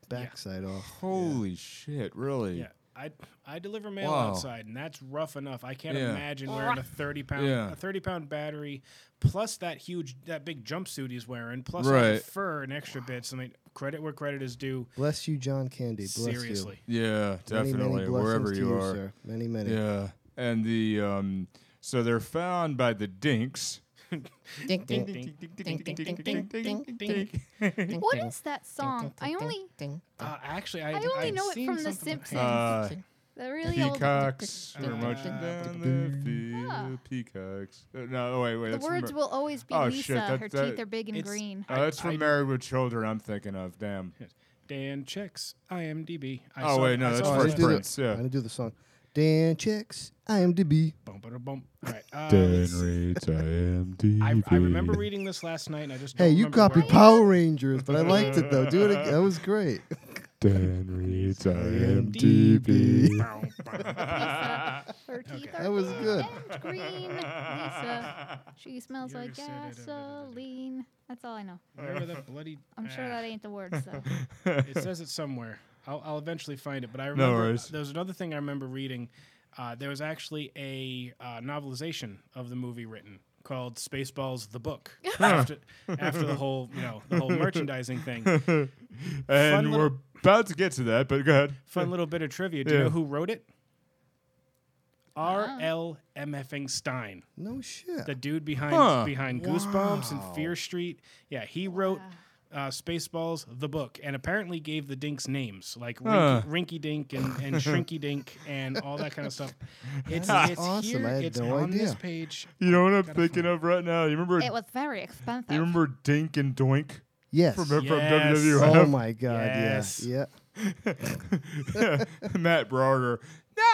Speaker 6: backside off.
Speaker 4: Holy shit, really?
Speaker 7: Yeah, I I deliver mail
Speaker 4: Wow.
Speaker 7: outside, and that's rough enough. I can't
Speaker 4: Yeah.
Speaker 7: imagine wearing a thirty pound
Speaker 4: Yeah.
Speaker 7: a thirty pound battery, plus that huge that big jumpsuit he's wearing, plus all
Speaker 4: Right.
Speaker 7: the fur and extra bits. I mean, credit where credit is due.
Speaker 6: Bless you, John Candy. Bless
Speaker 7: Seriously,
Speaker 4: Yeah,
Speaker 6: you. Many,
Speaker 4: definitely.
Speaker 6: many blessings
Speaker 4: wherever
Speaker 6: to
Speaker 4: you, are.
Speaker 6: sir. Many, many.
Speaker 4: Yeah. And the um so they're found by the dinks.
Speaker 8: What is that song? I only
Speaker 7: uh, actually, I,
Speaker 8: I only
Speaker 7: I've
Speaker 8: know it
Speaker 7: seen
Speaker 8: from The
Speaker 7: something about-
Speaker 8: Simpsons.
Speaker 4: Uh
Speaker 8: the really old
Speaker 4: peacocks
Speaker 7: Uh,
Speaker 4: are marching down the field. Peacocks. Uh, no, oh, wait, wait.
Speaker 8: The
Speaker 4: that's from
Speaker 8: words
Speaker 4: Mar-
Speaker 8: will always be
Speaker 4: Oh,
Speaker 8: Lisa.
Speaker 4: shit, that-
Speaker 8: Her
Speaker 4: that-
Speaker 8: teeth are big and
Speaker 7: it's-
Speaker 8: green.
Speaker 4: Oh, that's from
Speaker 7: I-
Speaker 4: Married with Children I'm thinking of. Damn.
Speaker 7: Dan checks IMDb. I
Speaker 4: Oh,
Speaker 7: saw
Speaker 4: wait,
Speaker 7: it-
Speaker 4: no,
Speaker 7: I
Speaker 4: that's
Speaker 7: saw
Speaker 6: Oh, I
Speaker 7: it.
Speaker 4: Fresh
Speaker 6: didn't do
Speaker 4: Prince,
Speaker 6: the,
Speaker 4: yeah.
Speaker 6: I didn't do the song. Dan checks IMDb.
Speaker 7: Bum, ba, da, bum. All right, uh, let's see.
Speaker 4: reads IMDb.
Speaker 7: I, I remember reading this last night, and I just
Speaker 6: Hey,
Speaker 7: don't
Speaker 6: you
Speaker 7: remember where
Speaker 6: copied
Speaker 7: I-
Speaker 6: Power Rangers, but I liked it though. Do it again. That was great.
Speaker 4: Dan reads
Speaker 6: IMDb.
Speaker 8: Lisa, her teeth are
Speaker 6: That was
Speaker 8: big
Speaker 6: good.
Speaker 8: and green. Lisa, she smells
Speaker 7: You
Speaker 8: like
Speaker 7: said it, uh, da, da, da, da.
Speaker 8: gasoline. That's all I know.
Speaker 7: Remember that bloody?
Speaker 8: I'm sure
Speaker 7: Ah.
Speaker 8: that ain't the words though.
Speaker 7: it says it somewhere. I'll, I'll eventually find it. But I remember
Speaker 4: worries.
Speaker 7: there was another thing I remember reading. Uh, there was actually a uh, novelization of the movie written called Spaceballs: The Book after, after the whole you know the whole merchandising thing.
Speaker 4: And
Speaker 7: Fun
Speaker 4: we're
Speaker 7: little-
Speaker 4: about to get to that, but go ahead.
Speaker 7: Fun little bit of trivia. Do you
Speaker 4: Yeah.
Speaker 7: know who wrote it?
Speaker 8: Uh-huh.
Speaker 7: R. L. M. Effing Stein,
Speaker 6: No shit.
Speaker 7: the dude behind
Speaker 4: Huh.
Speaker 7: behind Goosebumps and Fear Street. Yeah, he wrote. Uh, Spaceballs, the book, and apparently gave the dinks names like
Speaker 4: Huh.
Speaker 7: Rinky, Rinky Dink and, and Shrinky Dink and all that kind of stuff. It's,
Speaker 6: That is
Speaker 7: it's
Speaker 6: awesome.
Speaker 7: here,
Speaker 6: I had
Speaker 7: it's
Speaker 6: no
Speaker 7: on this
Speaker 6: idea.
Speaker 7: page.
Speaker 4: You know what I'm thinking of right now? You remember
Speaker 8: It was very expensive.
Speaker 4: you remember Dink and Doink
Speaker 6: yes.
Speaker 4: from, from
Speaker 7: Yes.
Speaker 4: WWF?
Speaker 6: Oh my god.
Speaker 7: Yes.
Speaker 6: Yes. Yeah.
Speaker 4: Matt Broder.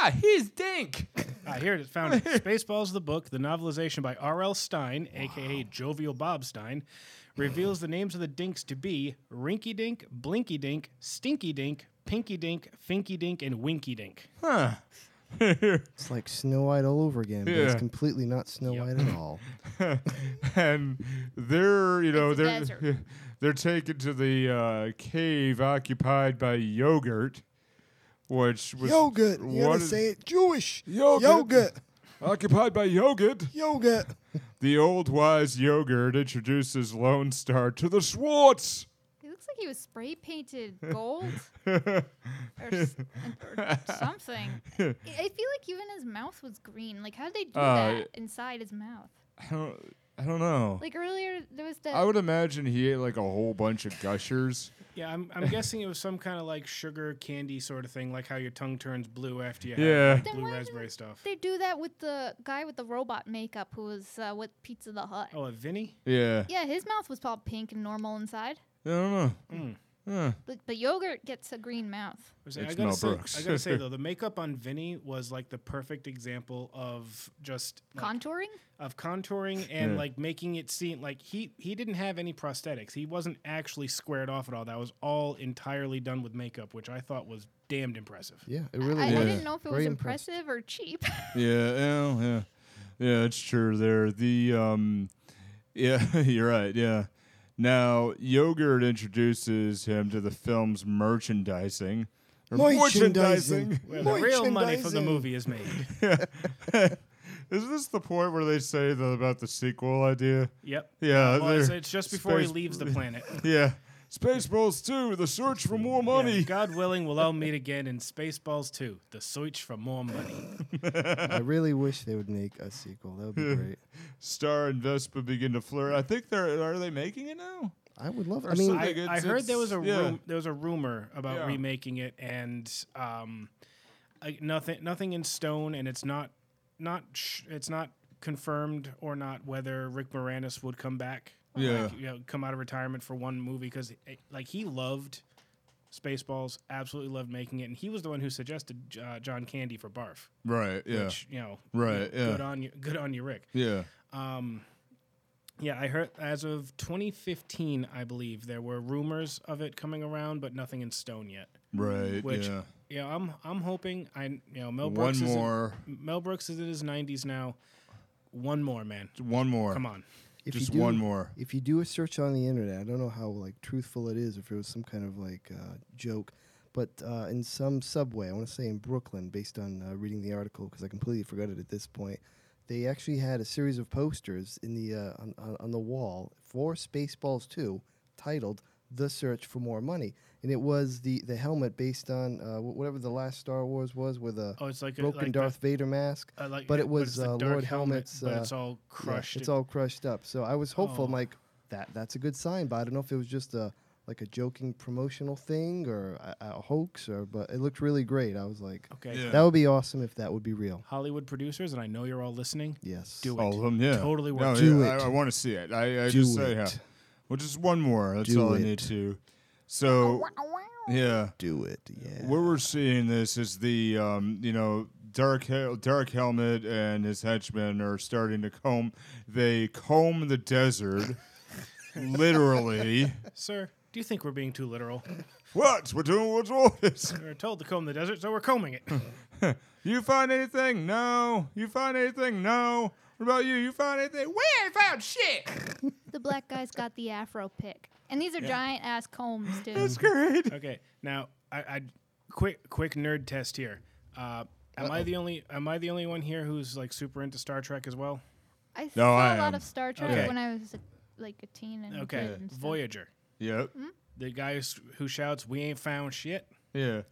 Speaker 10: Nah, he's dink.
Speaker 7: Ah, here it is. Found it. Spaceballs, the book, the novelization by R.L. Stein, aka Jovial Bob Stein, reveals the names of the dinks to be Rinky Dink, Blinky Dink, Stinky Dink, Pinky Dink, Finky Dink, and Winky Dink.
Speaker 4: Huh.
Speaker 6: It's like Snow White all over again, but it's
Speaker 4: Yeah.
Speaker 6: completely not Snow
Speaker 7: Yep.
Speaker 6: White at all.
Speaker 4: and they're you know
Speaker 8: It's a
Speaker 4: they're
Speaker 8: desert.
Speaker 4: they're taken to the uh, cave occupied by yogurt, which was
Speaker 6: Yogurt. You
Speaker 4: what
Speaker 6: gotta
Speaker 4: is-
Speaker 6: say it Jewish.
Speaker 4: Yogurt.
Speaker 6: Yogurt.
Speaker 4: occupied by yogurt.
Speaker 6: Yogurt.
Speaker 4: The old wise yogurt introduces Lone Star to the Schwartz.
Speaker 8: He looks like he was spray painted gold or, s- or something. I I feel like even his mouth was green. Like, how did they do
Speaker 4: Uh,
Speaker 8: that
Speaker 4: y-
Speaker 8: inside his mouth?
Speaker 4: I don't I don't know.
Speaker 8: Like uh, earlier, there was that.
Speaker 4: I would imagine he ate like a whole bunch of gushers.
Speaker 7: Yeah, I'm, I'm guessing it was some kind of like sugar candy sort of thing, like how your tongue turns blue after you have
Speaker 4: Yeah.
Speaker 7: like,
Speaker 8: Then
Speaker 7: blue
Speaker 8: why
Speaker 7: raspberry
Speaker 8: didn't
Speaker 7: stuff.
Speaker 8: they do that with the guy with the robot makeup who was uh, with Pizza the Hut.
Speaker 7: Oh, a Vinny?
Speaker 4: Yeah.
Speaker 8: Yeah, his mouth was all pink and normal inside.
Speaker 4: I don't know.
Speaker 8: But, but The yogurt gets a green mouth.
Speaker 7: I was saying,
Speaker 4: It's
Speaker 7: I gotta
Speaker 4: Mel
Speaker 7: say,
Speaker 4: Brooks.
Speaker 7: I gotta say though, the makeup on Vinny was like the perfect example of just like,
Speaker 8: Contouring?
Speaker 7: of contouring and
Speaker 4: Yeah.
Speaker 7: like making it seem like he he didn't have any prosthetics. He wasn't actually squared off at all. That was all entirely done with makeup, which I thought was damned impressive.
Speaker 6: Yeah, it really
Speaker 8: I, I
Speaker 6: was.
Speaker 8: didn't know if it was
Speaker 6: Very impressed.
Speaker 8: impressive or cheap.
Speaker 4: Yeah, yeah, yeah, yeah. It's true. There, the um, yeah, you're right. Yeah. Now, Yogurt introduces him to the film's merchandising. Or
Speaker 7: Where the real money from the
Speaker 6: Merchandising.
Speaker 7: movie is made.
Speaker 4: Is this the point where they say that about the sequel idea?
Speaker 7: Yep.
Speaker 4: Yeah,
Speaker 7: Well, it's,
Speaker 4: they're
Speaker 7: it's just before he
Speaker 4: space-
Speaker 7: leaves the planet.
Speaker 4: Yeah. Spaceballs 2, the search for more money.
Speaker 7: Yeah, God willing, we'll all meet again in Spaceballs 2, The Search for More Money.
Speaker 6: I really wish they would make a sequel. That would be great.
Speaker 4: Star and Vespa begin to flirt. I think they're are they making it now?
Speaker 6: I would love.
Speaker 4: Or
Speaker 6: I mean,
Speaker 4: something.
Speaker 7: I,
Speaker 4: Like,
Speaker 7: I
Speaker 4: it's-
Speaker 7: heard there was a
Speaker 4: it's- yeah.
Speaker 7: rum- there was a rumor about
Speaker 4: Yeah.
Speaker 7: remaking it, and um, I, nothing nothing in stone, and it's not not sh- it's not confirmed or not whether Rick Moranis would come back. like,
Speaker 4: Yeah.
Speaker 7: you know, come out of retirement for one movie because like he loved Spaceballs, absolutely loved making it, and he was the one who suggested uh, John Candy for Barf,
Speaker 4: Right. Yeah.
Speaker 7: which you know,
Speaker 4: Right, yeah.
Speaker 7: good on you, good on you, Rick.
Speaker 4: yeah.
Speaker 7: Um, Yeah, I heard as of 2015, I believe there were rumors of it coming around, but nothing in stone yet.
Speaker 4: Right.
Speaker 7: Which,
Speaker 4: yeah.
Speaker 7: you know, I'm I'm hoping I you know Mel
Speaker 4: One
Speaker 7: Brooks
Speaker 4: more.
Speaker 7: is in, Mel Brooks is in his 90s now. One more man,
Speaker 4: One more.
Speaker 7: come on.
Speaker 6: if
Speaker 4: Just
Speaker 6: you do,
Speaker 4: one more.
Speaker 6: If you do a search on the internet, I don't know how like truthful it is, if it was some kind of like uh, joke, but uh, in some subway, I want to say in Brooklyn, based on uh, reading the article because I completely forgot it at this point, they actually had a series of posters in the uh, on, on, on the wall for Spaceballs two, titled "The Search for More Money," and it was the the helmet based on uh, wh- whatever the last Star Wars was with a
Speaker 7: Oh, it's like a-
Speaker 6: broken
Speaker 7: like the-
Speaker 6: Darth Vader mask,
Speaker 7: I like
Speaker 6: but
Speaker 7: it,
Speaker 6: it was
Speaker 7: it's the
Speaker 6: uh,
Speaker 7: dark
Speaker 6: Lord
Speaker 7: helmet,
Speaker 6: Helmet's.
Speaker 7: but
Speaker 6: uh,
Speaker 7: it's all
Speaker 6: yeah,
Speaker 7: crushed.
Speaker 6: it's all crushed up. So I was hopeful. I'm
Speaker 7: Oh.
Speaker 6: like, that that's a good sign, but I don't know if it was just a like a joking promotional thing or a, a hoax or. But it looked really great. I was like,
Speaker 7: okay.
Speaker 4: Yeah.
Speaker 6: that would be awesome if that would be real.
Speaker 7: Hollywood producers, and I know you're all listening.
Speaker 6: Yes.
Speaker 7: Do it.
Speaker 4: All of them, yeah.
Speaker 7: Totally
Speaker 4: no,
Speaker 7: worth
Speaker 6: it. Do
Speaker 4: yeah,
Speaker 6: it.
Speaker 4: I, I want to see it. I, I
Speaker 6: Do
Speaker 4: just say, yeah.
Speaker 6: it.
Speaker 4: Well, just one more. That's
Speaker 6: Do
Speaker 4: all I
Speaker 6: it.
Speaker 4: need to. So, yeah.
Speaker 6: Do it. Yeah.
Speaker 4: Where we're seeing this is the um, you know dark Hel- dark helmet and his henchmen are starting to comb. They comb the desert, literally.
Speaker 7: Sir, do you think we're being too literal?
Speaker 4: What we're doing? What's all this?
Speaker 7: we are told to comb the desert, so we're combing it.
Speaker 4: You find anything? No. You find anything? No. What about you? You find anything? We ain't found shit.
Speaker 8: the black guy's got the afro pick. And these are giant ass combs, too.
Speaker 4: Great.
Speaker 7: Okay, now I, I quick quick nerd test here. Uh, am I the only am I the only one here who's like super into Star Trek as well?
Speaker 8: I saw
Speaker 4: I
Speaker 8: a lot
Speaker 4: am.
Speaker 8: of Star Trek
Speaker 7: Okay.
Speaker 8: when I was a, like a teen and
Speaker 7: Okay,
Speaker 8: kid and stuff.
Speaker 7: Voyager.
Speaker 4: Yep.
Speaker 6: Hmm?
Speaker 7: The guy who's- who shouts, "We ain't found shit."
Speaker 4: Yeah.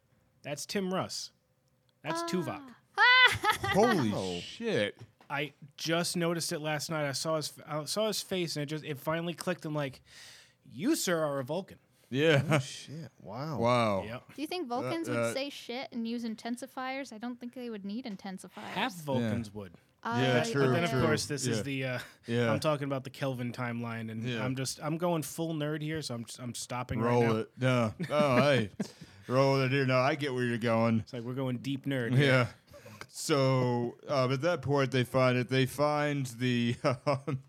Speaker 7: That's Tim Russ. That's Tuvok.
Speaker 4: Holy shit.
Speaker 7: I just noticed it last night. I saw his I saw his face, and it just it finally clicked. I'm like, "You sir are a Vulcan."
Speaker 4: Yeah.
Speaker 6: Shit. Oh, Wow.
Speaker 4: Wow.
Speaker 7: Yep.
Speaker 8: Do you think Vulcans
Speaker 4: uh,
Speaker 8: would say shit and use intensifiers? I don't think they would need intensifiers.
Speaker 7: Half Vulcans would.
Speaker 4: Yeah,
Speaker 8: I-
Speaker 4: true,
Speaker 7: Then of
Speaker 4: true.
Speaker 7: course this
Speaker 4: Yeah.
Speaker 7: is the uh,
Speaker 4: Yeah.
Speaker 7: I'm talking about the Kelvin timeline, and
Speaker 4: Yeah.
Speaker 7: I'm just I'm going full nerd here, so I'm I'm stopping
Speaker 4: Roll
Speaker 7: right now.
Speaker 4: it. No. Oh, hey. Roll it here. No, I get where you're going.
Speaker 7: It's like we're going deep nerd. here.
Speaker 4: Yeah. So um, at that point, they find it. They find the. Um,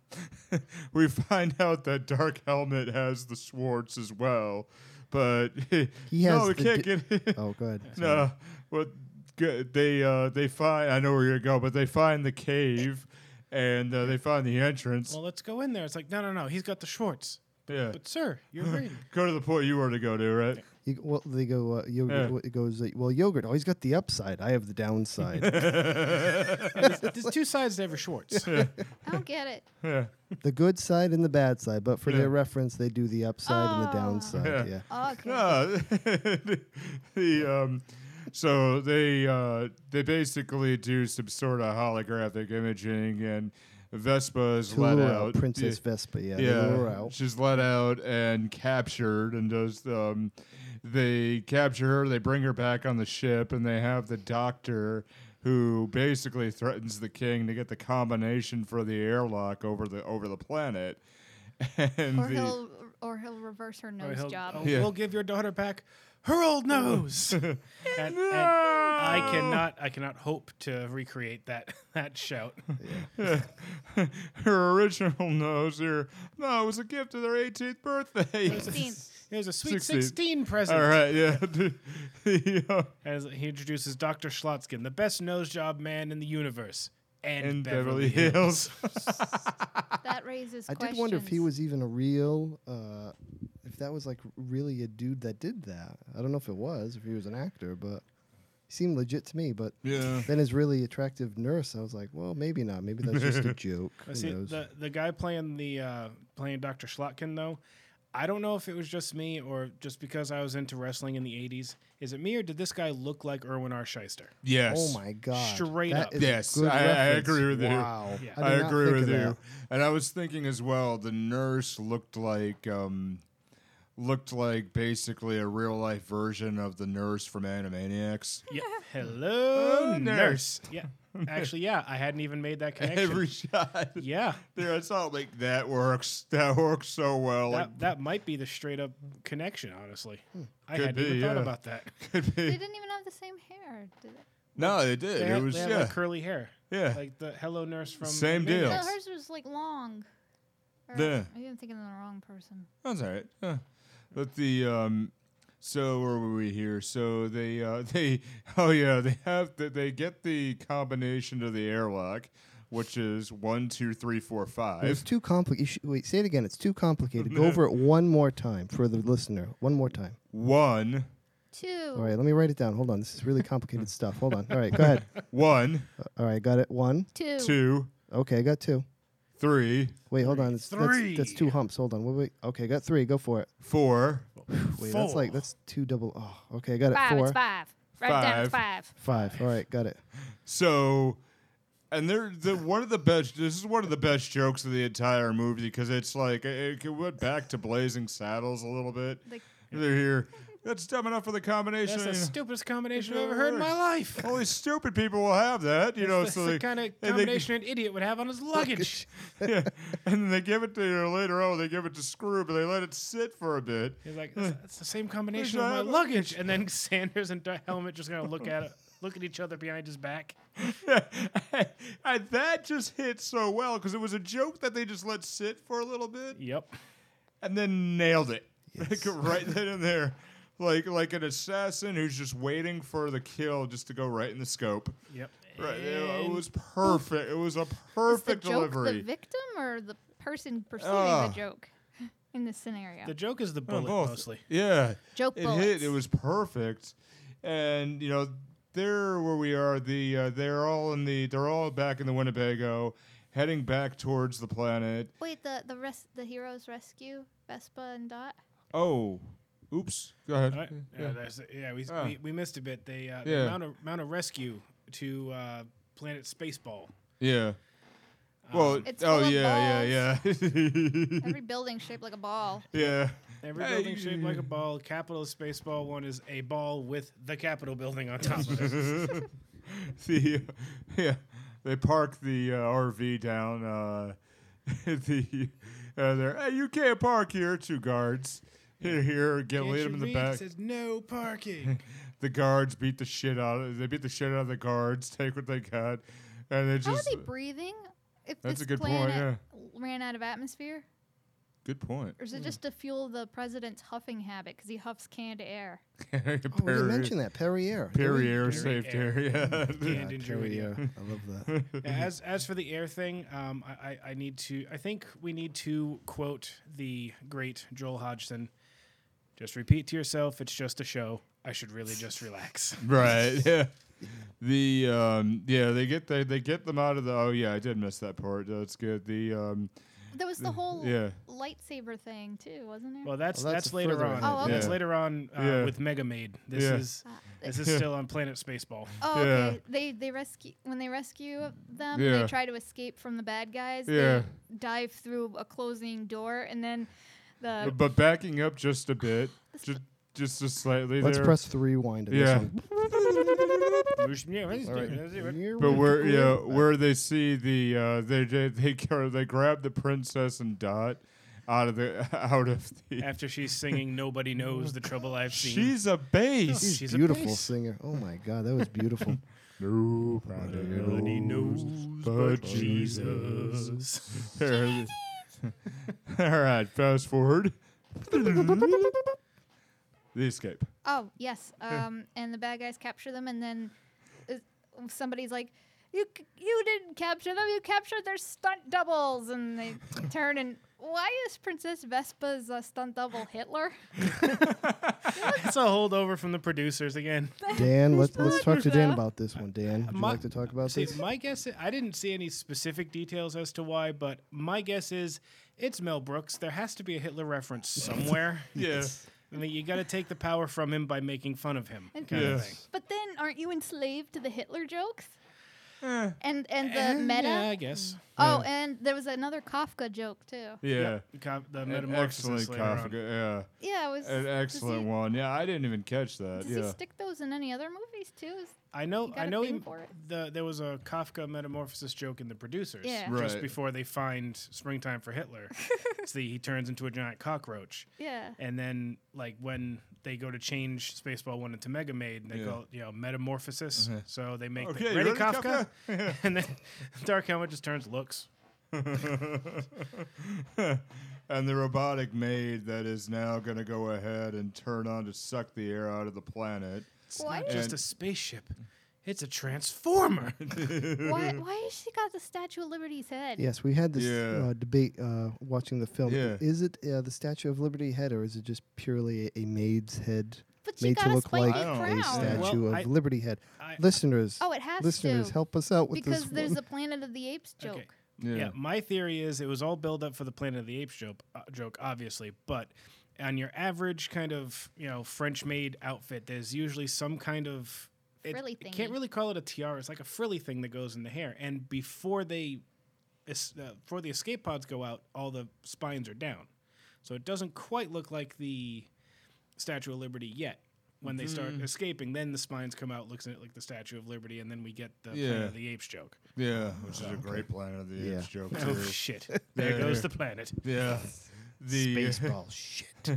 Speaker 4: we find out that Dark Helmet has the Schwartz as well, but
Speaker 6: He has
Speaker 4: no, we
Speaker 6: the
Speaker 4: can't
Speaker 6: di-
Speaker 4: get. it.
Speaker 6: Oh, good.
Speaker 4: no, what g- they uh, they find? I know where you're going, but they find the cave, and uh, they find the entrance.
Speaker 7: Well, let's go in there. It's like no, no, no. He's got the Schwartz.
Speaker 4: yeah,
Speaker 7: But sir, you're right.
Speaker 4: go to the point you were to go to, right?
Speaker 6: You, well, they go. Uh, yogurt,
Speaker 4: Yeah.
Speaker 6: It goes. Uh, well, yogurt. Oh, he's got the upside. I have the downside.
Speaker 7: There's two sides to every Schwartz.
Speaker 8: I don't get it.
Speaker 6: the good side and the bad side. But for their reference, they do the upside and the downside. Yeah.
Speaker 8: Okay.
Speaker 4: Uh, the um, so they uh, they basically do some sort of holographic imaging, and Vespa is
Speaker 6: To
Speaker 4: let
Speaker 6: lure
Speaker 4: out.
Speaker 6: out Princess
Speaker 4: Yeah,
Speaker 6: Vespa. Yeah.
Speaker 4: yeah,
Speaker 6: They lure out.
Speaker 4: she's let out and captured, and does um, they capture her? They bring her back on the ship, and they have the doctor. Who basically threatens the king to get the combination for the airlock over the over the planet, and
Speaker 8: Or
Speaker 4: the,
Speaker 8: he'll or he'll reverse her
Speaker 7: Or
Speaker 8: nose
Speaker 7: he'll-
Speaker 8: job.
Speaker 7: oh,
Speaker 4: Yeah.
Speaker 7: We'll give your daughter back her old nose. And- and I cannot. I cannot hope to recreate that that shout.
Speaker 4: her original nose here. No, it was a gift of their 18th birthday.
Speaker 8: Sixteen.
Speaker 7: Here's a sweet
Speaker 4: Sixteen.
Speaker 7: sixteen, present.
Speaker 4: All right, yeah. uh, yeah.
Speaker 7: As he introduces Doctor Schlotskin, the best nose job man in the universe, and,
Speaker 4: In
Speaker 7: Beverly, Hills.
Speaker 8: That raises
Speaker 6: I
Speaker 8: questions.
Speaker 6: did wonder if he was even a real, uh, if that was like really a dude that did that. I don't know if it was, if he was an actor, but he seemed legit to me. But
Speaker 4: Yeah.
Speaker 6: then his really attractive nurse, I was like, well, maybe not. Maybe that's just a joke.
Speaker 7: I
Speaker 6: Who
Speaker 7: see
Speaker 6: knows?
Speaker 7: the the guy playing the uh, playing Dr. Schlotkin though. I don't know if it was just me or just because I was into wrestling in the '80s. Is it me or did this guy look like Erwin R. Shyster?
Speaker 4: Yes.
Speaker 6: Oh my god!
Speaker 7: Straight
Speaker 6: That
Speaker 7: up.
Speaker 6: is a
Speaker 4: Yes,
Speaker 6: good
Speaker 4: I, I
Speaker 6: reference.
Speaker 4: agree with you.
Speaker 6: Wow.
Speaker 7: Yeah.
Speaker 4: I,
Speaker 6: did not
Speaker 4: agree
Speaker 6: think
Speaker 4: with
Speaker 6: of
Speaker 4: you.
Speaker 6: that.
Speaker 4: And I was thinking as well. The nurse looked like um, looked like basically a real life version of the nurse from Animaniacs.
Speaker 7: Yeah. Hello,
Speaker 4: Hello,
Speaker 7: nurse. Yeah. Actually, yeah, I hadn't even made that connection.
Speaker 4: Every shot.
Speaker 7: yeah.
Speaker 4: There, I saw like that works. That works so well.
Speaker 7: That, that might be the straight up connection, honestly. I
Speaker 4: Hmm. Could
Speaker 7: hadn't
Speaker 4: be,
Speaker 7: even thought
Speaker 4: yeah.
Speaker 7: about that.
Speaker 4: Could be-
Speaker 8: They didn't even have the same hair. Did they?
Speaker 4: no, they did.
Speaker 7: They,
Speaker 4: it
Speaker 7: had,
Speaker 4: was
Speaker 7: they
Speaker 4: yeah.
Speaker 7: had, like curly hair.
Speaker 4: Yeah.
Speaker 7: Like the Hello Nurse from
Speaker 4: Same
Speaker 7: Animaniacs.
Speaker 4: deal.
Speaker 8: No,
Speaker 4: Yes.
Speaker 8: hers was like long. Or
Speaker 4: Yeah.
Speaker 8: Maybe I'm thinking of the wrong person.
Speaker 4: That's all right. Yeah. But the um, so where were we here? So they uh, they oh yeah they have the, they get the combination to the airlock, which is one two three four
Speaker 6: It's
Speaker 4: five.
Speaker 6: too complicated. Wait, say it again. It's too complicated. Go over it one more time for the listener. One more time.
Speaker 4: One
Speaker 8: Two.
Speaker 5: Oh,
Speaker 6: All right, let me write it down. Hold on. This is really complicated stuff. Hold on. All right, go ahead.
Speaker 4: one
Speaker 6: All right, got it. One.
Speaker 8: Two.
Speaker 4: two
Speaker 6: Okay, I got two.
Speaker 4: three
Speaker 6: Wait, hold on. It's,
Speaker 7: Three.
Speaker 6: That's, that's two humps. Hold on. Wait, wait. Okay, I got three. Go for it.
Speaker 4: four
Speaker 6: Wait, that's like that's two double. Oh, okay, I got it.
Speaker 5: Five.
Speaker 6: Four,
Speaker 5: It's five. Right down. It's five.
Speaker 6: five. All right, got it.
Speaker 4: So, and they're the one of the best. This is one of the best jokes of the entire movie because it's like it, it went back to Blazing Saddles a little bit.
Speaker 8: Like-
Speaker 4: they're here. That's dumb enough for the combination.
Speaker 7: That's the
Speaker 4: you know.
Speaker 7: stupidest combination I've ever heard in my life.
Speaker 4: Only stupid people will have that, you know.
Speaker 7: That's
Speaker 4: so
Speaker 7: the
Speaker 4: they-
Speaker 7: kind
Speaker 4: and
Speaker 7: of
Speaker 4: they-
Speaker 7: combination an idiot would have on his luggage.
Speaker 4: yeah, and then they give it to you later on. They give it to Screw, but they let it sit for a bit.
Speaker 7: He's like, it's, it's the same combination
Speaker 4: There's
Speaker 7: of my
Speaker 4: not-
Speaker 7: luggage. And then Sanders and Di- Helmet just gonna look at it, look at each other behind his back.
Speaker 4: and that just hit so well because it was a joke that they just let sit for a little bit.
Speaker 7: Yep.
Speaker 4: and then nailed it like right then and there like like an assassin who's just waiting for the kill just to go right in the scope
Speaker 7: Yep.
Speaker 4: right it, was perfect it was a perfect
Speaker 8: the joke the
Speaker 4: delivery
Speaker 8: victim or the person perceiving
Speaker 4: Ah.
Speaker 8: the joke in this scenario?
Speaker 7: The joke is the
Speaker 4: Oh,
Speaker 7: bullet
Speaker 4: both.
Speaker 7: mostly.
Speaker 4: yeah
Speaker 8: joke
Speaker 4: it
Speaker 8: bullets.
Speaker 4: hit it was perfect and you know there where we are the uh, they're all in the they're all back in the winnebago heading back towards the planet
Speaker 8: Wait, the the res- the heroes rescue Vespa and Dot.
Speaker 4: oh oops go ahead
Speaker 7: Right? Yeah, that's- yeah, we,
Speaker 4: Mm-hmm. Ah.
Speaker 7: we, we missed a bit. They, uh,
Speaker 4: Yeah.
Speaker 7: they mount, a, mount a rescue to uh, Planet Spaceball.
Speaker 4: yeah well
Speaker 7: Um,
Speaker 8: It's
Speaker 4: oh
Speaker 8: full of
Speaker 4: yeah yeah yeah
Speaker 8: Every building shaped like a ball.
Speaker 4: yeah
Speaker 7: Every
Speaker 4: Hey.
Speaker 7: building shaped like a ball. Capital Spaceball one is a ball with the Capitol building on top of it.
Speaker 4: the yeah, they park the uh, RV down. Uh, the uh, there, hey, you can't park here. Two guards here, here, get lead them in the back.
Speaker 7: says no parking.
Speaker 4: The guards beat the shit out. of They beat the shit out of the guards. Take what they got, and they
Speaker 8: How
Speaker 4: just uh,
Speaker 8: are they breathing? If
Speaker 4: That's
Speaker 8: this
Speaker 4: a good point, Hmm.
Speaker 8: planet ran out of atmosphere,
Speaker 4: good point.
Speaker 8: or is it just to fuel the president's huffing habit because he huffs canned air?
Speaker 6: Oh, we didn't mention that Perrier. did we?
Speaker 4: Perrier saved
Speaker 7: Air. Mm-hmm.
Speaker 4: area. Yeah.
Speaker 7: and enjoy it.
Speaker 6: Perrier. I love that.
Speaker 7: Yeah, as as for the air thing, um, I, I I need to. I think we need to quote the great Joel Hodgson. Just repeat to yourself, it's just a show. I should really just relax.
Speaker 4: Right. Yeah. The um yeah they get they they get them out of the oh yeah I did miss that part that's good the um
Speaker 8: There was the whole
Speaker 4: yeah.
Speaker 8: lightsaber thing too, wasn't there?
Speaker 7: Well, that's
Speaker 6: Well,
Speaker 7: that's,
Speaker 6: that's
Speaker 7: later
Speaker 6: further on,
Speaker 7: on.
Speaker 6: I
Speaker 8: Oh, think.
Speaker 7: That's
Speaker 4: yeah.
Speaker 7: later on uh,
Speaker 4: Yeah.
Speaker 7: with Mega Maid. This
Speaker 4: Yeah.
Speaker 7: is this is still on Planet Spaceball.
Speaker 8: oh,
Speaker 4: yeah.
Speaker 8: okay. They they rescue when they rescue them.
Speaker 4: Yeah.
Speaker 8: They try to escape from the bad guys.
Speaker 4: Yeah.
Speaker 8: They dive through a closing door and then the
Speaker 4: but backing up just a bit just just just slightly
Speaker 6: Let's
Speaker 4: there.
Speaker 6: press the rewind of
Speaker 4: Yeah.
Speaker 6: this one.
Speaker 4: But where yeah, where they see the uh, they they they, gra- they grab the princess and Dot out of the out of the.
Speaker 7: after she's singing "Nobody Knows the Trouble I've Seen."
Speaker 4: She's a bass.
Speaker 7: she's a
Speaker 6: beautiful
Speaker 7: beast.
Speaker 6: singer. Oh my God, that was beautiful.
Speaker 4: Nobody
Speaker 7: Nobody knows but Jesus.
Speaker 4: All right, fast forward. the escape.
Speaker 8: Oh yes, um, and the bad guys capture them, and then uh, somebody's like, "You c- you didn't capture them. You captured their stunt doubles." And they turn and why is Princess Vespa's uh, stunt double Hitler?
Speaker 7: That's a holdover from the producers again.
Speaker 6: Dan, let's let's talk to Dan
Speaker 8: Yeah.
Speaker 6: about this one. Dan, would you
Speaker 7: My-
Speaker 6: like to talk about
Speaker 7: See,
Speaker 6: this?
Speaker 7: my guess is, I didn't see any specific details as to why, but my guess is it's Mel Brooks. There has to be a Hitler reference somewhere.
Speaker 4: Yeah.
Speaker 7: I mean, you got to take the power from him by making fun of him.
Speaker 8: And-
Speaker 7: Kind of
Speaker 4: Yes.
Speaker 7: thing.
Speaker 8: But then, aren't you enslaved to the Hitler jokes? And and the
Speaker 7: Eh,
Speaker 8: meta.
Speaker 7: Yeah, I guess.
Speaker 8: Oh, and there was another Kafka joke too.
Speaker 4: Yeah.
Speaker 7: The co- the
Speaker 4: An
Speaker 7: metamorphosis
Speaker 4: excellent
Speaker 7: later on.
Speaker 4: Kafka. Yeah.
Speaker 8: Yeah, it was
Speaker 4: An excellent
Speaker 8: does he,
Speaker 4: one. Yeah, I didn't even catch that.
Speaker 8: Does he
Speaker 4: Yeah.
Speaker 8: stick those in any other movies too? Is-
Speaker 7: I know. I
Speaker 8: gotta
Speaker 7: know.
Speaker 8: pay
Speaker 7: he-
Speaker 8: him for it.
Speaker 7: the there was a Kafka metamorphosis joke in the producers.
Speaker 8: Yeah.
Speaker 7: Just
Speaker 4: Right.
Speaker 7: before they find springtime for Hitler, see he turns into a giant cockroach.
Speaker 8: Yeah.
Speaker 7: And then, like when they go to change Spaceball One into Mega Maid, they
Speaker 4: Yeah. Uh-huh.
Speaker 7: call it you know metamorphosis. So they make
Speaker 4: Okay,
Speaker 7: the,
Speaker 4: you
Speaker 7: ready,
Speaker 4: ready,
Speaker 7: Kafka,
Speaker 4: Kafka? Yeah.
Speaker 7: and then Dark Helmet just turns looks.
Speaker 4: and the robotic maid that is now going to go ahead and turn on to suck the air out of the planet.
Speaker 8: Why,
Speaker 4: And-
Speaker 7: Just a spaceship. It's a transformer.
Speaker 8: why, why has she got the Statue of Liberty's head?
Speaker 6: yes, we had this
Speaker 4: Yeah.
Speaker 6: uh, debate uh, watching the film.
Speaker 4: Yeah.
Speaker 6: Is it uh, the Statue of Liberty head, or is it just purely a, a maid's head
Speaker 8: But she
Speaker 6: made
Speaker 8: got
Speaker 6: to
Speaker 8: a
Speaker 6: look like
Speaker 8: spiky
Speaker 4: I don't
Speaker 6: a
Speaker 8: crown.
Speaker 4: understand.
Speaker 6: Statue
Speaker 7: Well,
Speaker 6: of
Speaker 7: I-
Speaker 6: Liberty head?
Speaker 7: I-
Speaker 6: listeners,
Speaker 8: Oh, it has
Speaker 6: listeners,
Speaker 8: to.
Speaker 6: help us out with
Speaker 8: because
Speaker 6: this.
Speaker 8: there's
Speaker 6: one.
Speaker 8: a Planet of the Apes joke.
Speaker 7: Okay.
Speaker 4: Yeah.
Speaker 7: Yeah. my theory is it was all build up for the Planet of the Apes joke, uh, joke obviously, but on your average kind of you know French maid outfit, there's usually some kind of it,
Speaker 8: Frilly
Speaker 7: you Can't
Speaker 8: thingy.
Speaker 7: really call it a tiara; it's like a frilly thing that goes in the hair. And before they, es- uh, before the escape pods go out, all the spines are down, so it doesn't quite look like the Statue of Liberty yet. When they start escaping, then the spines come out, looks at it like the Statue of Liberty, and then we get the Planet
Speaker 4: Yeah.
Speaker 7: of the Apes joke.
Speaker 4: Yeah, which is a great Planet of the
Speaker 6: Yeah.
Speaker 4: Apes joke
Speaker 7: Oh
Speaker 4: too.
Speaker 7: shit! There goes the planet.
Speaker 4: yeah. The
Speaker 6: Baseball shit.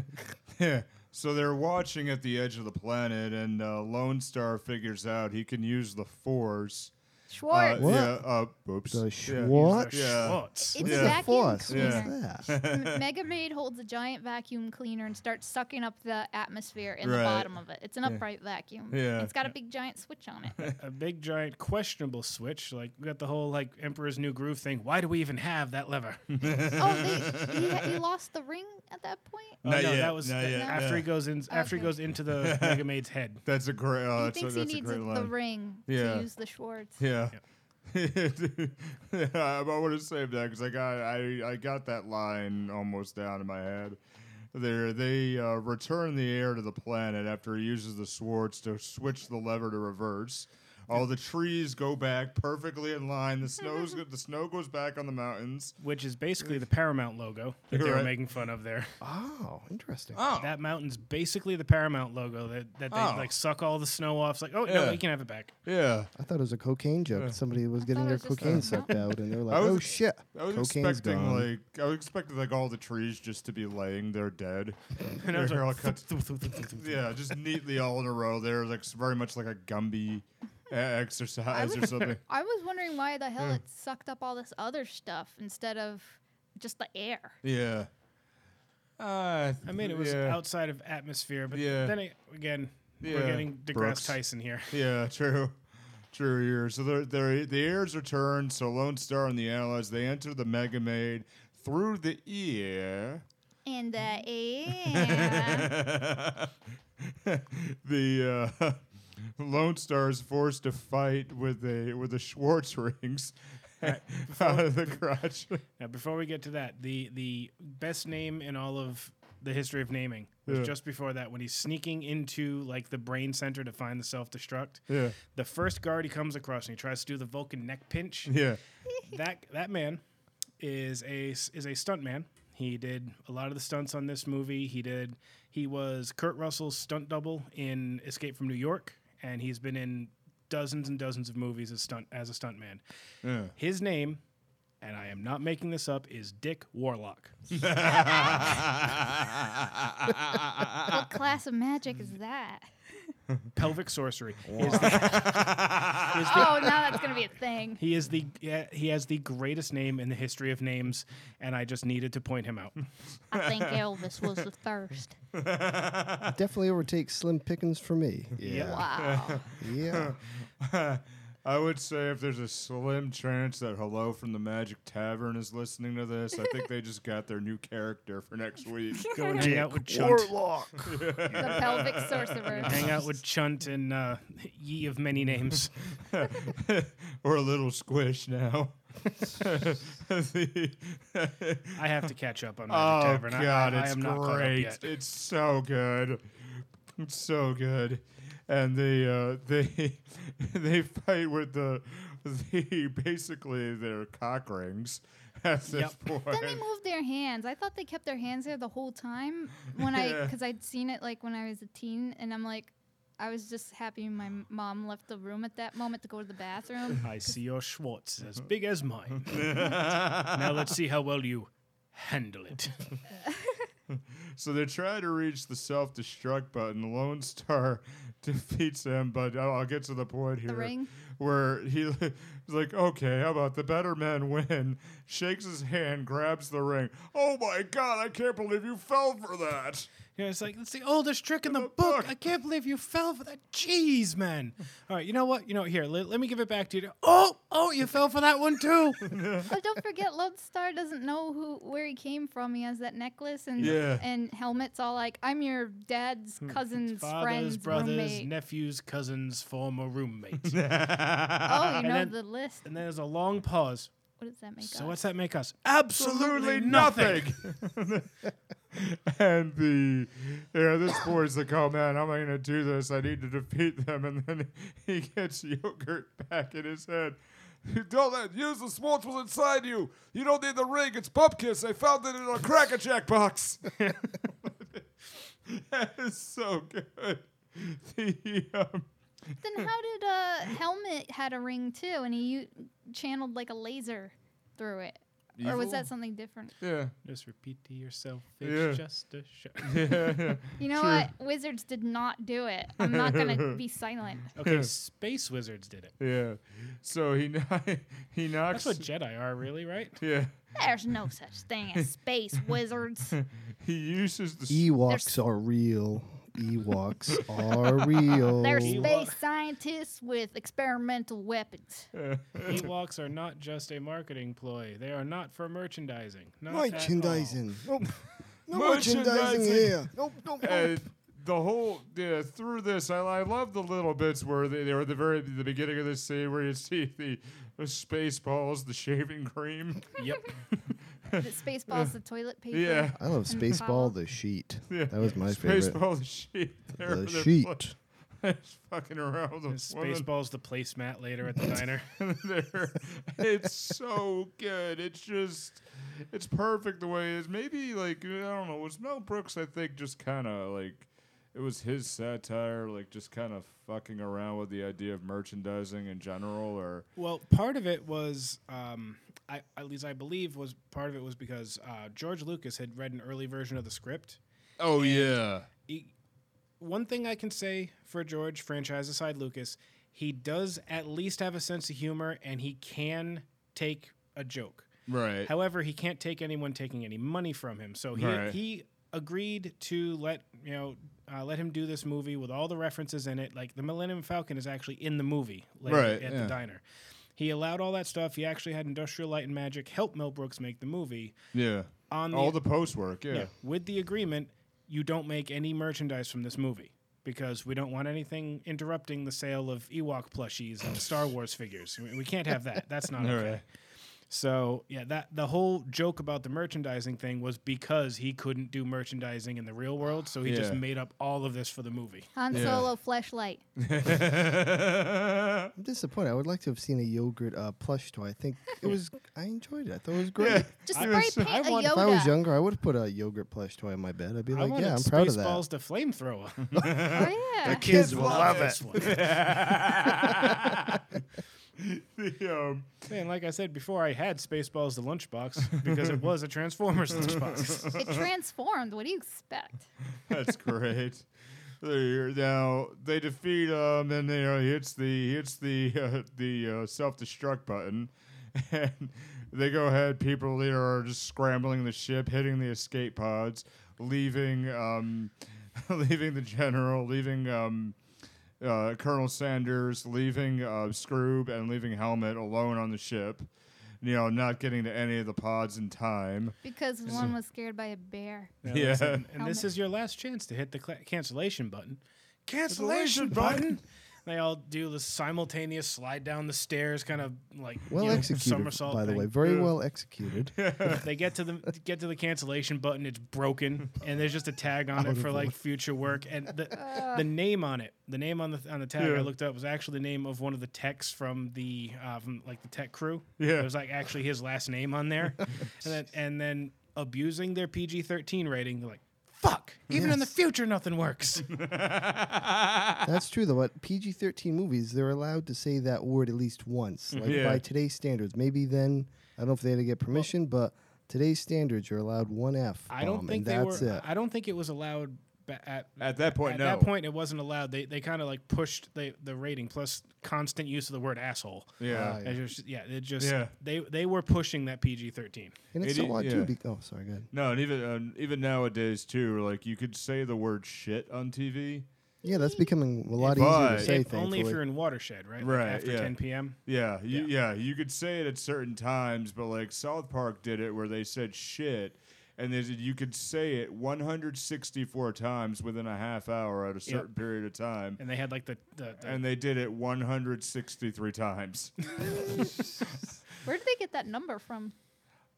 Speaker 4: yeah. So they're watching at the edge of the planet, and uh, Lone Star figures out he can use the Force. Uh,
Speaker 8: Schwartz.
Speaker 6: What?
Speaker 4: Yeah. Uh, oops.
Speaker 6: The
Speaker 4: Yeah.
Speaker 6: Schwartz.
Speaker 7: The
Speaker 4: Yeah.
Speaker 7: Schwartz.
Speaker 8: it's
Speaker 6: Yeah.
Speaker 8: a vacuum
Speaker 6: Force,
Speaker 8: cleaner.
Speaker 6: What's that?
Speaker 8: M- Mega Maid holds a giant vacuum cleaner and starts sucking up the atmosphere in
Speaker 4: Right.
Speaker 8: the bottom of it. It's an upright vacuum.
Speaker 4: Yeah.
Speaker 8: It's got a big giant switch on it.
Speaker 7: a big giant questionable switch. Like we got the whole like Emperor's New Groove thing. Why do we even have that lever? Oh,
Speaker 8: oh, they, he, he lost the ring at that point?
Speaker 4: Not yet,
Speaker 7: Oh, that was
Speaker 4: not
Speaker 7: the-
Speaker 4: yet,
Speaker 7: after he goes in. After he
Speaker 8: Okay.
Speaker 7: goes into the Mega Maid's head.
Speaker 4: That's a great. Uh,
Speaker 8: he
Speaker 4: that's a,
Speaker 8: thinks
Speaker 4: that's
Speaker 8: he
Speaker 4: a
Speaker 8: needs
Speaker 4: great
Speaker 8: a- the
Speaker 4: line.
Speaker 8: ring
Speaker 4: Yeah.
Speaker 8: to use the Schwartz.
Speaker 4: Yeah. yeah, I want to save that because I got I, I got that line almost down in my head. There, they uh, return the air to the planet after he uses the swords to switch the lever to reverse. All the trees go back perfectly in line. The snow's go- the snow goes back on the mountains.
Speaker 7: Which is basically the Paramount logo that they were
Speaker 4: Right.
Speaker 7: making fun of there.
Speaker 6: Oh,
Speaker 4: Uh.
Speaker 6: interesting.
Speaker 7: That mountain's basically the Paramount logo that, that they
Speaker 4: Oh.
Speaker 7: like suck all the snow off. It's like, oh no,
Speaker 4: Yeah.
Speaker 7: you can have it back.
Speaker 4: Yeah,
Speaker 6: I thought it was a cocaine joke. Somebody was getting
Speaker 8: thought
Speaker 6: their
Speaker 8: it was just
Speaker 6: cocaine
Speaker 8: a-
Speaker 6: sucked out, and they were like,
Speaker 4: I was-
Speaker 6: "Oh shit,
Speaker 4: I was
Speaker 6: cocaine's
Speaker 4: expecting
Speaker 6: gone."
Speaker 4: like I was expecting like all the trees just to be laying there dead.
Speaker 7: And I was
Speaker 4: They're all
Speaker 7: like,
Speaker 4: cut-
Speaker 7: thump, thump, thump, thump, thump.
Speaker 4: yeah, just neatly all in a row. There, like s- very much like a Gumby e- exercise or something.
Speaker 8: I was wondering why the hell it sucked up all this other stuff instead of just the air.
Speaker 4: Yeah. Uh,
Speaker 7: I mean, it was
Speaker 4: yeah.
Speaker 7: outside of atmosphere, but
Speaker 4: Yeah.
Speaker 7: then it, again,
Speaker 4: Yeah.
Speaker 7: we're getting DeGrasse
Speaker 4: Brooks.
Speaker 7: Tyson here.
Speaker 4: Yeah, true. True year. So they're, they're, the ears returned. So Lone Star and the Allies they enter the Mega Maid through the ear.
Speaker 8: And the air.
Speaker 4: the uh, Lone Star is forced to fight with a with the Schwartz rings out of the crotch.
Speaker 7: Now, before we get to that, the the best name in all of the history of naming was
Speaker 4: Yeah.
Speaker 7: just before that when he's sneaking into like the brain center to find the self destruct.
Speaker 4: Yeah.
Speaker 7: The first guard he comes across and he tries to do the Vulcan neck pinch.
Speaker 4: yeah.
Speaker 7: that that man is a is a stunt man. He did a lot of the stunts on this movie. He did he was Kurt Russell's stunt double in Escape from New York, and he's been in dozens and dozens of movies as stunt as a stuntman.
Speaker 4: Yeah.
Speaker 7: His name and I am not making this up, is Dick Warlock.
Speaker 8: What class of magic is that?
Speaker 7: Pelvic sorcery. He is the- is the-
Speaker 8: Oh, now that's gonna be a thing.
Speaker 7: he is the yeah, he has the greatest name in the history of names, and I just needed to point him out.
Speaker 8: I think Elvis was the first.
Speaker 6: Definitely overtakes Slim Pickens for me. Yeah.
Speaker 8: Wow.
Speaker 6: Yeah.
Speaker 4: I would say if there's a slim chance that Hello from the Magic Tavern is listening to this, I think they just got their new character for next week.
Speaker 7: Going hang out with Chunt.
Speaker 8: the pelvic sorcerer.
Speaker 7: Hang out with Chunt and uh, Ye of Many Names.
Speaker 4: or a little squish now. The-
Speaker 7: I have to catch up on Magic
Speaker 4: oh
Speaker 7: Tavern. I- I-
Speaker 4: god,
Speaker 7: I,
Speaker 4: it's
Speaker 7: am not caught up
Speaker 4: great!
Speaker 7: yet.
Speaker 4: It's so good, it's so good. And they uh, they they fight with the the basically their cock rings at this
Speaker 7: Yep.
Speaker 4: point.
Speaker 8: Then they moved their hands. I thought they kept their hands there the whole time when I,
Speaker 4: Yeah.
Speaker 8: because I'd seen it like when I was a teen, and I'm like, I was just happy my m- mom left the room at that moment to go to the bathroom.
Speaker 7: I see your Schwartz as big as mine. now let's see how well you handle it.
Speaker 4: So they try to reach the self destruct button. Lone Star defeats him, but oh, I'll I'll get to the point here.
Speaker 8: ring?
Speaker 4: Where he he's like, okay, how about the better men win? Shakes his hand, grabs the ring. Oh my god, I can't believe you fell for that.
Speaker 7: You know, it's like, it's the oldest trick in the,
Speaker 4: the
Speaker 7: book.
Speaker 4: book.
Speaker 7: I can't believe you fell for that. Jeez, man. All right, you know what? You know, here, let, let me give it back to you. Oh, oh, you fell for that one too.
Speaker 8: oh, don't forget, Lone Star doesn't know who where he came from. He has that necklace and
Speaker 4: Yeah.
Speaker 8: and helmet's all like, I'm your dad's cousin's
Speaker 7: Hmm. Fathers,
Speaker 8: friend's
Speaker 7: brothers,
Speaker 8: roommate.
Speaker 7: nephews, cousins, former roommate.
Speaker 8: oh, you know
Speaker 7: then-
Speaker 8: the list.
Speaker 7: and then there's a long pause.
Speaker 8: What does that make
Speaker 7: So
Speaker 8: up?
Speaker 7: what's that make us? Absolutely nothing.
Speaker 4: and the yeah, this boy's like, oh man, how am I gonna do this? I need to defeat them. And then he gets yogurt back in his head.
Speaker 9: You Tell that. Use the smalls was inside you. You don't need the ring. It's Pumpkiss. I found it in a Cracker Jack box.
Speaker 4: that is so good. The um,
Speaker 8: Then how did uh Helmet had a ring too, and he u- channeled like a laser through it, or was that something different?
Speaker 4: yeah.
Speaker 7: Just repeat to yourself.
Speaker 4: Yeah.
Speaker 7: It's just a show.
Speaker 8: You know what? Wizards did not do it. I'm not gonna be silent.
Speaker 7: Okay, space wizards did it.
Speaker 4: Yeah. So he kn- he knocks.
Speaker 7: That's what Jedi are, really, right?
Speaker 4: yeah.
Speaker 8: There's no such thing as space wizards.
Speaker 4: He uses the. s-
Speaker 6: Ewoks are real. Ewoks are real.
Speaker 8: They're space scientists with experimental weapons.
Speaker 7: Ewoks are not just a marketing ploy. They are not for merchandising. Not at all.
Speaker 6: merchandising. Nope. No
Speaker 4: Merchandising.
Speaker 6: merchandising here. Nope, nope, nope.
Speaker 4: and the whole yeah, through this, I, I love the little bits where they, they were at the very the beginning of this scene where you see the, the space balls, the shaving cream.
Speaker 7: Yep.
Speaker 8: The space balls, the toilet paper.
Speaker 4: Yeah.
Speaker 6: I love
Speaker 8: And Paul.
Speaker 6: Spaceball the sheet.
Speaker 4: Yeah.
Speaker 6: That was my
Speaker 4: space
Speaker 6: favorite.
Speaker 4: ball, the sheet. There,
Speaker 6: The
Speaker 4: they're
Speaker 6: sheet.
Speaker 4: pla- they're fucking around with the woman.
Speaker 7: Spaceballs the placemat later at the diner.
Speaker 4: there. It's so good. It's just, it's perfect the way it is. Maybe like I don't know. Was Mel Brooks? I think just kind of like it was his satire, like just kind of fucking around with the idea of merchandising in general, or
Speaker 7: Well, part of it was, um, I, at least I believe, was part of it was because uh, George Lucas had read an early version of the script.
Speaker 4: oh yeah,
Speaker 7: He, one thing I can say for George, franchise aside, Lucas, he does at least have a sense of humor, and he can take a joke.
Speaker 4: right.
Speaker 7: However, he can't take anyone taking any money from him. So he
Speaker 4: Right.
Speaker 7: he agreed to let you know uh, let him do this movie with all the references in it. Like the Millennium Falcon is actually in the movie, like,
Speaker 4: Right,
Speaker 7: at
Speaker 4: yeah.
Speaker 7: the diner. He allowed all that stuff. He actually had Industrial Light and Magic help Mel Brooks make the movie.
Speaker 4: yeah,
Speaker 7: On the,
Speaker 4: all the post work. Yeah.
Speaker 7: yeah, with the agreement, you don't make any merchandise from this movie because we don't want anything interrupting the sale of Ewok plushies and Star Wars figures. We, we can't have that. That's not okay. So yeah, that the whole joke about the merchandising thing was because he couldn't do merchandising in the real world, so he just
Speaker 4: Yeah.
Speaker 7: made up all of this for the movie.
Speaker 8: Han Solo flashlight.
Speaker 6: I'm disappointed. I would like to have seen a yogurt uh, plush toy. I think it was. I enjoyed it. I thought it was great.
Speaker 8: Just
Speaker 4: I
Speaker 8: spray
Speaker 4: was-
Speaker 8: paint
Speaker 4: I
Speaker 8: a
Speaker 7: want-
Speaker 8: Yoda.
Speaker 6: If I was younger, I would have put a yogurt plush toy on my bed. I'd be
Speaker 7: I
Speaker 6: like,
Speaker 7: wanted
Speaker 6: yeah, I'm
Speaker 7: Spaceballs
Speaker 6: proud of that.
Speaker 7: to flamethrower.
Speaker 8: oh yeah.
Speaker 6: Kids will
Speaker 7: love this one.
Speaker 4: the, um,
Speaker 7: And like I said before, I had Spaceballs the lunchbox because it was a Transformers lunchbox.
Speaker 8: It transformed. What do you expect?
Speaker 4: That's great. They're now they defeat him, and they uh, hits the hits the uh, the uh, self destruct button, and they go ahead. People leader are just scrambling the ship, hitting the escape pods, leaving um, leaving the general, leaving um, uh, Colonel Sanders, leaving uh, Scroob, and leaving Helmet alone on the ship. You know, not getting to any of the pods in time.
Speaker 8: Because one was scared by a bear.
Speaker 7: Yeah.
Speaker 4: Yeah.
Speaker 7: And this is your last chance to hit the cla cancellation button.
Speaker 4: Cancellation button.
Speaker 7: They all do the simultaneous slide down the stairs, kind of like
Speaker 6: Well
Speaker 7: you know,
Speaker 6: executed,
Speaker 7: somersault.
Speaker 6: by the
Speaker 7: thing.
Speaker 6: way. Very well executed.
Speaker 7: They get to the get to the cancellation button. It's broken, and there's just a tag on it for like future work. And the the name on it, the name on the on the tag I
Speaker 4: Yeah.
Speaker 7: looked up was actually the name of one of the techs from the uh, from like the tech crew.
Speaker 4: Yeah.
Speaker 7: it was like actually his last name on there, and then and then abusing their PG thirteen rating, they're like. Fuck! Even in the
Speaker 6: Yes.
Speaker 7: future, nothing works.
Speaker 6: That's true, though. At PG 13 movies, they're allowed to say that word at least
Speaker 7: Mm-hmm.
Speaker 6: once, like
Speaker 4: Yeah.
Speaker 6: by today's standards. Maybe then, I don't know if they had to get permission, but today's standards, you're allowed one F.
Speaker 7: I don't
Speaker 6: bomb,
Speaker 7: think they
Speaker 6: and
Speaker 7: were.
Speaker 6: that's It.
Speaker 7: I don't think it was allowed ba- at
Speaker 4: At that point,
Speaker 7: at
Speaker 4: no.
Speaker 7: that point it wasn't allowed. They they kind of like pushed the the rating plus constant use of the word asshole.
Speaker 6: Ah,
Speaker 4: yeah.
Speaker 7: It just- yeah, it just
Speaker 4: Yeah.
Speaker 7: they they were pushing that PG thirteen.
Speaker 6: and it's
Speaker 4: it
Speaker 6: so
Speaker 4: i-
Speaker 6: odd,
Speaker 4: yeah.
Speaker 6: too. Be- oh, sorry, good.
Speaker 4: No, and even uh, even nowadays too, like you could say the word shit on TV.
Speaker 6: Yeah, that's becoming a lot easier
Speaker 4: But-
Speaker 6: to say,
Speaker 7: Only if
Speaker 6: thankfully.
Speaker 7: you're in watershed, right? Like,
Speaker 4: Right,
Speaker 7: after
Speaker 4: yeah.
Speaker 7: ten p.m.
Speaker 4: Yeah, you, yeah, you could say it at certain times, but like South Park did it where they said shit, and they said you could say it 164 times within a half hour at a certain period of time,
Speaker 7: And they had like the, the, the
Speaker 4: and they did it 163 times.
Speaker 8: Where did they get that number from?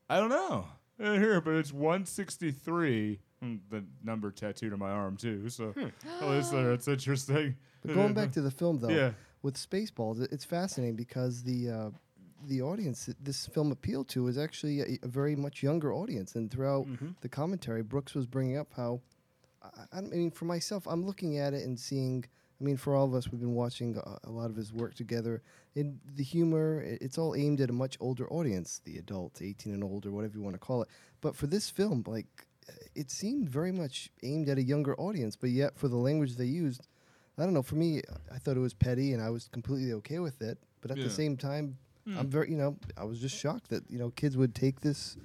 Speaker 4: I don't know Uh, here, but it's 163. mm, The number tattooed on my arm too, so at least there, that's interesting.
Speaker 6: Hmm. But going back to the film, though,
Speaker 4: Mm-hmm. Yeah.
Speaker 6: with Spaceballs, it- it's fascinating because the uh, the audience that this film appealed to is actually a, a very much younger audience. And throughout the commentary, Brooks was bringing up how, I, I mean, for myself, I'm looking at it and seeing. I mean, for all of us, we've been watching a, a lot of his work together. And the humor, i- it's all aimed at a much older audience, the adult, 18 and older, whatever you want to call it. But for this film, like, it seemed very much aimed at a younger audience. But yet, for the language they used, I don't know. For me, I thought it was petty, and I was completely okay with it. But at the same time, I'm very, you know, I was just shocked that you know kids would take this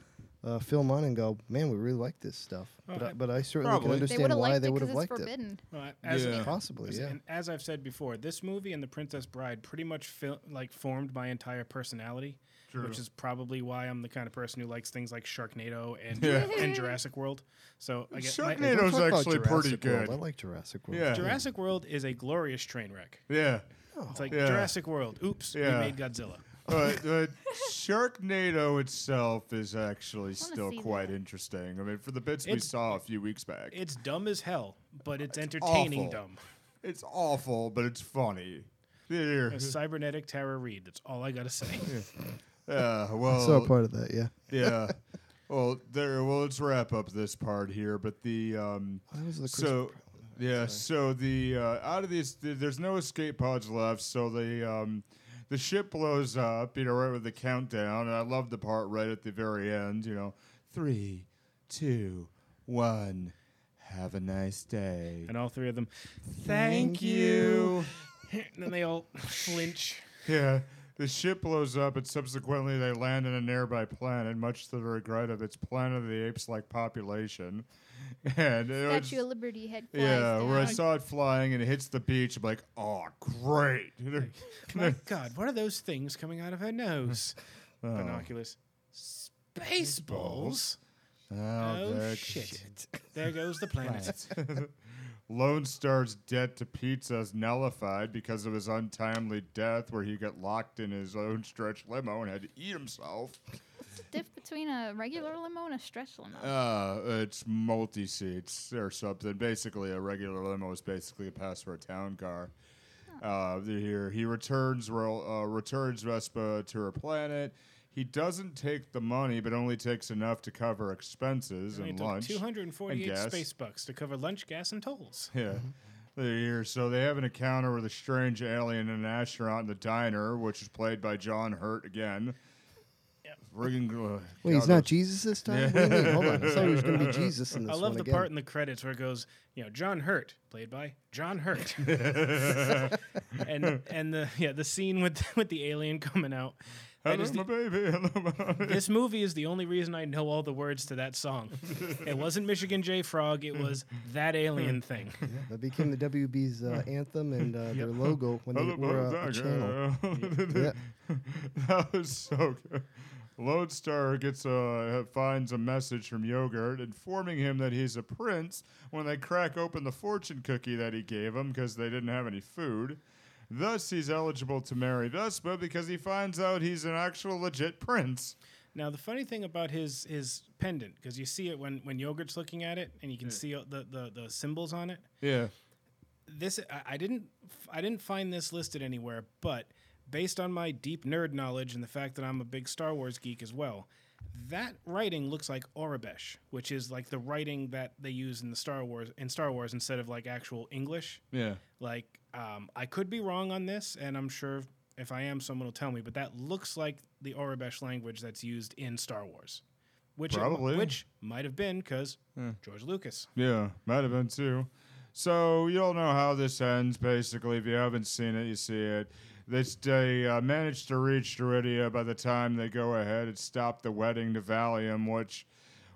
Speaker 6: uh, film on and go, "Man, we really like this stuff." But, I, but I certainly
Speaker 4: Probably. They
Speaker 6: can
Speaker 8: They
Speaker 6: understand
Speaker 8: would have
Speaker 6: why
Speaker 8: liked
Speaker 6: they
Speaker 8: it
Speaker 6: would
Speaker 8: because
Speaker 6: have
Speaker 8: it's
Speaker 6: liked it.
Speaker 8: forbidden.
Speaker 7: uh, as,
Speaker 4: Yeah.
Speaker 6: Possibly,
Speaker 7: as-
Speaker 6: yeah.
Speaker 7: and as I've said before, this movie and The Princess Bride pretty much fil- like formed my entire personality, which is probably why I'm the kind of person who likes things like Sharknado and and Jurassic World. So I guess my-
Speaker 4: Sharknado- It was
Speaker 6: Talk about
Speaker 4: actually pretty
Speaker 6: Jurassic World.
Speaker 4: good.
Speaker 6: I like Jurassic World.
Speaker 4: yeah,
Speaker 7: Jurassic World is a glorious train wreck.
Speaker 4: yeah.
Speaker 7: It's like
Speaker 4: Yeah.
Speaker 7: Jurassic World. Oops,
Speaker 4: Yeah.
Speaker 7: we made Godzilla.
Speaker 4: but uh, Sharknado itself is actually still
Speaker 8: see
Speaker 4: quite
Speaker 8: that.
Speaker 4: interesting. I mean, for the bits we
Speaker 7: It's-
Speaker 4: saw a few weeks back,
Speaker 7: It's dumb as hell, but it's, entertaining
Speaker 4: awful.
Speaker 7: dumb.
Speaker 4: it's awful, but it's funny. Yeah,
Speaker 7: A cybernetic Tara Reid. That's all I gotta say.
Speaker 4: yeah, uh, well,
Speaker 6: So part of that, yeah.
Speaker 4: yeah. Well, there. Well, let's wrap up this part here. But the um,
Speaker 6: That was the Chris
Speaker 4: so yeah. So the uh, out of these, th- there's no escape pods left. So the um, the ship blows up. You know, right with the countdown. And I love the part right at the very end. You know, three, two, one. Have a nice day.
Speaker 7: and all three of them.
Speaker 4: Thank you.
Speaker 7: And then they all flinch.
Speaker 4: Yeah. The ship blows up, and subsequently they land on a nearby planet, much to the regret of its Planet of the Apes-like population. And it was-
Speaker 8: Statue of Liberty head flies
Speaker 4: yeah,
Speaker 8: down.
Speaker 4: where I saw it flying and it hits the beach, I'm like, oh, great!
Speaker 7: My God, what are those things coming out of her nose?
Speaker 4: Oh.
Speaker 7: Binoculars. Spaceballs. Oh,
Speaker 4: there-
Speaker 7: shit. There goes the planet.
Speaker 4: Lone Star's debt to pizza is nullified because of his untimely death, where he got locked in his own stretch limo and had to eat himself.
Speaker 8: Diff between a regular limo and a stretch limo.
Speaker 4: Uh, it's multi seats or something. Basically, a regular limo is basically a pass for a town car. Uh, here he returns Ro- uh, returns Vespa to her planet. He doesn't take the money, but only takes enough to cover expenses
Speaker 7: It
Speaker 4: and
Speaker 7: took
Speaker 4: lunch.
Speaker 7: 248
Speaker 4: gas.
Speaker 7: space bucks to cover lunch, gas, and tolls.
Speaker 4: Yeah. They're here. So they have an encounter with a strange alien and an astronaut in the diner, which is played by John Hurt again. Friggin', uh,
Speaker 6: Wait, he's
Speaker 4: God
Speaker 6: not Jesus this time? What do you mean? Hold on. I thought he was going to be Jesus in this
Speaker 7: I love
Speaker 6: one
Speaker 7: the
Speaker 6: again.
Speaker 7: part in the credits where it goes, you know, John Hurt, played by John Hurt, and and the yeah the scene with with the alien coming out. That
Speaker 4: knows.
Speaker 7: is
Speaker 4: Hello,
Speaker 7: the-
Speaker 4: my baby. Hello, my baby.
Speaker 7: this movie is the only reason I know all the words to that song. it wasn't Michigan J Frog. It was that alien thing.
Speaker 6: That became the WB's uh, anthem and uh, their logo when they
Speaker 4: Hello,
Speaker 6: were uh, a
Speaker 4: Balzac.
Speaker 6: channel.
Speaker 4: Uh, that was so good. Lodestar gets a, finds a message from Yogurt informing him that he's a prince when they crack open the fortune cookie that he gave him because they didn't have any food. Thus, he's eligible to marry Vespa because he finds out he's an actual legit prince.
Speaker 7: Now the funny thing about his his pendant because you see it when when yogurt's looking at it and you can see all the, the the symbols on it.
Speaker 4: Yeah.
Speaker 7: this I- I didn't I didn't find this listed anywhere, but based on my deep nerd knowledge and the fact that I'm a big Star Wars geek as well, that writing looks like Orabesh, which is like the writing that they use in the Star Wars in Star Wars instead of like actual English.
Speaker 4: Yeah.
Speaker 7: Like um, I could be wrong on this, and I'm sure if I am, someone will tell me. But that looks like the Orabesh language that's used in Star Wars, which it-
Speaker 4: Probably.
Speaker 7: which might have been because George Lucas.
Speaker 4: Yeah, might have been too. So you'll know how this ends, basically. If you haven't seen it, you see it. This they uh, managed to reach Deridia by the time they go ahead and stop the wedding to Valium, which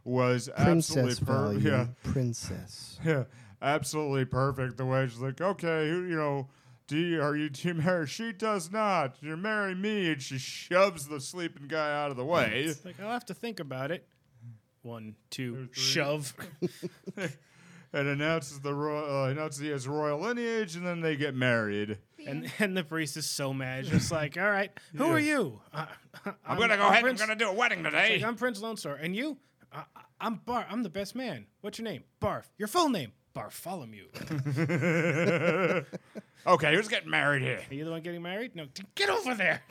Speaker 4: was
Speaker 6: Princess
Speaker 4: absolutely per-
Speaker 6: value.
Speaker 4: yeah,
Speaker 6: Princess.
Speaker 4: yeah, absolutely perfect. The way she's like, okay, who you know, do you are you do you marry? She does not. You marry me, and she shoves the sleeping guy out of the way.
Speaker 7: It's like I'll have to think about it. One, two, shove.
Speaker 4: and announces the ro- uh, announces he has royal lineage, and then they get married.
Speaker 7: and and the priest is so mad, just like, all right, who are you? Uh, I'm,
Speaker 10: gonna go ahead.
Speaker 7: Prince,
Speaker 10: I'm gonna do a wedding today.
Speaker 7: like, I'm Prince Lone Star, and you? I, I- I'm Barf. I'm the best man. What's your name? Barf. Your full name? Bartholomew.
Speaker 10: okay, who's getting married here?
Speaker 7: Are you the one getting married? No, t- get over there.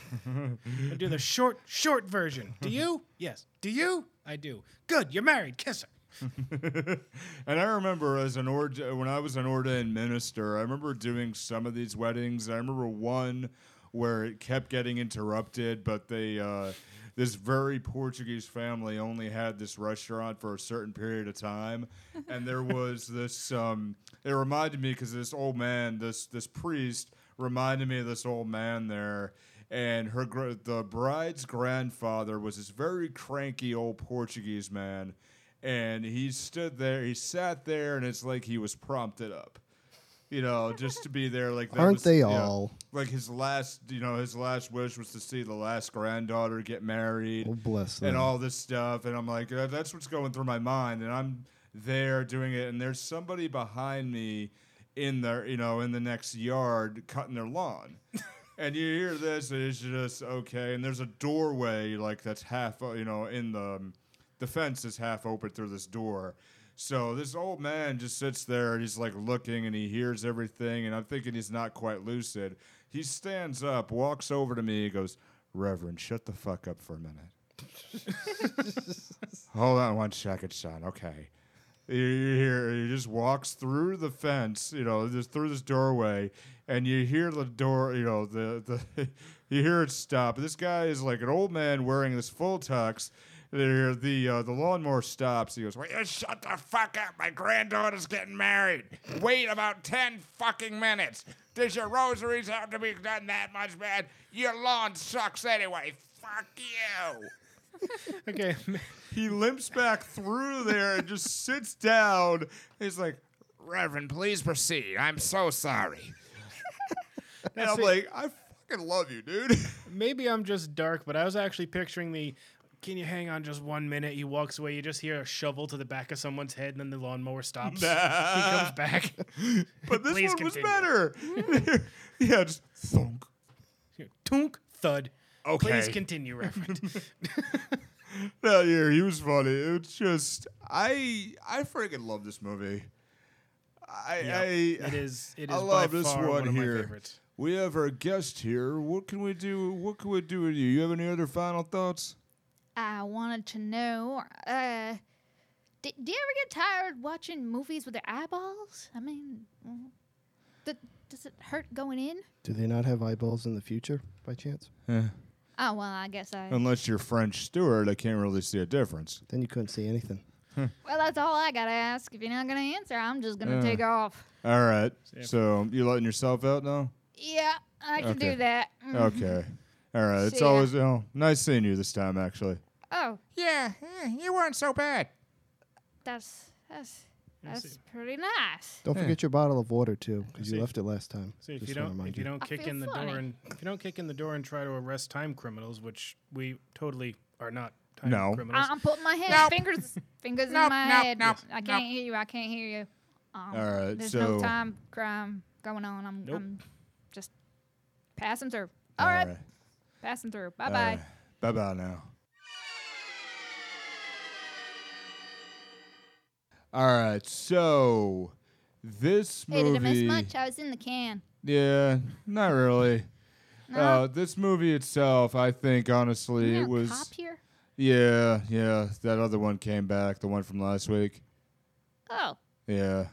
Speaker 7: I do the short, short version. Do you? Yes. Do you? I do. Good. You're married. Kiss her.
Speaker 4: and I remember as an ord- when I was an ordained minister, I remember doing some of these weddings. I remember one where it kept getting interrupted, but they uh, this very Portuguese family only had this restaurant for a certain period of time, and there was this. Um, it reminded me because this old man, this this priest, reminded me of this old man there and her gr- the bride's grandfather was this very cranky old Portuguese man, and he stood there, he sat there, and it's like he was prompted up, you know, just to be there. Like that
Speaker 6: Aren't
Speaker 4: was-
Speaker 6: they
Speaker 4: yeah.
Speaker 6: all?
Speaker 4: like his last, you know, his last wish was to see the last granddaughter get married
Speaker 6: Oh, bless them.
Speaker 4: and all this stuff. And I'm like, uh, that's what's going through my mind. And I'm there doing it, and there's somebody behind me in their, you know, in the next yard cutting their lawn. and you hear this, and it's just okay. And there's a doorway like that's half, uh, you know, in the the fence is half open through this door. So this old man just sits there and he's like looking and he hears everything and I'm thinking he's not quite lucid. He stands up, walks over to me, he goes, "Reverend, shut the fuck up for a minute." Hold on one second, son. Okay. You you hear he just walks through the fence, you know, just through this doorway, and you hear the door, you know, the the you hear it stop. This guy is like an old man wearing this full tux. There, the uh, the lawnmower stops. He goes, "Wait,
Speaker 10: Will you shut the fuck up? My granddaughter's getting married. Wait about 10 fucking minutes. Does your rosaries have to be done that much, man? Your lawn sucks anyway. Fuck you.
Speaker 7: Okay.
Speaker 4: He limps back through there and just sits down. He's like,
Speaker 10: Reverend, please proceed. I'm so sorry.
Speaker 4: and I'm like, I fucking love you, dude.
Speaker 7: Maybe I'm just dark, but I was actually picturing the. Can you hang on just one minute? He walks away. You just hear a shovel to the back of someone's head, and then the lawnmower stops. He comes back.
Speaker 4: but this
Speaker 7: Please
Speaker 4: one was
Speaker 7: continue.
Speaker 4: better. yeah, just thunk.
Speaker 7: Tunk thud.
Speaker 4: Okay.
Speaker 7: Please continue, Reverend.
Speaker 4: No, yeah, he was funny. It's just I I freaking love this movie. I, I
Speaker 7: it is. It is
Speaker 4: I love
Speaker 7: by
Speaker 4: this
Speaker 7: far
Speaker 4: one,
Speaker 7: one, of
Speaker 4: here.
Speaker 7: my favorites.
Speaker 4: We have our guest here. What can we do? What can we do with you? You have any other final thoughts?
Speaker 8: I wanted to know, uh, d- do you ever get tired watching movies with their eyeballs? I mean, mm, Th- does it hurt going in?
Speaker 6: Do they not have eyeballs in the future by chance?
Speaker 8: Oh well, I guess I.
Speaker 4: Unless you're French Stewart, I can't really see a difference.
Speaker 6: Then you couldn't see anything.
Speaker 5: Well, that's all I gotta ask. If you're not gonna answer, I'm just gonna
Speaker 4: Uh.
Speaker 5: take off.
Speaker 4: All right. So you letting yourself out now?
Speaker 5: Yeah, I can
Speaker 4: Okay.
Speaker 5: do that. Mm.
Speaker 4: Okay. All right. It's
Speaker 5: See ya.
Speaker 4: always oh, nice seeing you this time, actually.
Speaker 5: Oh,
Speaker 3: Yeah, eh, you weren't so bad.
Speaker 5: that's that's that's pretty nice.
Speaker 6: Don't
Speaker 4: Hmm.
Speaker 6: forget your bottle of water too, because you
Speaker 7: See.
Speaker 6: left it last time.
Speaker 7: See, if
Speaker 6: Just
Speaker 7: you
Speaker 6: wanna
Speaker 7: don't
Speaker 6: remind
Speaker 7: if you don't kick
Speaker 5: feel
Speaker 7: in the door
Speaker 5: funny.
Speaker 7: and if you don't kick in the door and try to arrest time criminals, which we totally are not time
Speaker 4: No.
Speaker 7: criminals.
Speaker 5: I- I'm putting my head
Speaker 3: Nope.
Speaker 5: fingers fingers
Speaker 3: Nope,
Speaker 5: in my
Speaker 3: nope,
Speaker 5: head.
Speaker 3: nope,
Speaker 5: I
Speaker 3: nope.
Speaker 5: can't hear you. I can't hear you. Um,
Speaker 4: All right,
Speaker 5: There's
Speaker 4: so-
Speaker 5: no time crime going on. I'm,
Speaker 7: Nope.
Speaker 5: I'm just passing through. all right. passing through. Bye bye.
Speaker 4: Bye bye now. All right. So this
Speaker 5: Hey, did I miss
Speaker 4: movie.
Speaker 5: much? I was in the can.
Speaker 4: Yeah, not really. Uh, this movie itself, I think, honestly,
Speaker 5: Isn't
Speaker 4: it
Speaker 5: there a
Speaker 4: was.
Speaker 5: cop here.
Speaker 4: Yeah, yeah. That other one came back, the one from last week.
Speaker 5: Oh,
Speaker 4: Yeah.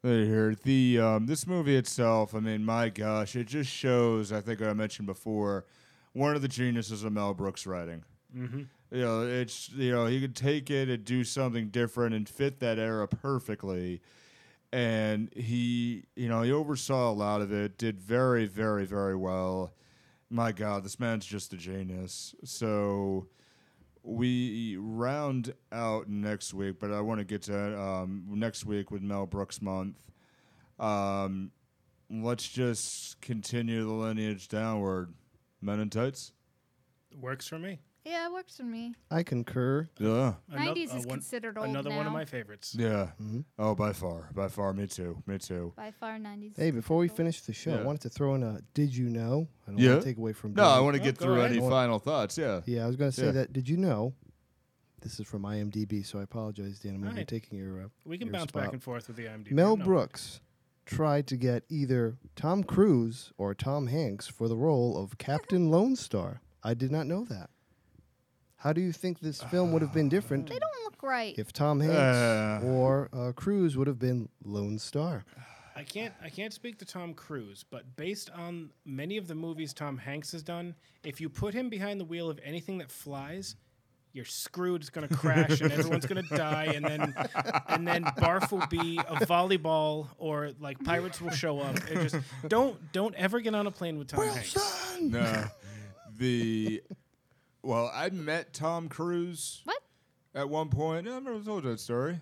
Speaker 4: There you heard. The um, this movie itself, I mean, my gosh, it just shows, I think I mentioned before, one of the geniuses of Mel Brooks writing. Mm-hmm. You know, it's you know, he could take it and do something different and fit that era perfectly. And he, you know, he oversaw a lot of it, did very, very, very well. My God, this man's just a genius. So, we round out next week, but I want to get to um, next week with Mel Brooks month. Um, let's just continue the lineage downward. Men in tights.
Speaker 7: Works for me.
Speaker 5: yeah, it works for me.
Speaker 6: I concur.
Speaker 4: Yeah,
Speaker 7: Ano-
Speaker 5: 90s
Speaker 7: uh,
Speaker 5: is
Speaker 7: one-
Speaker 5: considered old
Speaker 7: Another one of
Speaker 5: now.
Speaker 7: my favorites.
Speaker 4: yeah. Oh, by far, by far. Me too. Me too.
Speaker 5: By far, 90s.
Speaker 6: Hey, before we finish the show,
Speaker 4: Yeah.
Speaker 6: I wanted to throw in a "Did you know?" I don't
Speaker 4: Yeah.
Speaker 6: want to take away from.
Speaker 4: No, I
Speaker 6: Dylan.
Speaker 4: want to get
Speaker 7: go
Speaker 4: through
Speaker 7: ahead.
Speaker 4: any
Speaker 6: Go on.
Speaker 4: final thoughts. Yeah.
Speaker 6: Yeah, I was going to say
Speaker 4: Yeah.
Speaker 6: that. Did you know? This is from IMDb, so I apologize, Dan. I'm
Speaker 7: All
Speaker 6: overtaking
Speaker 7: right.
Speaker 6: taking your. Uh,
Speaker 7: We can
Speaker 6: your
Speaker 7: bounce back
Speaker 6: spot.
Speaker 7: and forth with the IMDb.
Speaker 6: Mel
Speaker 7: I'm not-
Speaker 6: Brooks tried to get either Tom Cruise or Tom Hanks for the role of Captain Lone Star. I did not know that. How do you think this film would have been different
Speaker 5: They don't look right.
Speaker 6: if Tom Hanks
Speaker 4: Uh.
Speaker 6: or uh, Cruise would have been Lone Star?
Speaker 7: I can't I can't speak to Tom Cruise, but based on many of the movies Tom Hanks has done, if you put him behind the wheel of anything that flies, you're screwed. It's gonna crash and everyone's gonna die, and then and then Barf will be a volleyball or like pirates will show up. It just don't don't ever get on a plane with Tom Hanks.
Speaker 4: No. the well, I met Tom Cruise.
Speaker 5: What?
Speaker 4: At one point, I've never told that story.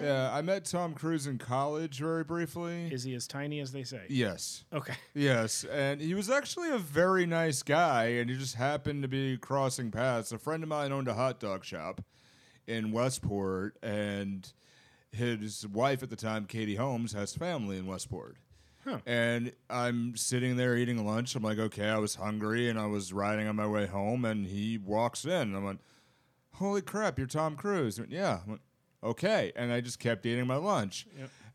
Speaker 4: Yeah, I met Tom Cruise in college very briefly.
Speaker 7: Is he as tiny as they say?
Speaker 4: yes.
Speaker 7: Okay.
Speaker 4: Yes, and he was actually a very nice guy, and he just happened to be crossing paths. A friend of mine owned a hot dog shop in Westport, and his wife at the time, Katie Holmes, has family in Westport. And I'm sitting there eating lunch. I'm like, okay, I was hungry, and I was riding on my way home, and he walks in. and I'm like, holy crap, you're Tom Cruise. He went, yeah. I went, okay. And I just kept eating my lunch.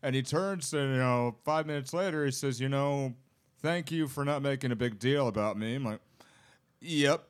Speaker 4: And he turns to, you know, five minutes later, he says, you know, thank you for not making a big deal about me. I'm like, yep.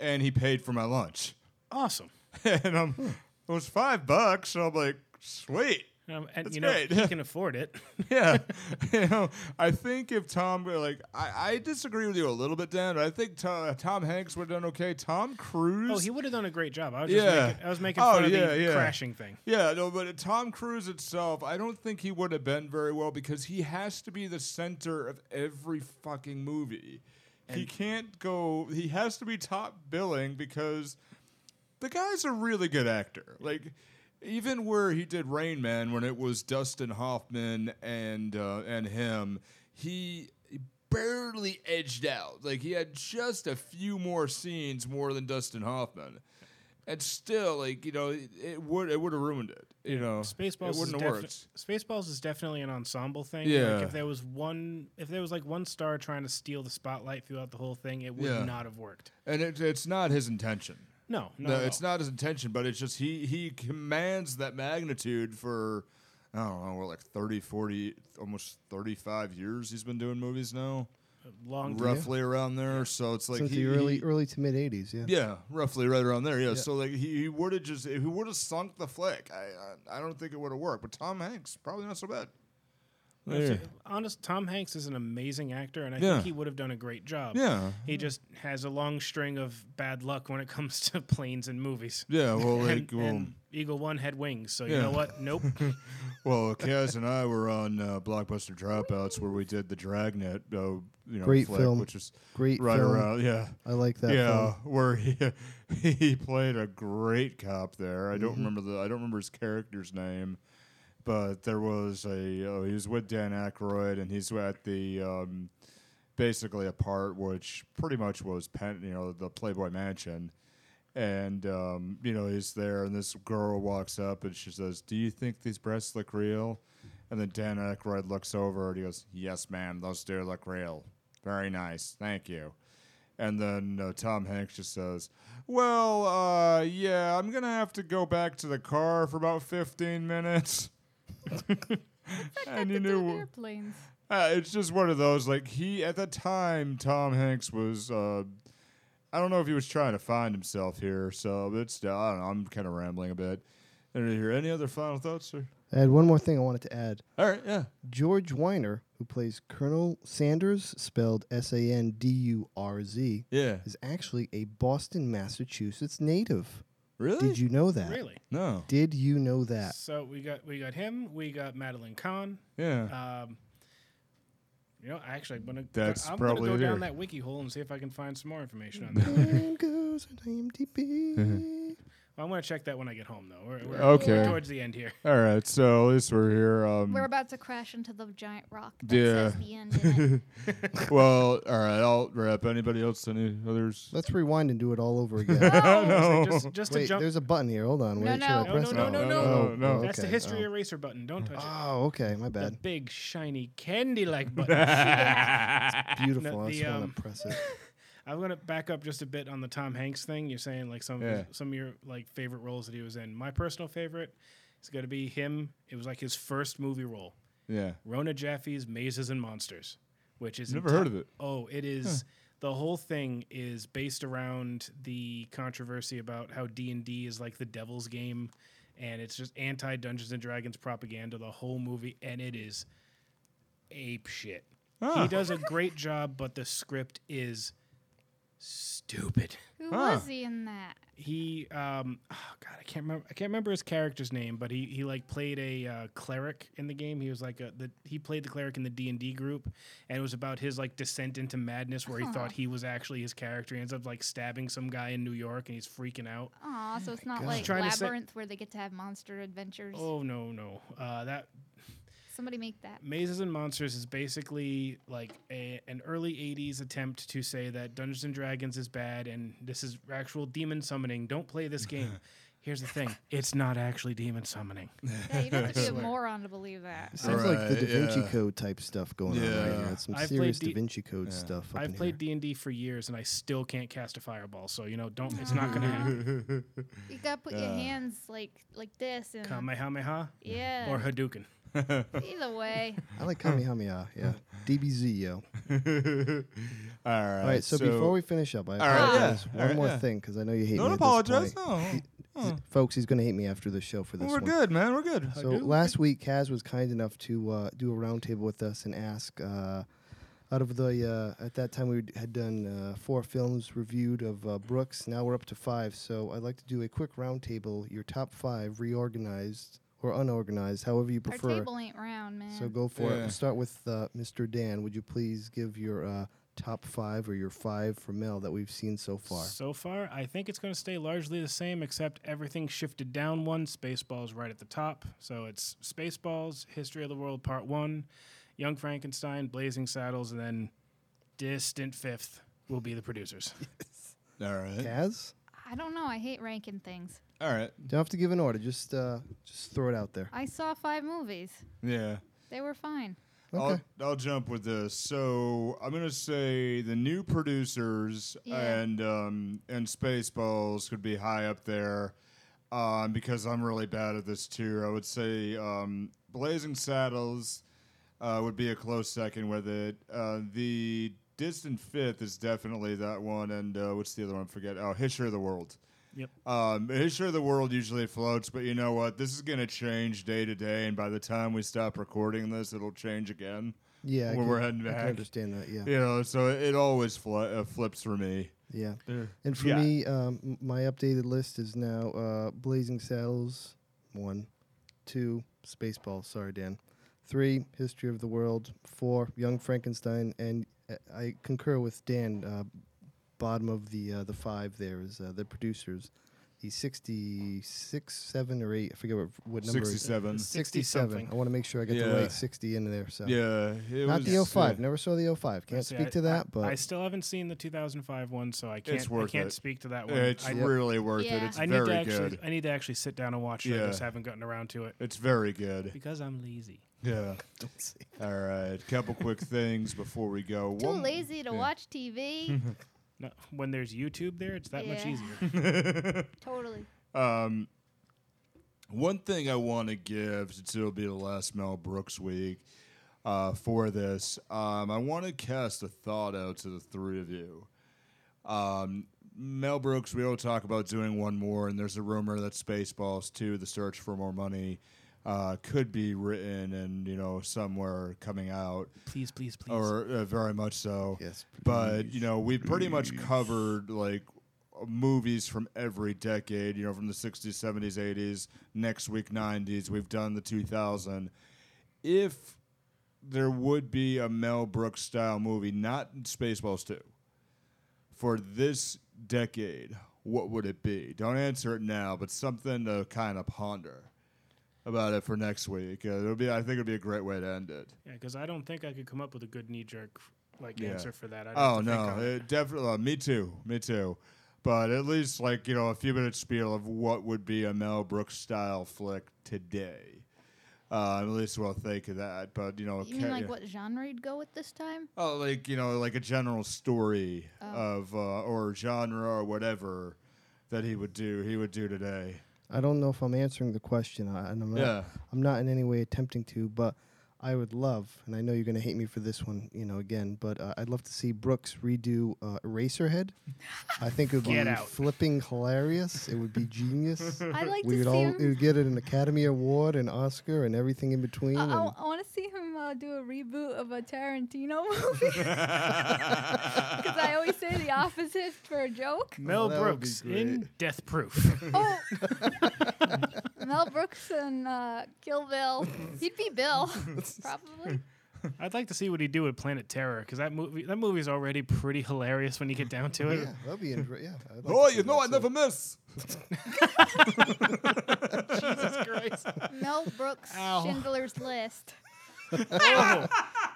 Speaker 4: And he paid for my lunch.
Speaker 7: Awesome.
Speaker 4: and I'm,
Speaker 7: Hmm.
Speaker 4: it was five bucks. So I'm like, sweet.
Speaker 7: Um, and
Speaker 4: That's
Speaker 7: you know
Speaker 4: great.
Speaker 7: he can afford it.
Speaker 4: Yeah, you know, I think if Tom like I, I disagree with you a little bit, Dan. But I think Tom, uh, Tom Hanks would have done okay. Tom Cruise.
Speaker 7: Oh, he would have done a great job. I was just
Speaker 4: Yeah.
Speaker 7: making, I was making
Speaker 4: Oh,
Speaker 7: fun of
Speaker 4: yeah,
Speaker 7: the
Speaker 4: yeah.
Speaker 7: crashing thing.
Speaker 4: Yeah, no, but Tom Cruise itself, I don't think he would have been very well because he has to be the center of every fucking movie. he can't go. He has to be top billing because the guy's a really good actor. Like even where he did Rain Man, when it was Dustin Hoffman and uh, and him, he barely edged out. Like he had just a few more scenes more than Dustin Hoffman. And still, like you know, it, it would it would have ruined it. You know,
Speaker 7: Spaceballs
Speaker 4: it
Speaker 7: is
Speaker 4: wouldn't have
Speaker 7: defi-
Speaker 4: worked.
Speaker 7: Spaceballs is definitely an ensemble thing.
Speaker 4: Yeah.
Speaker 7: Like if there was one, if there was like one star trying to steal the spotlight throughout the whole thing, it would
Speaker 4: Yeah.
Speaker 7: not have worked.
Speaker 4: And it, it's not his intention.
Speaker 7: No, no,
Speaker 4: No, it's not his intention, but it's just he he commands that magnitude for I don't know, what, like 30, 40, almost 35 years he's been doing movies now,
Speaker 7: long.
Speaker 4: roughly around there. So it's like
Speaker 6: Since
Speaker 4: he-
Speaker 6: the early
Speaker 4: he-
Speaker 6: early to mid '80s, yeah.
Speaker 4: yeah, roughly right around there. Yeah. So like he, he would have just he would have sunk the flick. I, I I don't think it would have worked. But Tom Hanks probably not so bad. There.
Speaker 7: Honest, Tom Hanks is an amazing actor, and I
Speaker 4: Yeah.
Speaker 7: think he would have done a great job.
Speaker 4: Yeah.
Speaker 7: He just has a long string of bad luck when it comes to planes and movies.
Speaker 4: Yeah, well,
Speaker 7: And,
Speaker 4: like, um, well,
Speaker 7: and Eagle One had wings, so you
Speaker 4: Yeah.
Speaker 7: know what? Nope.
Speaker 4: well, Kaz and I were on uh, Blockbuster Dropouts where we did the Dragnet, uh, you know,
Speaker 6: Great
Speaker 4: flick,
Speaker 6: film.
Speaker 4: which is
Speaker 6: Great
Speaker 4: right
Speaker 6: film.
Speaker 4: around, yeah,
Speaker 6: I like that.
Speaker 4: yeah,
Speaker 6: film.
Speaker 4: where he he played a great cop there. I don't remember the I don't remember his character's name, but there was a oh, he was with Dan Aykroyd, and he's at the um, basically a part which pretty much was pen, you know the Playboy Mansion. And um, you know he's there, and this girl walks up and she says, "Do you think these breasts look real?" And then Dan Aykroyd looks over and he goes, "Yes, ma'am, those do look real. Very nice, thank you." And then uh, Tom Hanks just says, Well, uh, yeah, I'm going to have to go back to the car for about 15 minutes. and you knew
Speaker 8: airplanes.
Speaker 4: uh, it's just one of those. Like, he, at the time, Tom Hanks was, uh, I don't know if he was trying to find himself here. So it's, I don't know, I'm kind of rambling a bit. I don't hear any other final thoughts, sir?
Speaker 6: I had one more thing I wanted to add.
Speaker 4: All right, yeah.
Speaker 6: George Weiner, who plays Colonel Sanders, spelled S A N D U R Z,
Speaker 4: Yeah.
Speaker 6: is actually a Boston, Massachusetts native.
Speaker 4: Really?
Speaker 6: Did you know that?
Speaker 7: really?
Speaker 4: No.
Speaker 6: Did you know that?
Speaker 7: So we got we got him. We got Madeline Kahn.
Speaker 4: Yeah.
Speaker 7: Um, you know, actually, I'm gonna
Speaker 4: That's
Speaker 7: I'm
Speaker 4: probably
Speaker 7: gonna go
Speaker 4: there.
Speaker 7: down that wiki hole and see if I can find some more information on that.
Speaker 6: Down goes an
Speaker 4: Mm-hmm.
Speaker 6: IMDb.
Speaker 7: I'm gonna check that when I get home, though. We're, we're,
Speaker 4: Okay.
Speaker 7: we're towards the end here.
Speaker 4: All right, so at least we're here. Um,
Speaker 8: We're about to crash into the giant rock that says
Speaker 4: Yeah.
Speaker 8: the end. In it.
Speaker 4: well, all right, I'll wrap. Anybody else? Any others?
Speaker 6: Let's rewind and do it all over again.
Speaker 5: Oh,
Speaker 7: no. Just, just to
Speaker 6: Wait,
Speaker 7: jump.
Speaker 6: there's a button here. Hold on.
Speaker 8: No,
Speaker 6: Wait, should
Speaker 8: no.
Speaker 6: I
Speaker 8: No,
Speaker 6: press
Speaker 7: no,
Speaker 6: it?
Speaker 7: no, no,
Speaker 4: no, no.
Speaker 7: That's the
Speaker 6: okay,
Speaker 7: history
Speaker 6: oh.
Speaker 7: eraser button. Don't touch it.
Speaker 6: Oh, okay. My
Speaker 7: The
Speaker 6: bad.
Speaker 7: big shiny candy-like button.
Speaker 6: Beautiful.
Speaker 7: no,
Speaker 6: I just
Speaker 7: the,
Speaker 6: want
Speaker 7: um,
Speaker 6: to press it.
Speaker 7: I'm gonna back up just a bit on the Tom Hanks thing. You're saying like some of
Speaker 4: Yeah.
Speaker 7: his, some of your like favorite roles that he was in. My personal favorite is gonna be him. It was like his first movie role,
Speaker 4: Yeah.
Speaker 7: Rona Jaffe's Mazes and Monsters, which is
Speaker 4: Never
Speaker 7: enti-
Speaker 4: heard of it.
Speaker 7: Oh, it is. The whole thing is based around the controversy about how D and D is like the devil's game, and it's just anti Dungeons and Dragons propaganda. The whole movie, and it is ape shit. He does a great job, but the script is stupid.
Speaker 8: Who was he in that?
Speaker 7: He, um, oh God, I can't remember. I can't remember his character's name, but he he like played a uh, cleric in the game. He was like a the, he played the cleric in the D and D group, and it was about his like descent into madness, where he thought he was actually his character. He ends up like stabbing some guy in New York, and he's freaking out.
Speaker 8: Aw, so it's not like
Speaker 7: Trying to say-
Speaker 8: Labyrinth where they get to have monster adventures.
Speaker 7: Oh no, no, uh, that
Speaker 8: Somebody make that.
Speaker 7: Mazes and Monsters is basically like a, an early 80s attempt to say that Dungeons and Dragons is bad and this is actual demon summoning. Don't play this game. Here's the thing it's not actually demon summoning.
Speaker 8: Yeah, you'd have to be a moron to believe that.
Speaker 6: Sounds like the
Speaker 4: Right,
Speaker 6: Da Vinci
Speaker 4: yeah.
Speaker 6: Code type stuff going on right
Speaker 4: Yeah.
Speaker 6: here. It's some
Speaker 7: I've played
Speaker 6: serious
Speaker 7: D-
Speaker 6: Da Vinci Code stuff. Up
Speaker 7: I've
Speaker 6: in
Speaker 7: played
Speaker 6: here.
Speaker 7: D&D for years and I still can't cast a fireball. So, you know, don't it's not going to happen.
Speaker 8: Uh-huh. You gotta put your hands like like this and
Speaker 7: Kamehameha
Speaker 8: yeah.
Speaker 7: or Hadouken.
Speaker 8: either way,
Speaker 6: I like Kamehameha. Yeah, DBZ yo.
Speaker 4: All right.
Speaker 6: All right, so, before we finish up, I apologize. One more thing, because I know you hate
Speaker 4: don't
Speaker 6: me. at this
Speaker 4: apologize.
Speaker 6: point.
Speaker 4: No,
Speaker 6: folks. He's gonna hate me after the show for this.
Speaker 4: we're
Speaker 6: one.
Speaker 4: good, man. We're good.
Speaker 6: So last week, Kaz was kind enough to uh, do a roundtable with us and ask. Uh, out of the uh, at that time we had done uh, four films reviewed of uh, Brooks. Now we're up to five. So I'd like to do a quick roundtable. Your top five, reorganized or unorganized, however you
Speaker 8: our
Speaker 6: prefer.
Speaker 8: table ain't round, man.
Speaker 6: So go for it.
Speaker 4: Yeah.
Speaker 6: We'll start with uh, Mr. Dan. Would you please give your uh, top five or your five for Mel that we've seen so far?
Speaker 7: So far, I think it's going to stay largely the same, except everything shifted down one. Spaceballs right at the top. So it's Spaceballs, History of the World Part 1, Young Frankenstein, Blazing Saddles, and then distant fifth will be the producers.
Speaker 4: All right.
Speaker 6: Kaz,
Speaker 8: I don't know. I hate ranking things.
Speaker 4: All right.
Speaker 6: don't have to give an order. Just uh, just throw it out there.
Speaker 8: I saw five movies.
Speaker 4: Yeah.
Speaker 8: They were fine.
Speaker 6: Okay.
Speaker 4: I'll, I'll jump with this. So I'm gonna say the new producers
Speaker 8: Yeah.
Speaker 4: and um, and Spaceballs could be high up there, um, because I'm really bad at this too. I would say um, Blazing Saddles uh, would be a close second with it. Uh, the distant fifth is definitely that one, and uh, what's the other one? I forget. Oh, History of the World.
Speaker 7: Yep.
Speaker 4: Um, and sure, the world usually floats, but you know what? This is going to change day to day, and by the time we stop recording this, it'll change again.
Speaker 6: Yeah, I
Speaker 4: when we're
Speaker 6: can-
Speaker 4: heading
Speaker 6: I
Speaker 4: back.
Speaker 6: can understand that. Yeah,
Speaker 4: You know, so it always fl- uh, flips for me.
Speaker 6: yeah. And
Speaker 4: Mm.
Speaker 6: for
Speaker 4: Yeah.
Speaker 6: me, um, m- my updated list is now uh, Blazing Saddles one, two, Spaceballs. Sorry, Dan. Three, History of the World. Four, Young Frankenstein. And uh, I concur with Dan. Uh, bottom of the uh, the five there is uh, the producers. He's 66, 7, or 8. I forget what, what number it is.
Speaker 4: 67.
Speaker 6: 67. I want to make sure I get
Speaker 4: Yeah.
Speaker 6: the right 60 in there. So
Speaker 4: Yeah. It
Speaker 6: Not
Speaker 4: was,
Speaker 6: the 05.
Speaker 4: yeah.
Speaker 6: Never saw the 05. Can't
Speaker 7: See,
Speaker 6: speak
Speaker 7: I-
Speaker 6: to that,
Speaker 7: I-
Speaker 6: but
Speaker 7: I still haven't seen the 2005 one, so I can't.
Speaker 4: worth
Speaker 7: I can't
Speaker 4: it.
Speaker 7: speak to that one.
Speaker 4: It's
Speaker 7: I,
Speaker 4: really worth it.
Speaker 8: Yeah.
Speaker 4: It's
Speaker 7: I need to
Speaker 4: very
Speaker 7: actually.
Speaker 4: good.
Speaker 7: I need to actually sit down and watch it.
Speaker 4: Yeah.
Speaker 7: I just haven't gotten around to it
Speaker 4: It's very good.
Speaker 7: because I'm lazy.
Speaker 4: Yeah.
Speaker 6: don't see.
Speaker 4: All right. Couple quick things before we go.
Speaker 8: Too
Speaker 4: One-
Speaker 8: lazy to
Speaker 4: yeah.
Speaker 8: watch TV.
Speaker 7: No, when there's YouTube there, it's that much
Speaker 8: Yeah.
Speaker 7: easier.
Speaker 8: totally.
Speaker 4: Um, one thing I want to give, since it'll be the last Mel Brooks week uh, for this, um, I want to cast a thought out to the three of you. Um, Mel Brooks, we all talk about doing one more, and there's a rumor that Spaceballs 2, The Search for More Money, uh, could be written and, you know, somewhere coming out,
Speaker 7: Please, please, please.
Speaker 4: or uh, very much so
Speaker 6: Yes.
Speaker 4: but you know we pretty much covered like movies from every decade you know from the 60s 70s 80s next week 90s we've done the 2000 if there would be a mel brooks style movie not spaceballs 2 for this decade what would it be don't answer it now but something to kind of ponder about it for next week Uh, it'll be i think it'd be a great way to end it
Speaker 7: yeah, because I don't think I could come up with a good knee jerk like
Speaker 4: Yeah.
Speaker 7: answer for that. I'd have
Speaker 4: Oh
Speaker 7: to think
Speaker 4: no,
Speaker 7: on it.
Speaker 4: it definitely. uh, me too. Me too. But at least like you know a few minutes spiel of what would be a Mel Brooks style flick today. Uh, at least we'll think of that. But you know,
Speaker 8: You mean
Speaker 4: ca-
Speaker 8: like
Speaker 4: yeah.
Speaker 8: what genre you'd go with this time?
Speaker 4: Oh, like you know, like a general story
Speaker 8: Oh.
Speaker 4: of uh, or genre or whatever that he would do. He would do today.
Speaker 6: I don't know if I'm answering the question, I, and I'm not,
Speaker 4: Yeah.
Speaker 6: I'm not in any way attempting to, but I would love, and I know you're going to hate me for this one, you know, again, but uh, I'd love to see Brooks redo uh, Eraserhead. I think it would
Speaker 7: Get
Speaker 6: be
Speaker 7: out.
Speaker 6: flipping hilarious. It would be genius.
Speaker 8: I'd like
Speaker 6: we
Speaker 8: to
Speaker 6: would
Speaker 8: see
Speaker 6: all
Speaker 8: him.
Speaker 6: we would get an Academy Award, an Oscar, and everything in between.
Speaker 8: I,
Speaker 6: and
Speaker 8: want to see him uh, do a reboot of a Tarantino movie. Because I always say the opposite for a joke.
Speaker 7: Mel
Speaker 6: that would be
Speaker 7: Brooks in Death Proof.
Speaker 8: Oh, Mel Brooks and uh, Kill Bill. He'd be Bill, probably.
Speaker 7: I'd like to see what he would do with Planet Terror because that movie that movie's already pretty hilarious when you get down to it.
Speaker 6: yeah, that'd be in, yeah. I'd like
Speaker 9: Oh,
Speaker 6: to see
Speaker 9: you know
Speaker 6: that
Speaker 9: I
Speaker 6: too.
Speaker 9: never miss.
Speaker 8: Mel Brooks,
Speaker 7: Ow.
Speaker 8: Schindler's List.
Speaker 7: Oh,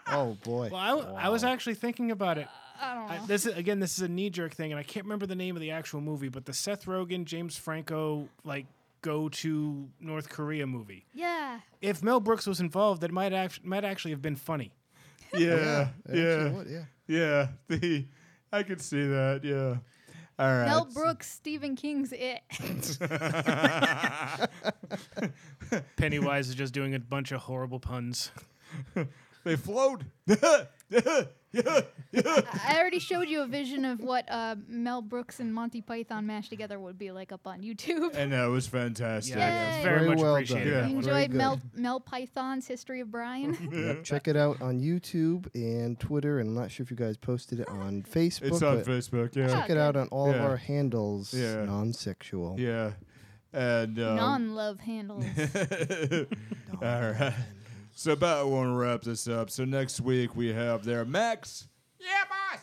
Speaker 6: Oh boy.
Speaker 7: well, I, w- I was actually thinking about it.
Speaker 8: I don't know.
Speaker 7: I, this is, again, this is a knee jerk thing, and I can't remember the name of the actual movie, but the Seth Rogen, James Franco, like go to North Korea movie.
Speaker 8: yeah.
Speaker 7: If Mel Brooks was involved, that might act- might actually have been funny.
Speaker 4: Yeah,
Speaker 6: Actually,
Speaker 4: yeah,
Speaker 6: what? Yeah.
Speaker 4: yeah. The I could see that. Yeah. All right.
Speaker 8: Mel Brooks, Stephen King's It.
Speaker 7: Pennywise is just doing a bunch of horrible puns.
Speaker 4: They float.
Speaker 8: I already showed you a vision of what uh, Mel Brooks and Monty Python mashed together would be like up on YouTube.
Speaker 4: And that was fantastic.
Speaker 7: Yeah,
Speaker 8: Yay.
Speaker 7: very,
Speaker 6: Very
Speaker 7: much
Speaker 6: well
Speaker 7: appreciated.
Speaker 6: done.
Speaker 7: that
Speaker 8: you
Speaker 7: one.
Speaker 6: very
Speaker 8: enjoyed
Speaker 6: good.
Speaker 8: Mel, Mel Python's History of Brian?
Speaker 6: Yep, check it out on YouTube and Twitter, and I'm not sure if you guys posted it on Facebook.
Speaker 4: It's on
Speaker 6: but-
Speaker 4: Facebook. Yeah.
Speaker 6: check it out on all of
Speaker 4: Yeah.
Speaker 6: our handles.
Speaker 4: Yeah.
Speaker 6: Non-sexual.
Speaker 4: Yeah. And um,
Speaker 8: Non love handles.
Speaker 4: all right. So about want to wrap this up. So next week we have there Max.
Speaker 10: Yeah, boss.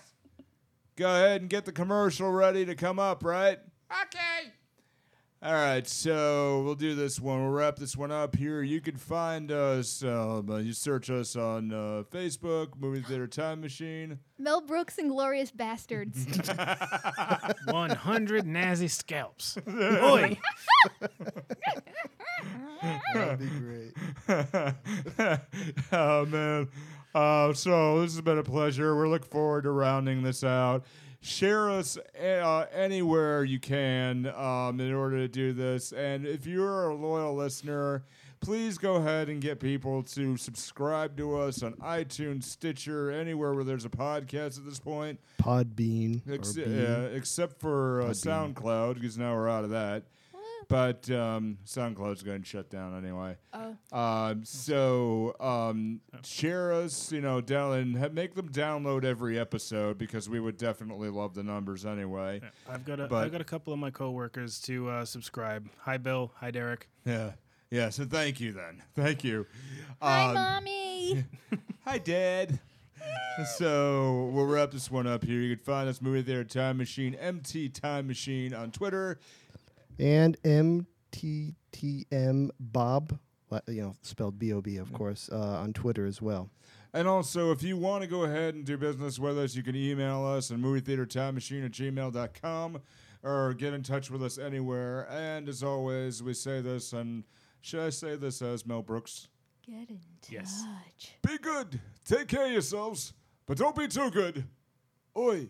Speaker 4: Go ahead and get the commercial ready to come up, right?
Speaker 10: Okay.
Speaker 4: All right, so we'll do this one. We'll wrap this one up here. You can find us. Um, uh, you search us on uh, Facebook, Movie Theater Time Machine.
Speaker 8: Mel Brooks and Glorious Bastards.
Speaker 7: 100 Nazi scalps. Oi.
Speaker 6: That'd be great.
Speaker 4: oh man. Uh, so this has been a pleasure. We're looking forward to rounding this out. Share us uh, anywhere you can um, in order to do this. And if you're a loyal listener, please go ahead and get people to subscribe to us on iTunes, Stitcher, anywhere where there's a podcast at this point.
Speaker 6: Podbean. or
Speaker 4: Ex-
Speaker 6: Bean.
Speaker 4: yeah, except for uh, SoundCloud, because now we're out of that. But um, SoundCloud's going to shut down anyway. Oh. Um, so um, share us, you know, down and ha- make them download every episode because we would definitely love the numbers anyway.
Speaker 7: I've got a,
Speaker 4: But-
Speaker 7: I've got a couple of my coworkers to uh, subscribe. Hi Bill. Hi Derek.
Speaker 4: Yeah. Yeah. So thank you then. Thank you. Um,
Speaker 8: Hi, mommy.
Speaker 4: Hi, Dad. so we'll wrap this one up here. You can find us movie theater time machine, MT Time Machine on Twitter.
Speaker 6: And MTTM Bob, la- you know, spelled B O B,
Speaker 4: Mm.
Speaker 6: of course, uh, on Twitter as well.
Speaker 4: And also, if you want to go ahead and do business with us, you can email us at movie theater time machine at gmail.com or get in touch with us anywhere. And as always, we say this, and should I say this as Mel Brooks?
Speaker 8: Get in touch.
Speaker 7: Yes.
Speaker 9: Be good. Take care of yourselves, but don't be too good. Oi.